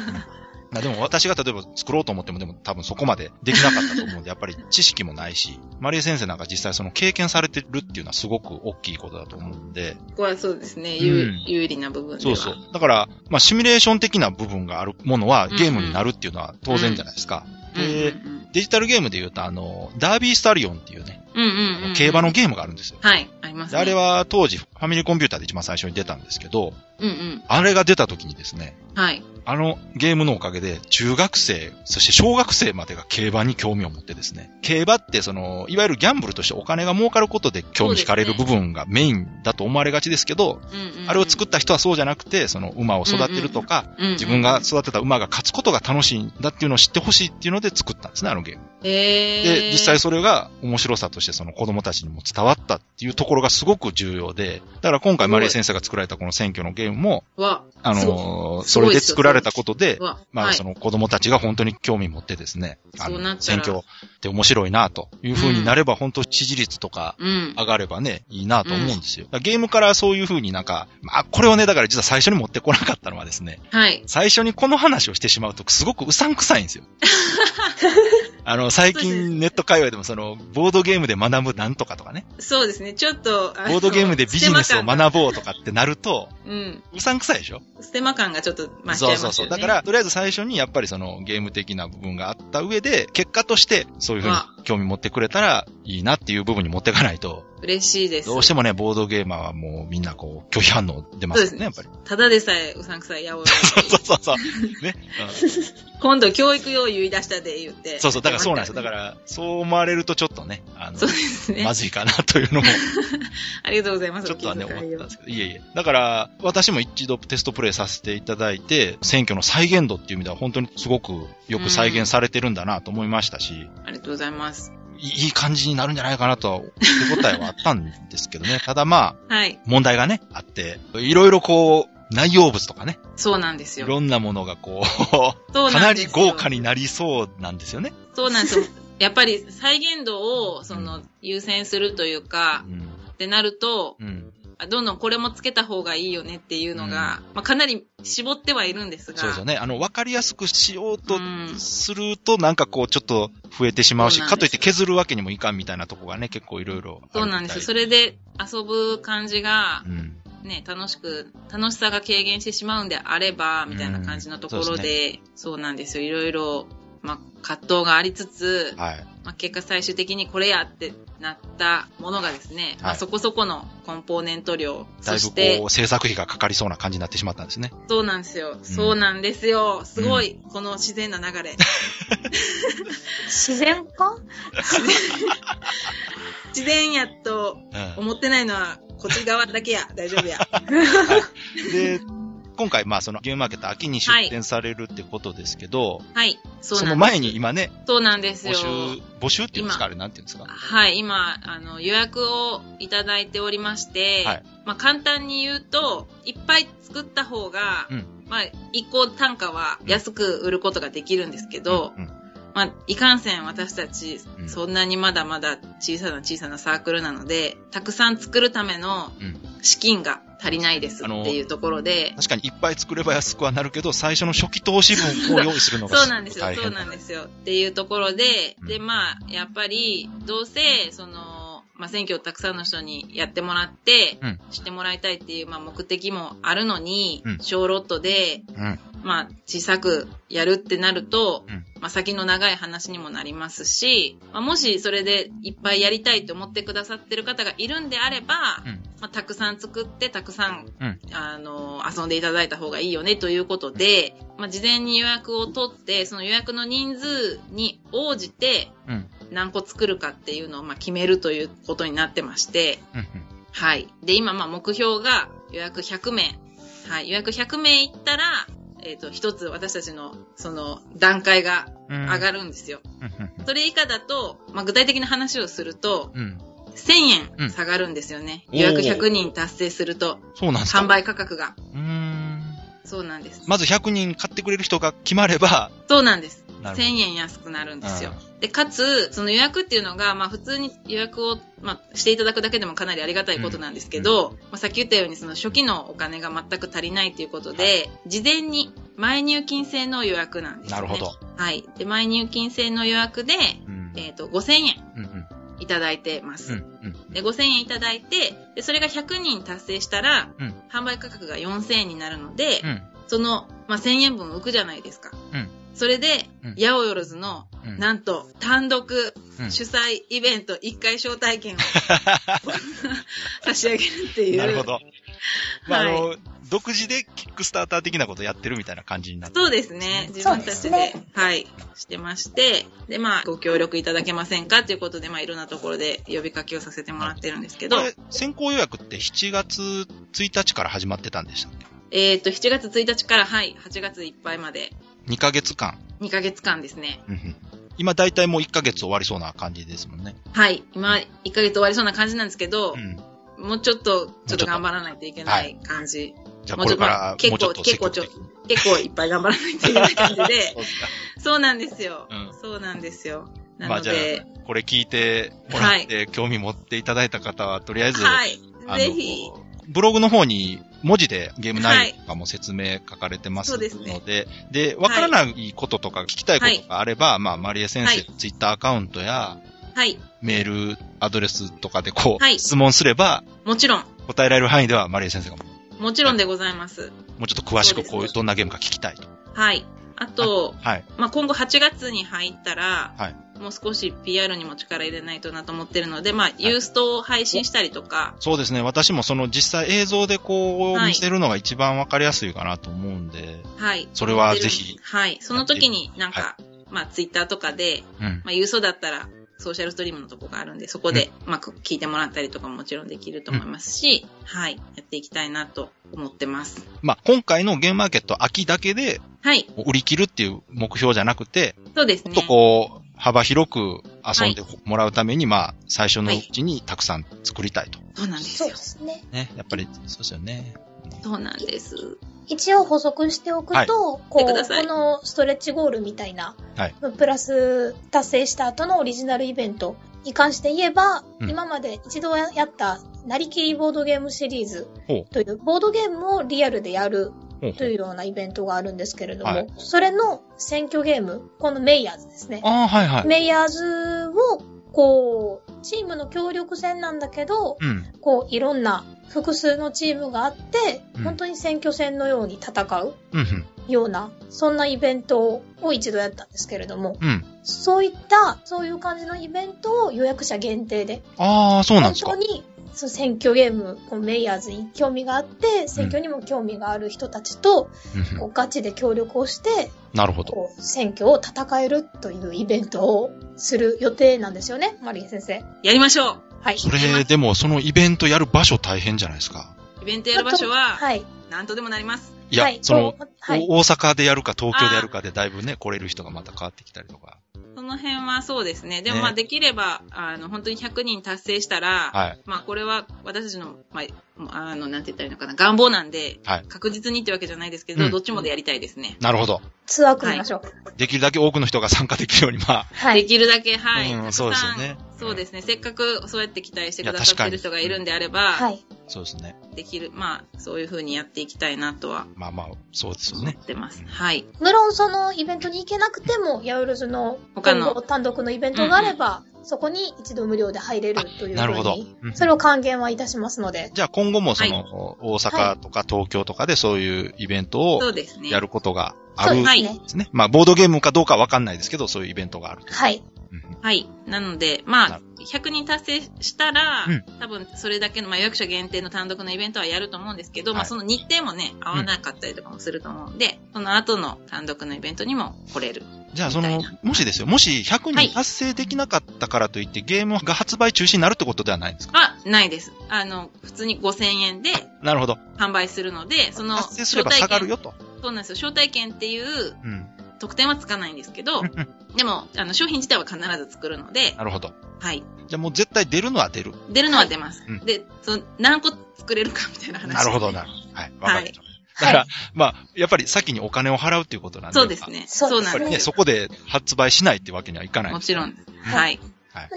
[SPEAKER 2] うんでも私が例えば作ろうと思ってもでも多分そこまでできなかったと思うんで、やっぱり知識もないし、マリエ先生なんか実際その経験されてるっていうのはすごく大きいことだと思うんで、
[SPEAKER 6] ここはそうですね、
[SPEAKER 2] う
[SPEAKER 6] 有
[SPEAKER 2] ん
[SPEAKER 6] 有利な部分で
[SPEAKER 2] そ
[SPEAKER 6] は。
[SPEAKER 2] うそう。だから、まあシミュレーション的な部分があるものはゲームになるっていうのは当然じゃないですか。
[SPEAKER 6] うんうん
[SPEAKER 2] で、デジタルゲームで言うとあの、ダービースタリオンっていうね、
[SPEAKER 6] うんうんうんうん
[SPEAKER 2] あの競馬のゲームがあるんですよ。
[SPEAKER 6] はい、あります
[SPEAKER 2] で
[SPEAKER 6] ね。
[SPEAKER 2] あれは当時、ファァミリーコンピューターで一番最初に出たんですけど、
[SPEAKER 6] うんうん。
[SPEAKER 2] あれが出た時にですね、
[SPEAKER 6] はい。
[SPEAKER 2] あのゲームのおかげで中学生、そして小学生までが競馬に興味を持ってですね、競馬ってその、いわゆるギャンブルとしてお金が儲かることで興味惹かれる部分がメインだと思われがちですけど、
[SPEAKER 6] うんうん、
[SPEAKER 2] あれを作
[SPEAKER 6] っ
[SPEAKER 2] った人はそうじゃなくて、その馬を育てるとか、
[SPEAKER 6] うんうん、
[SPEAKER 2] 自分が育てた馬が勝つことが楽しいんだっていうのを知ってほしいっていうので作ったんですね、あのゲーム。
[SPEAKER 6] へー、
[SPEAKER 2] で、実際それが面白さとしてその子供たちにも伝わったっていうところがすごく重要で、だから今回マリー先生が作られたこの選挙のゲームも、
[SPEAKER 6] は、
[SPEAKER 2] あ
[SPEAKER 6] すご
[SPEAKER 2] のー
[SPEAKER 6] す
[SPEAKER 2] そ
[SPEAKER 6] ごい
[SPEAKER 2] れ
[SPEAKER 6] で
[SPEAKER 2] です
[SPEAKER 6] よ
[SPEAKER 2] 作られたことで
[SPEAKER 6] い、は、
[SPEAKER 2] ま
[SPEAKER 6] は
[SPEAKER 2] あ
[SPEAKER 6] い
[SPEAKER 2] その子供たちが本当に興味持ってですね、あ
[SPEAKER 6] そうなっ
[SPEAKER 2] の、
[SPEAKER 6] た
[SPEAKER 2] 選
[SPEAKER 6] ら
[SPEAKER 2] 挙って面白いなという風になれば本当支持率とか
[SPEAKER 6] うん。
[SPEAKER 2] 上がればね、いいなと思うんですよ。だからゲームからそういう風になんか、まあこれをね、だから実は最初に持ってこなかったのはですね、
[SPEAKER 6] はい。
[SPEAKER 2] 最初にこの話をしてしまうとすごくうさんくさいん
[SPEAKER 6] *laughs*
[SPEAKER 2] ですよ。あの、最近ネット界隈でもその、ボードゲームで学ぶなんとかとかね、
[SPEAKER 6] そうですね。ちょっと、あの
[SPEAKER 2] ボードゲームでビジネスを
[SPEAKER 6] ステマ感が
[SPEAKER 2] 学ぼうとかってなると、
[SPEAKER 6] うん。
[SPEAKER 2] うさんくさいでしょ
[SPEAKER 6] ステマ感がちょっと増しち
[SPEAKER 2] そう
[SPEAKER 6] ゃいますよね。
[SPEAKER 2] そうそう。だから、とりあえず最初にやっぱりそのゲーム的な部分があった上で、結果としてそういうふう
[SPEAKER 6] あ
[SPEAKER 2] に興味持ってくれたらいいなっていう部分に持っていかないと、
[SPEAKER 6] 嬉しいです。
[SPEAKER 2] どうしてもね、ボードゲーマーはもうみんなこう、拒否反応出ますよね、やっぱり。
[SPEAKER 6] ただでさえうさんくさいやおう
[SPEAKER 2] そうそうそう。ね。うん
[SPEAKER 6] 今度教育用言い出したで言って。
[SPEAKER 2] そうそう、だからそうなんですよ。だから、そう思われるとちょっとね、あの
[SPEAKER 6] そう、ですね。
[SPEAKER 2] まずいかなというの
[SPEAKER 6] *laughs*
[SPEAKER 2] も、
[SPEAKER 6] ありがとうございます。
[SPEAKER 2] ちょっとはね、
[SPEAKER 6] お
[SPEAKER 2] 思
[SPEAKER 6] 気
[SPEAKER 2] った
[SPEAKER 6] 遣
[SPEAKER 2] ん
[SPEAKER 6] いを
[SPEAKER 2] ですけど、いえいえ。だから、私も一度テストプレイさせていただいて、選挙の再現度っていう意味では本当にすごくよく再現されてるんだなと思いましたし、
[SPEAKER 6] ありがとうございます。
[SPEAKER 2] いいい感じになるんじゃないかなとは、手応えはあったんですけどね。ただまあ、
[SPEAKER 6] はい。
[SPEAKER 2] 問題がね、あって、いろいろこう、内容物とかね、
[SPEAKER 6] そうなんです
[SPEAKER 2] い
[SPEAKER 6] よ。
[SPEAKER 2] ろんなものがこ
[SPEAKER 6] そう
[SPEAKER 2] う、か
[SPEAKER 6] な
[SPEAKER 2] なん
[SPEAKER 6] で
[SPEAKER 2] り
[SPEAKER 6] すよ
[SPEAKER 2] 豪華になりそうなんですよね。
[SPEAKER 6] そうなんですよ。やっぱり再現度を、その、優先するというか
[SPEAKER 2] う、ん。
[SPEAKER 6] ってなると、
[SPEAKER 2] うん。
[SPEAKER 6] あどんどんこれもつけた方がいいよねっていうのが、まあ、かなり絞ってはいるんですが。
[SPEAKER 2] そうですよね。あの、わかりやすくしようと
[SPEAKER 6] うん
[SPEAKER 2] すると、なんかこう、ちょっと増えてしまうし、
[SPEAKER 6] そうな
[SPEAKER 2] か
[SPEAKER 6] ん
[SPEAKER 2] とい
[SPEAKER 6] で
[SPEAKER 2] っ
[SPEAKER 6] す
[SPEAKER 2] て削るわけにもいかんみたいなとこがね、結構いろいろ。
[SPEAKER 6] そうなんですよ。そ
[SPEAKER 2] れ。
[SPEAKER 6] れで遊ぶ感じが
[SPEAKER 2] う、ん。
[SPEAKER 6] ね、楽しく、楽しさが軽減してしまうんであれば、みたいな感じのところ
[SPEAKER 2] うんそう
[SPEAKER 6] で、そうなんですよ。いろいろ、まあ、葛藤がありつつ、
[SPEAKER 2] はい。
[SPEAKER 6] まあ、結果最終的にこれやってなったものがですね、まあ、そこそこのコンポーネント量、
[SPEAKER 2] だ
[SPEAKER 6] そ
[SPEAKER 2] い
[SPEAKER 6] し
[SPEAKER 2] ぶ
[SPEAKER 6] て
[SPEAKER 2] こう、、制作費がかかりそうな感じになってしまったんですね。
[SPEAKER 6] そうなんですよ、そうなんですよ。すごい、この自然な流
[SPEAKER 2] *laughs*
[SPEAKER 6] れ。
[SPEAKER 5] 自然か
[SPEAKER 6] 自然やと
[SPEAKER 2] うん。
[SPEAKER 6] 思ってないのは、こっち側だけや。大丈夫
[SPEAKER 2] *laughs*
[SPEAKER 6] や。
[SPEAKER 2] で、今回、まあ、その、ゲームマーケット秋に出展されるってことですけど、
[SPEAKER 6] はい。そう
[SPEAKER 2] そ
[SPEAKER 6] な
[SPEAKER 2] の
[SPEAKER 6] んです。
[SPEAKER 2] 前に今ね、
[SPEAKER 6] そうなんです
[SPEAKER 2] 募
[SPEAKER 6] よ。
[SPEAKER 2] 集、募集っていうんです
[SPEAKER 6] 今
[SPEAKER 2] かあれなんていうんですか
[SPEAKER 6] はい、今、あの、予約をいただいておりまして、
[SPEAKER 2] はい
[SPEAKER 6] まあ簡単に言うと、いっぱい作った方が、
[SPEAKER 2] うん
[SPEAKER 6] まあ、一個単価は安く売ることができるんですけど、
[SPEAKER 2] うんうん
[SPEAKER 6] まあ、いかんせん私たち、
[SPEAKER 2] うん
[SPEAKER 6] そんなにまだまだ小さな小さなサークルなので、たくさん作るための
[SPEAKER 2] うん
[SPEAKER 6] 資金が足りないですっていうところで、
[SPEAKER 2] 確かにいっぱい作れば安くはなるけど、最初の初期投資分を用意するのが
[SPEAKER 6] そうなんですよ、
[SPEAKER 2] 大
[SPEAKER 6] そう
[SPEAKER 2] 変
[SPEAKER 6] なんですよ。っていうところで、
[SPEAKER 2] うん
[SPEAKER 6] で、まあ、やっぱり、どうせ、その、まあ、選挙をたくさんの人にやってもらって、
[SPEAKER 2] うん
[SPEAKER 6] してもらいたいっていう、まあ、目的もあるのに、
[SPEAKER 2] うん
[SPEAKER 6] 小ロットで、
[SPEAKER 2] うん。
[SPEAKER 6] まあ、小さくやるってなると、
[SPEAKER 2] うん
[SPEAKER 6] まあ、先の長い話にもなりますし、まあ、もしそれでいっぱいやりたいと思ってくださってる方がいるんであれば、
[SPEAKER 2] うん
[SPEAKER 6] まあ、たくさん作って、たくさん、
[SPEAKER 2] うん
[SPEAKER 6] あの、遊んでいただいた方がいいよねということで、まあ、事前に予約を取って、その予約の人数に応じて、
[SPEAKER 2] うん。
[SPEAKER 6] 何個作るかっていうのを、まあ、決めるということになってまして、
[SPEAKER 2] うんうん。
[SPEAKER 6] はい。で、今、まあ、目標が予約100名。はい。予約100名いったら、えっ、と、一つ私たちの、その、段階が
[SPEAKER 2] うん
[SPEAKER 6] 上がるんですよ。
[SPEAKER 2] うんうん
[SPEAKER 6] それ以下だと、まあ、具体的な話をすると、
[SPEAKER 2] うんうん。う
[SPEAKER 6] 1000円
[SPEAKER 2] ん
[SPEAKER 6] 下がるんですよね。
[SPEAKER 2] おー
[SPEAKER 6] 予約100人達成すると、
[SPEAKER 2] そうなんですか
[SPEAKER 6] 販売価格が。
[SPEAKER 2] うーん。
[SPEAKER 6] そうなんです。
[SPEAKER 2] まず100人買ってくれる人が決まれば、
[SPEAKER 6] そうなんです。
[SPEAKER 2] なるほど
[SPEAKER 6] 1000円安くなるんですよ
[SPEAKER 2] あ。
[SPEAKER 6] で、かつ、その予約っていうのが、まあ普通に予約を、まあしていただくだけでもかなりありがたいことなんですけど、まあさっき言ったようにその初期のお金が全く足りないということで、事前に前入金制の予約なんですね。
[SPEAKER 2] なるほど。
[SPEAKER 6] はい。で、前入金制の予約で、
[SPEAKER 2] うん。
[SPEAKER 6] えっ、と、5000円
[SPEAKER 2] うんうん
[SPEAKER 6] いただいてま
[SPEAKER 2] う
[SPEAKER 6] す。
[SPEAKER 2] んうん
[SPEAKER 6] で、5000円いただいて、で、それが100人達成したら、
[SPEAKER 2] うん
[SPEAKER 6] 販売価格が4000円になるので、
[SPEAKER 2] うん
[SPEAKER 6] その、まあ、1000円分浮くじゃないですか。
[SPEAKER 2] うん
[SPEAKER 6] それで、
[SPEAKER 2] うん
[SPEAKER 6] ヤオヨロズの、
[SPEAKER 2] うん
[SPEAKER 6] なんと、単独
[SPEAKER 2] うん
[SPEAKER 6] 主催イベント1回招
[SPEAKER 2] *laughs*
[SPEAKER 6] 待券を *laughs* 差し上げるっていう。
[SPEAKER 2] なるほど。まあ、あ
[SPEAKER 6] は
[SPEAKER 2] の、独自でキックスターター的なことやってるみたいな感じになって。
[SPEAKER 6] そうですね。自分た
[SPEAKER 5] そ
[SPEAKER 6] ち
[SPEAKER 5] うです
[SPEAKER 6] で、
[SPEAKER 5] ね
[SPEAKER 6] はい、してまして、で、まあ、ご協力いただけませんかということで、まあ、いろんなところで呼びかけをさせてもらってるんですけど
[SPEAKER 2] こ、れ、先行予約って7月1日から始まってたんでしたっ
[SPEAKER 6] えっ、と、7月1日から、はい、8月いっぱいまで、
[SPEAKER 2] け ?2 ヶ月間。
[SPEAKER 6] 2ヶ月間ですね。
[SPEAKER 2] うんうん今大体もう1ヶ月終わりそうな感じですもんね。
[SPEAKER 6] はい、今、1ヶ月終わりそうな感じなんですけ
[SPEAKER 2] う、
[SPEAKER 6] ど
[SPEAKER 2] ん。
[SPEAKER 6] もうちょっと、ちょっと頑張らないといけない感じ。
[SPEAKER 2] じゃあ
[SPEAKER 6] も
[SPEAKER 2] これ
[SPEAKER 6] うちょっと
[SPEAKER 2] からもうちょっと積
[SPEAKER 6] 結構
[SPEAKER 2] 極的に。
[SPEAKER 6] 結構いっぱい頑張らないといけない感じで、そうなんですよ、
[SPEAKER 2] うん
[SPEAKER 6] そうなんですよ。な
[SPEAKER 2] まあ
[SPEAKER 6] の
[SPEAKER 2] じゃ
[SPEAKER 6] で、
[SPEAKER 2] あ、これ聞いてもらって、興味持っていただいた方は、とりあえず、
[SPEAKER 6] は
[SPEAKER 2] あ
[SPEAKER 6] い、ぜひ、
[SPEAKER 2] の、ブログの方に文字でゲーム内容とかも説明書かれてます
[SPEAKER 6] そ
[SPEAKER 2] の
[SPEAKER 6] う
[SPEAKER 2] で、
[SPEAKER 6] ですね
[SPEAKER 2] でわからないこととか聞きたいことがあれば、まあ、マリエ先
[SPEAKER 6] は
[SPEAKER 2] 生
[SPEAKER 6] い
[SPEAKER 2] のツイッターアカウントや、
[SPEAKER 6] はい、
[SPEAKER 2] メール、アドレスとかでこう、
[SPEAKER 6] はい
[SPEAKER 2] 質問すれば、
[SPEAKER 6] もちろん、
[SPEAKER 2] 答えられる範囲では、マリエ先生がも
[SPEAKER 6] もちろんでございます。
[SPEAKER 2] うちょっと詳しく
[SPEAKER 6] そ
[SPEAKER 2] こ
[SPEAKER 6] う
[SPEAKER 2] う
[SPEAKER 6] で
[SPEAKER 2] いう、
[SPEAKER 6] すね
[SPEAKER 2] どんなゲームか聞きたいと。
[SPEAKER 6] はい。あと、
[SPEAKER 2] はい。
[SPEAKER 6] まあ、今後8月に入ったら、
[SPEAKER 2] はい
[SPEAKER 6] もう少し PR にも力入れないとなと思ってるので、まあ、ユーストを配信したりとか、
[SPEAKER 2] そうですね。私もその実際映像でこう、
[SPEAKER 6] はい
[SPEAKER 2] 見せるのが一番わかりやすいかなと思うんで、
[SPEAKER 6] はい。
[SPEAKER 2] それはぜひ。
[SPEAKER 6] はい。その時になんか、まあ、ツイッターとかで、
[SPEAKER 2] うん。
[SPEAKER 6] まあ、郵送だったら、ソーシャルストリームのとこがあるんで、そこで、まあ、こ聞いてもらったりとかももちろんできると思いますし、はい、やっていきたいなと思ってます。
[SPEAKER 2] まあ、今回のゲームマーケット秋だけで
[SPEAKER 6] はい、
[SPEAKER 2] 売り切るっていう目標じゃなくて、
[SPEAKER 6] そうです
[SPEAKER 2] ちょっ
[SPEAKER 6] ね
[SPEAKER 2] と。こう、幅広く遊んでもらうために、まあ、最初のうちにたくさん作りたいと。
[SPEAKER 6] そうなんです
[SPEAKER 5] そう
[SPEAKER 6] よ
[SPEAKER 5] で。すね。
[SPEAKER 2] ね。やっぱり、そうですよね。
[SPEAKER 6] そうなんです。
[SPEAKER 5] 一応補足しておくと、こう
[SPEAKER 6] 見てくださ
[SPEAKER 5] こ
[SPEAKER 6] い
[SPEAKER 5] のストレッチゴールみたいな、
[SPEAKER 2] はい
[SPEAKER 5] プラス達成した後のオリジナルイベントに関して言えば、
[SPEAKER 2] うん
[SPEAKER 5] 今まで一度やったなりきりボードゲームシリーズ
[SPEAKER 2] ほ
[SPEAKER 5] というボードゲームをリアルでやる
[SPEAKER 2] ほうほ
[SPEAKER 5] と
[SPEAKER 2] う
[SPEAKER 5] いうようなイベントがあるんですけれども、
[SPEAKER 2] はい
[SPEAKER 5] それの選挙ゲーム、このメイヤーズですね。
[SPEAKER 2] ああ、はいはい。
[SPEAKER 5] メイヤーズを、こう、チームの協力戦なんだけど、
[SPEAKER 2] うん。
[SPEAKER 5] こう、いろんな複数のチームがあって
[SPEAKER 2] う、ん
[SPEAKER 5] 本当に選挙戦のように戦う
[SPEAKER 2] うん、うん。
[SPEAKER 5] ような、そんなイベントを一度やったんですけれども、
[SPEAKER 2] うん。
[SPEAKER 5] そういった、そういう感じのイベントを予約者限定で、
[SPEAKER 2] ああ、そうなん
[SPEAKER 5] 本
[SPEAKER 2] ですか
[SPEAKER 5] 当。に、そう選挙ゲーム、こうメイヤーズに興味があって、選挙にも興味がある人たちと、
[SPEAKER 2] うんう
[SPEAKER 5] こ
[SPEAKER 2] ん
[SPEAKER 5] うガチで協力をして、
[SPEAKER 2] なるほど。
[SPEAKER 5] こう選挙を戦えるというイベントをする予定なんですよね、マリエ先生。
[SPEAKER 6] やりましょう
[SPEAKER 5] はい。
[SPEAKER 2] それ、でも、そのイベントやる場所大変じゃないですか。
[SPEAKER 6] イベントやる場所は、
[SPEAKER 5] はい。
[SPEAKER 6] なんとでもなります。
[SPEAKER 2] いや
[SPEAKER 5] はい、
[SPEAKER 2] その、、
[SPEAKER 5] はい。
[SPEAKER 2] お大阪でやるか東京でやるかでだいぶね、来れる人がまた変わってきたりとか。
[SPEAKER 6] その辺はそうですね。でも
[SPEAKER 2] ね
[SPEAKER 6] まあできれば、あの、本当に100人達成したら、
[SPEAKER 2] はい。
[SPEAKER 6] まあこれは私たちの、まあ、あの、なんて言ったらいいのかな、願望なんで、
[SPEAKER 2] はい
[SPEAKER 6] 確実にってわけじゃないですけど、
[SPEAKER 2] うん
[SPEAKER 6] どっちもでやりたいですね。
[SPEAKER 2] なるほど。
[SPEAKER 5] ツアー組みましょう。
[SPEAKER 2] できるだけ多くの人が参加できるように、まあ、
[SPEAKER 5] は
[SPEAKER 6] で
[SPEAKER 5] い。
[SPEAKER 6] きるだけ、はい。
[SPEAKER 2] うん
[SPEAKER 6] たくさ
[SPEAKER 2] そうですよね
[SPEAKER 6] そうですね。せっかくそうやって期待してくださってる人がいるんであれば、
[SPEAKER 5] はい。
[SPEAKER 2] そうですね。
[SPEAKER 6] できる、まあ、そういう風にやっていきたいなとは
[SPEAKER 2] まあまあ、そうですよ
[SPEAKER 6] 思っ
[SPEAKER 2] ね。
[SPEAKER 6] てます。はい。
[SPEAKER 5] 無論そのイベントに行けなくても、ヤウルズの
[SPEAKER 6] 他の
[SPEAKER 5] 今後単独のイベントがあれば、そこに一度無料で入れるという
[SPEAKER 2] なるほ
[SPEAKER 5] ふう
[SPEAKER 2] ど
[SPEAKER 5] に、。
[SPEAKER 2] うん
[SPEAKER 5] それを還元はいたしますので、
[SPEAKER 2] じゃあ今後もその、大阪とか東京とかでそういうイベントを
[SPEAKER 6] そうですね。
[SPEAKER 2] やることがあ
[SPEAKER 5] そう
[SPEAKER 2] るん
[SPEAKER 5] で
[SPEAKER 2] です
[SPEAKER 6] は
[SPEAKER 2] す
[SPEAKER 6] い
[SPEAKER 5] ね。
[SPEAKER 2] ね。まあボードゲームかどうかわかんないですけど、そういうイベントがあると。
[SPEAKER 5] はい。
[SPEAKER 2] うんうん
[SPEAKER 6] はい。なので、ま
[SPEAKER 2] な
[SPEAKER 6] あ、100人達成したら、
[SPEAKER 2] うん
[SPEAKER 6] 多分それだけの、まあ、予約者限定の単独のイベントはやると思うんですけど、ま
[SPEAKER 2] は
[SPEAKER 6] あ、
[SPEAKER 2] い
[SPEAKER 6] その日程もね、合わなかったりとかもすると思うんで、その後の単独のイベントにも来れる。
[SPEAKER 2] じゃあそ
[SPEAKER 6] み
[SPEAKER 2] の
[SPEAKER 6] たいな、
[SPEAKER 2] もしですよ、もし100
[SPEAKER 6] はい
[SPEAKER 2] 人達成できなかったからといって、ゲームが発売中止になるってことではないんですか
[SPEAKER 6] あ、ないです。あの、普通に5000円で
[SPEAKER 2] なるほど。
[SPEAKER 6] 販売するので、その、
[SPEAKER 2] 達成すれば下がるよと。
[SPEAKER 6] そうなんですよ。招待券っていう
[SPEAKER 2] うん。
[SPEAKER 6] 特典はつかないんですけど、でも、あの、商品自体は必ず作るので、
[SPEAKER 2] なるほど。
[SPEAKER 6] はい。
[SPEAKER 2] じゃあもう絶対出るのは出る。
[SPEAKER 6] 出るのは出ます。
[SPEAKER 2] はいうん
[SPEAKER 6] で、その、何個作れるかみたいな話。
[SPEAKER 2] なるほど、なるほど。はい。わかりました。だ
[SPEAKER 5] は
[SPEAKER 2] か
[SPEAKER 5] い
[SPEAKER 2] ら。、まあ、やっぱり先にお金を払うっていうことなんで。
[SPEAKER 6] そうですね。
[SPEAKER 5] そ
[SPEAKER 6] そうう
[SPEAKER 5] で
[SPEAKER 2] や
[SPEAKER 5] すね
[SPEAKER 6] な
[SPEAKER 2] っぱ
[SPEAKER 6] んで
[SPEAKER 2] り
[SPEAKER 6] す
[SPEAKER 2] ね、そこで発売しないってわけにはいかない
[SPEAKER 6] も
[SPEAKER 2] です
[SPEAKER 6] ち
[SPEAKER 2] よ
[SPEAKER 6] ろ
[SPEAKER 2] ね。
[SPEAKER 6] ん。はい。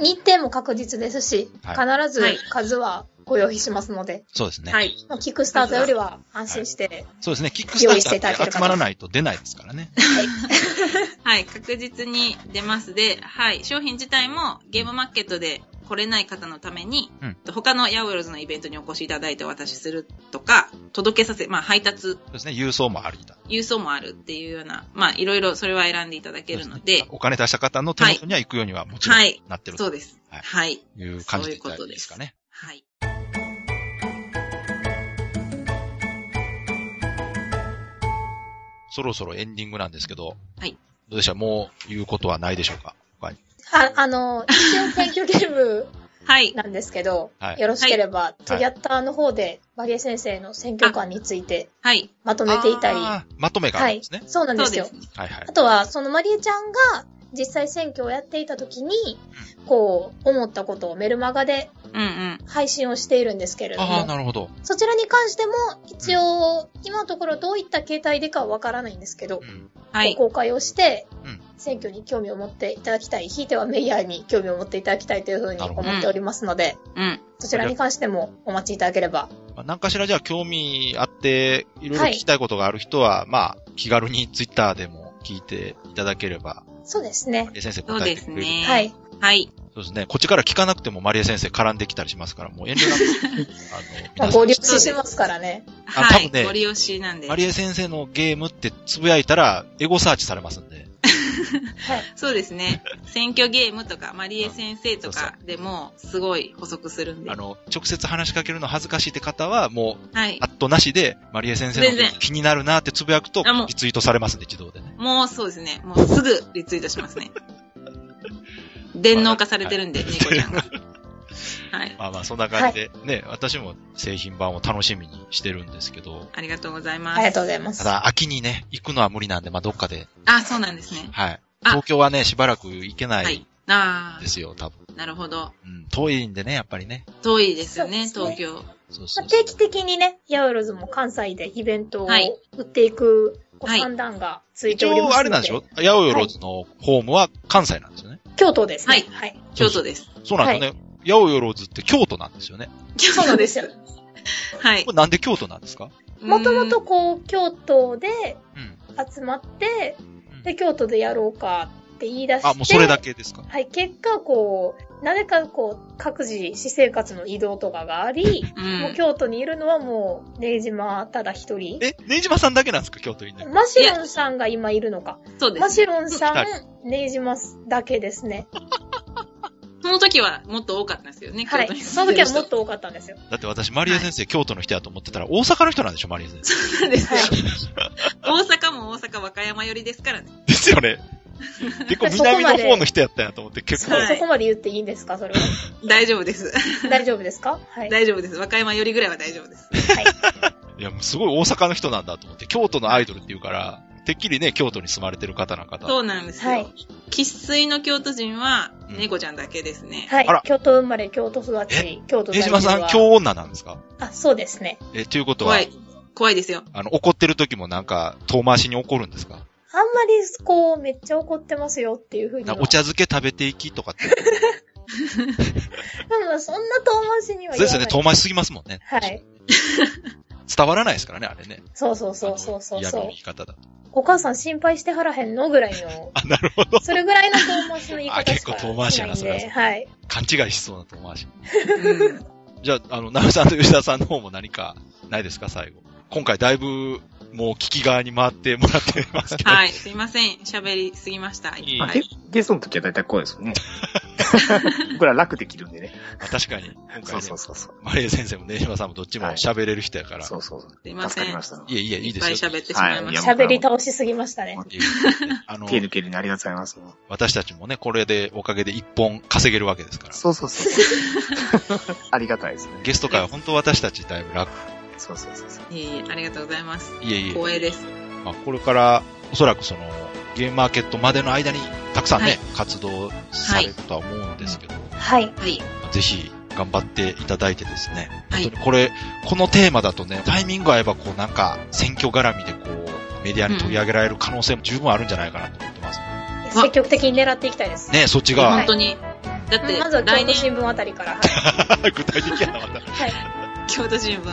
[SPEAKER 5] 日程も確実ですし、
[SPEAKER 2] は
[SPEAKER 5] 必ず数はご用意しますので、
[SPEAKER 2] そうですね。
[SPEAKER 6] はい。
[SPEAKER 5] まあキックスタートよりは安心して、
[SPEAKER 2] そうですね。キック
[SPEAKER 5] 用意して
[SPEAKER 2] ス
[SPEAKER 5] いた
[SPEAKER 2] ター
[SPEAKER 5] だけ
[SPEAKER 2] ターで
[SPEAKER 5] る方
[SPEAKER 2] 集まらないと出ないですからね。
[SPEAKER 6] はい。確実に出ますで、はい。商品自体もゲームマーケットで来れない方のために、
[SPEAKER 2] うん
[SPEAKER 6] 他のヤウエロズのイベントにお越しいただいてお渡しするとか、届けさせ、まあ配達、
[SPEAKER 2] そうですね。郵送もありだ。
[SPEAKER 6] 郵送もあるっていうような、まあいろいろそれは選んでいただけるので、
[SPEAKER 2] お金出した方の手元には行くようにはもちろん
[SPEAKER 6] はい
[SPEAKER 2] なってる
[SPEAKER 6] そ
[SPEAKER 2] と
[SPEAKER 6] うです。
[SPEAKER 2] はい
[SPEAKER 6] はい。
[SPEAKER 2] いう感じでいただいていいですかね。
[SPEAKER 6] はい。
[SPEAKER 2] そろそろエンディングなんですけど、
[SPEAKER 6] はい。
[SPEAKER 2] どうでしたもう言うことはないでしょうか他に
[SPEAKER 5] あ、あの、一応選挙ゲーム
[SPEAKER 6] はい。
[SPEAKER 5] なんですけど、
[SPEAKER 2] はい
[SPEAKER 5] よろしければ、トギャッターの方で、マリエ先生の選挙観について
[SPEAKER 6] はい。
[SPEAKER 5] まとめていたり、
[SPEAKER 2] あーまとめがあ
[SPEAKER 5] は
[SPEAKER 2] るん
[SPEAKER 5] い
[SPEAKER 2] ですね。、
[SPEAKER 5] そうなん
[SPEAKER 6] そ
[SPEAKER 5] で
[SPEAKER 6] う
[SPEAKER 5] す
[SPEAKER 6] で
[SPEAKER 5] よ
[SPEAKER 6] す。ね。
[SPEAKER 2] はいはい
[SPEAKER 5] あ。とは、そのマリエちゃんが実際選挙をやっていた時に、こう、思ったことをメルマガで
[SPEAKER 6] うんうん。
[SPEAKER 5] 配信をしているんですけれど
[SPEAKER 2] ああ、
[SPEAKER 5] も、
[SPEAKER 2] なるほど。
[SPEAKER 5] そちらに関しても、一応、今のところどういった形態でかはわからないんですけど
[SPEAKER 2] う、ん。
[SPEAKER 6] はい。
[SPEAKER 5] ご公開をして
[SPEAKER 2] うん、
[SPEAKER 5] 選挙に興味を持っていただきたい、ひいてはメイヤーに興味を持っていただきたいというふうに
[SPEAKER 2] なるほ
[SPEAKER 5] 思
[SPEAKER 2] ど
[SPEAKER 5] っておりますので、
[SPEAKER 6] うん。
[SPEAKER 5] そちらに関してもお待ちいただければ。
[SPEAKER 2] まあ、何かしらじゃあ興味あって、いろいろ聞きたいことがある人は、まあ、気軽にツイッターでも聞いていただければ、
[SPEAKER 5] そうです
[SPEAKER 2] マ
[SPEAKER 5] ね。
[SPEAKER 2] リエ先生
[SPEAKER 6] そう
[SPEAKER 2] 答え
[SPEAKER 6] で
[SPEAKER 2] て
[SPEAKER 6] す
[SPEAKER 2] くれる。
[SPEAKER 6] ね。
[SPEAKER 5] はい。。
[SPEAKER 6] はい。
[SPEAKER 2] そうですね。こっちから聞かなくてもマリエ先生絡んできたりしますから、もう遠
[SPEAKER 6] *laughs*
[SPEAKER 2] 慮なく。あ
[SPEAKER 5] ま
[SPEAKER 2] の、
[SPEAKER 5] あ、
[SPEAKER 2] 皆さん
[SPEAKER 5] 合流しますからね。
[SPEAKER 2] 多
[SPEAKER 6] は
[SPEAKER 2] 分
[SPEAKER 6] い。
[SPEAKER 2] ね
[SPEAKER 6] ご利用しなんで
[SPEAKER 2] マ。リエ先生のゲームってつぶやいたら、エゴサーチされますんで。
[SPEAKER 5] はい。
[SPEAKER 6] そうですね。選挙ゲームとか、マリエ先生と
[SPEAKER 2] そう
[SPEAKER 6] かでも、すごい補足するんで。
[SPEAKER 2] あ
[SPEAKER 6] は
[SPEAKER 2] の、直接話しかけるの恥ずかしいって方は、もう、
[SPEAKER 6] い
[SPEAKER 2] ア。ットなしで、マリエ先生の
[SPEAKER 6] 全然
[SPEAKER 2] 気になるなってつぶやくと
[SPEAKER 6] あも、う
[SPEAKER 2] リツイートされますんで、自動でね。
[SPEAKER 6] もうそうですね。もうすぐリツイートします
[SPEAKER 2] *laughs*
[SPEAKER 6] ね。電脳化されてるんで、猫ちゃんが。はい。
[SPEAKER 2] まあまあ、そんな感じで、ね、私も製品版を楽しみにしてるんですけど、
[SPEAKER 6] ありがとうございます。
[SPEAKER 5] ありがとうございま
[SPEAKER 2] た
[SPEAKER 5] す。
[SPEAKER 2] だ、秋にね、行くのは無理なんで、まあ、どっかで、
[SPEAKER 6] あ、そうなんですね。
[SPEAKER 2] はい。
[SPEAKER 6] あ
[SPEAKER 2] 東京はね、しばらく行けな
[SPEAKER 6] はいい。あ
[SPEAKER 2] ですよ、多分。
[SPEAKER 6] あ、なるほど。
[SPEAKER 2] うん、遠いんでね、やっぱりね。
[SPEAKER 6] 遠いですよね、
[SPEAKER 5] そうで
[SPEAKER 6] 東
[SPEAKER 2] そう
[SPEAKER 5] す
[SPEAKER 6] 京。
[SPEAKER 5] ま
[SPEAKER 2] そ
[SPEAKER 5] あ
[SPEAKER 2] うそう
[SPEAKER 5] 定期的にね、ヤウロズも関西でイベントを
[SPEAKER 6] はい
[SPEAKER 5] 売っていくご
[SPEAKER 6] はい
[SPEAKER 5] 算段がつい
[SPEAKER 2] 一
[SPEAKER 5] ておりま
[SPEAKER 2] 応、
[SPEAKER 5] す
[SPEAKER 2] あ
[SPEAKER 5] の
[SPEAKER 2] れ
[SPEAKER 5] で、
[SPEAKER 2] なんでしょヤオヨロズのホームは関西なんですよね。
[SPEAKER 5] 京都ですね。
[SPEAKER 6] はい
[SPEAKER 2] *laughs*
[SPEAKER 5] はい。
[SPEAKER 6] 京都です。
[SPEAKER 2] そうなんですよね。ヤオヨロズって京都なんですよね。
[SPEAKER 6] 京
[SPEAKER 5] そうなん *laughs* ですよ。
[SPEAKER 6] はい
[SPEAKER 2] こ。れなんで京都なんですか
[SPEAKER 5] もともとこう、京都で
[SPEAKER 2] うん。
[SPEAKER 5] 集まって
[SPEAKER 2] うん、
[SPEAKER 5] で、京都でやろうかって言い出して、
[SPEAKER 2] あ、もうそれだけですか。
[SPEAKER 5] はい、結果こう、なぜかこう、各自私生活の移動とかがあり、
[SPEAKER 6] う。
[SPEAKER 5] もうん京都にいるのはもう、根島ただ一人。
[SPEAKER 2] え、ネ島さんだけなんですか京都にいない。
[SPEAKER 5] マシロンさんが今いるのか。
[SPEAKER 6] そうで
[SPEAKER 5] マ
[SPEAKER 6] す。
[SPEAKER 5] シロンさ
[SPEAKER 2] は
[SPEAKER 5] ん、ネ島だけですね。
[SPEAKER 6] その時はもっと多かったんですよね、
[SPEAKER 5] は
[SPEAKER 6] 京都
[SPEAKER 5] い。
[SPEAKER 6] に
[SPEAKER 5] そ
[SPEAKER 6] 住ん
[SPEAKER 5] の
[SPEAKER 6] で
[SPEAKER 5] 時
[SPEAKER 6] る
[SPEAKER 5] は
[SPEAKER 6] 人。
[SPEAKER 5] もっと多かったんですよ。
[SPEAKER 2] だって私、マリエ先生、京都の人やと思ってたら、大阪の人なんでしょ、マリエ先生。
[SPEAKER 6] そうです
[SPEAKER 5] *laughs*
[SPEAKER 6] よ
[SPEAKER 5] は。
[SPEAKER 6] 大阪も大阪和歌山寄りですからね。
[SPEAKER 2] *laughs* ですよね。 *laughs* 結構南の方の人やったんやと思って、結構。
[SPEAKER 6] はい
[SPEAKER 5] そこまで言っていいんですかそれ *laughs* は。
[SPEAKER 6] 大丈夫です。
[SPEAKER 5] 大丈夫ですかはい。
[SPEAKER 6] 大丈夫です。和歌山寄りぐらいは大丈夫です。
[SPEAKER 2] いや、もうすごい大阪の人なんだと思って、京都のアイドルって言うから、てっきりね、京都に住まれてる方なんかと。
[SPEAKER 6] そうなんですよ。
[SPEAKER 5] はい
[SPEAKER 6] 生粋の京都人は
[SPEAKER 2] うん
[SPEAKER 6] 猫ちゃんだけですね。
[SPEAKER 5] は
[SPEAKER 2] あら
[SPEAKER 5] い。京都生まれ、京都育ち、京都
[SPEAKER 2] ネ
[SPEAKER 5] 在
[SPEAKER 2] 島
[SPEAKER 5] 住
[SPEAKER 2] さん、
[SPEAKER 5] は
[SPEAKER 2] 京女なんですか
[SPEAKER 5] あ、そうですね。
[SPEAKER 2] え、ということは
[SPEAKER 6] 怖、い。怖いで
[SPEAKER 5] *laughs*
[SPEAKER 6] すよ。
[SPEAKER 2] あの、怒ってる時もなんか、遠回しに怒るんですか
[SPEAKER 5] あんまり、こう、めっちゃ怒ってますよっていうふうに
[SPEAKER 2] な
[SPEAKER 5] は。
[SPEAKER 2] お茶漬け食べていきとかって。
[SPEAKER 5] でもそんな遠回しには
[SPEAKER 2] そう
[SPEAKER 5] 言
[SPEAKER 2] です
[SPEAKER 5] わない。
[SPEAKER 2] よね、遠回しすぎますもんね。
[SPEAKER 5] はい。
[SPEAKER 2] 伝わらないですからね、あれね。
[SPEAKER 5] そうそうそうそうそう
[SPEAKER 2] あの嫌
[SPEAKER 5] そう
[SPEAKER 2] な言。い方だと。 *laughs*
[SPEAKER 5] お母さん心配してはらへんのぐらいの、
[SPEAKER 2] あ、なるほど。
[SPEAKER 5] それぐらいの遠回しの言い
[SPEAKER 2] あ
[SPEAKER 5] 方
[SPEAKER 2] 結
[SPEAKER 5] し
[SPEAKER 2] 構
[SPEAKER 5] か
[SPEAKER 2] 遠回しやな
[SPEAKER 5] し
[SPEAKER 2] そ
[SPEAKER 5] ない
[SPEAKER 2] れ
[SPEAKER 5] ん
[SPEAKER 2] は
[SPEAKER 5] で、はい。
[SPEAKER 2] 勘違いしそうな遠回し。
[SPEAKER 6] うん
[SPEAKER 2] じゃあ、あの、ナウさんと吉田さんの方も何かないですか、最後。今回だいぶ、もう聞き側に回ってもらってますけど。
[SPEAKER 6] はい。すいません。喋りすぎました。いっ
[SPEAKER 3] まあ
[SPEAKER 6] ぱ
[SPEAKER 3] ゲ
[SPEAKER 6] い。
[SPEAKER 3] ゲストの時は大体こうですよ *laughs* ね。僕ら楽できるんでね。
[SPEAKER 2] まあ確かに、
[SPEAKER 3] そ
[SPEAKER 2] 今回
[SPEAKER 3] う
[SPEAKER 2] ね
[SPEAKER 3] そう、そうそう。
[SPEAKER 2] マリエ先生もネ島さんもどっちも喋れる人やから。
[SPEAKER 3] そうそうそう。
[SPEAKER 6] すいま
[SPEAKER 3] 助
[SPEAKER 6] せん
[SPEAKER 3] かりました。
[SPEAKER 2] いえいえ、い
[SPEAKER 6] い
[SPEAKER 2] い
[SPEAKER 6] っ
[SPEAKER 2] で
[SPEAKER 6] ぱ
[SPEAKER 2] す
[SPEAKER 6] い
[SPEAKER 2] よ。
[SPEAKER 6] 喋ってしまいま
[SPEAKER 3] は
[SPEAKER 6] し
[SPEAKER 3] い
[SPEAKER 6] た。
[SPEAKER 3] や
[SPEAKER 5] 喋り倒しすぎましたね。
[SPEAKER 2] いえいえあ
[SPEAKER 3] *laughs*
[SPEAKER 2] の、
[SPEAKER 3] 手抜けるにありがとうございます。
[SPEAKER 2] 私たちもね、これでおかげで一本稼げるわけですから。
[SPEAKER 3] そうそうそう。 *laughs* ありがたいですね。
[SPEAKER 2] ゲスト会は本当私たちだいぶ楽。
[SPEAKER 3] そうそうそうそう。
[SPEAKER 6] いえいえありがとうございます。
[SPEAKER 2] いえいえ。
[SPEAKER 6] 光栄です。
[SPEAKER 2] まあ、これから、おそらくその、ゲームマーケットまでの間に、たくさんね、
[SPEAKER 6] はい
[SPEAKER 2] 活動されるとは思うんですけど、
[SPEAKER 5] はい。
[SPEAKER 6] はい。
[SPEAKER 2] ぜひ、頑張っていただいてですね。
[SPEAKER 6] はい
[SPEAKER 2] 本当にこれ、このテーマだとね、タイミング合えば、こう、なんか、選挙絡みで、こう、メディアに取り上げられる可能性も十分あるんじゃないかなと思ってます。
[SPEAKER 5] 積極的に狙っていきたいです。
[SPEAKER 2] ねそっちが、
[SPEAKER 5] は
[SPEAKER 6] 本
[SPEAKER 5] い
[SPEAKER 6] 当に。だって、
[SPEAKER 5] まずは
[SPEAKER 6] 来
[SPEAKER 5] 京都
[SPEAKER 6] 年、
[SPEAKER 5] 新聞あたりから。
[SPEAKER 2] *laughs* 具体的やな、また。
[SPEAKER 5] はい。
[SPEAKER 6] 京都新聞、
[SPEAKER 5] は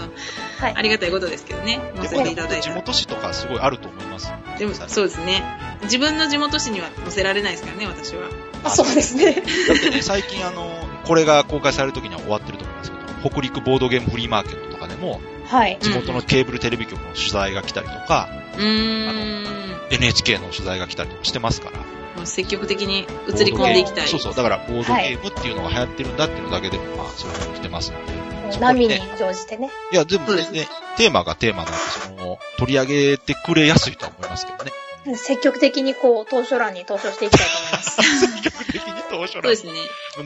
[SPEAKER 5] い。は
[SPEAKER 6] あ
[SPEAKER 5] い、
[SPEAKER 6] りがたいことですけどね。載せていただい
[SPEAKER 2] 地
[SPEAKER 6] た
[SPEAKER 2] 元市とかすごいあると思います。
[SPEAKER 6] でも、そうですね。自分の地元市には載せられないですからね、私は。
[SPEAKER 5] あそうですね。
[SPEAKER 2] だってね、最近あの、これが公開される時には終わってると思いますけど、北陸ボードゲームフリーマーケットとかでも、
[SPEAKER 5] はい。
[SPEAKER 2] 地元のケーブルテレビ局の取材が来たりとか、
[SPEAKER 6] うーん。
[SPEAKER 2] NHK の取材が来たりとかしてますから、
[SPEAKER 6] もう積極的に映り込んでいきたい。
[SPEAKER 2] そうそう、だからボードゲームっていうのが流行ってるんだっていうのだけでも、まあ、それが来てますので。そこで
[SPEAKER 5] 波に乗じてね。
[SPEAKER 2] いや、でも
[SPEAKER 6] そう
[SPEAKER 2] ね
[SPEAKER 6] ですね
[SPEAKER 2] テーマがテーマなんで、その、取り上げてくれやすいとは思いますけ
[SPEAKER 6] *laughs*
[SPEAKER 2] どね。
[SPEAKER 5] 積極的にこう、投書欄に投書していきたいと思います。
[SPEAKER 2] 積極的に当初
[SPEAKER 6] そうですね。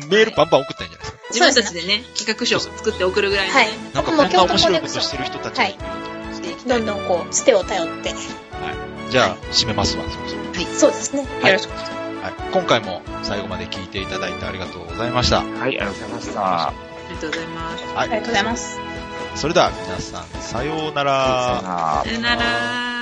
[SPEAKER 2] メールバンバン送ったんじゃないですか。
[SPEAKER 6] 自分たちでね、企画書を作って送るぐらい
[SPEAKER 5] *laughs*
[SPEAKER 6] の
[SPEAKER 5] はい
[SPEAKER 6] ね、。
[SPEAKER 2] なんかこんな面白いことしてる人たちがいると
[SPEAKER 6] していきた
[SPEAKER 5] ど
[SPEAKER 6] い。
[SPEAKER 5] んどんこう、つてを頼って。
[SPEAKER 2] じゃあ、締めますわ、そろそろ
[SPEAKER 5] そうですね。
[SPEAKER 2] はい
[SPEAKER 5] よろしく。
[SPEAKER 2] はい。今回も最後まで聞いていただいてありがとうございました。
[SPEAKER 3] はい、ありがとうございました。
[SPEAKER 6] ありがとうございます。
[SPEAKER 5] ありがとうございます。
[SPEAKER 2] それでは皆さん、さよ
[SPEAKER 3] さよ。
[SPEAKER 2] うなら
[SPEAKER 3] なら
[SPEAKER 6] さよなら。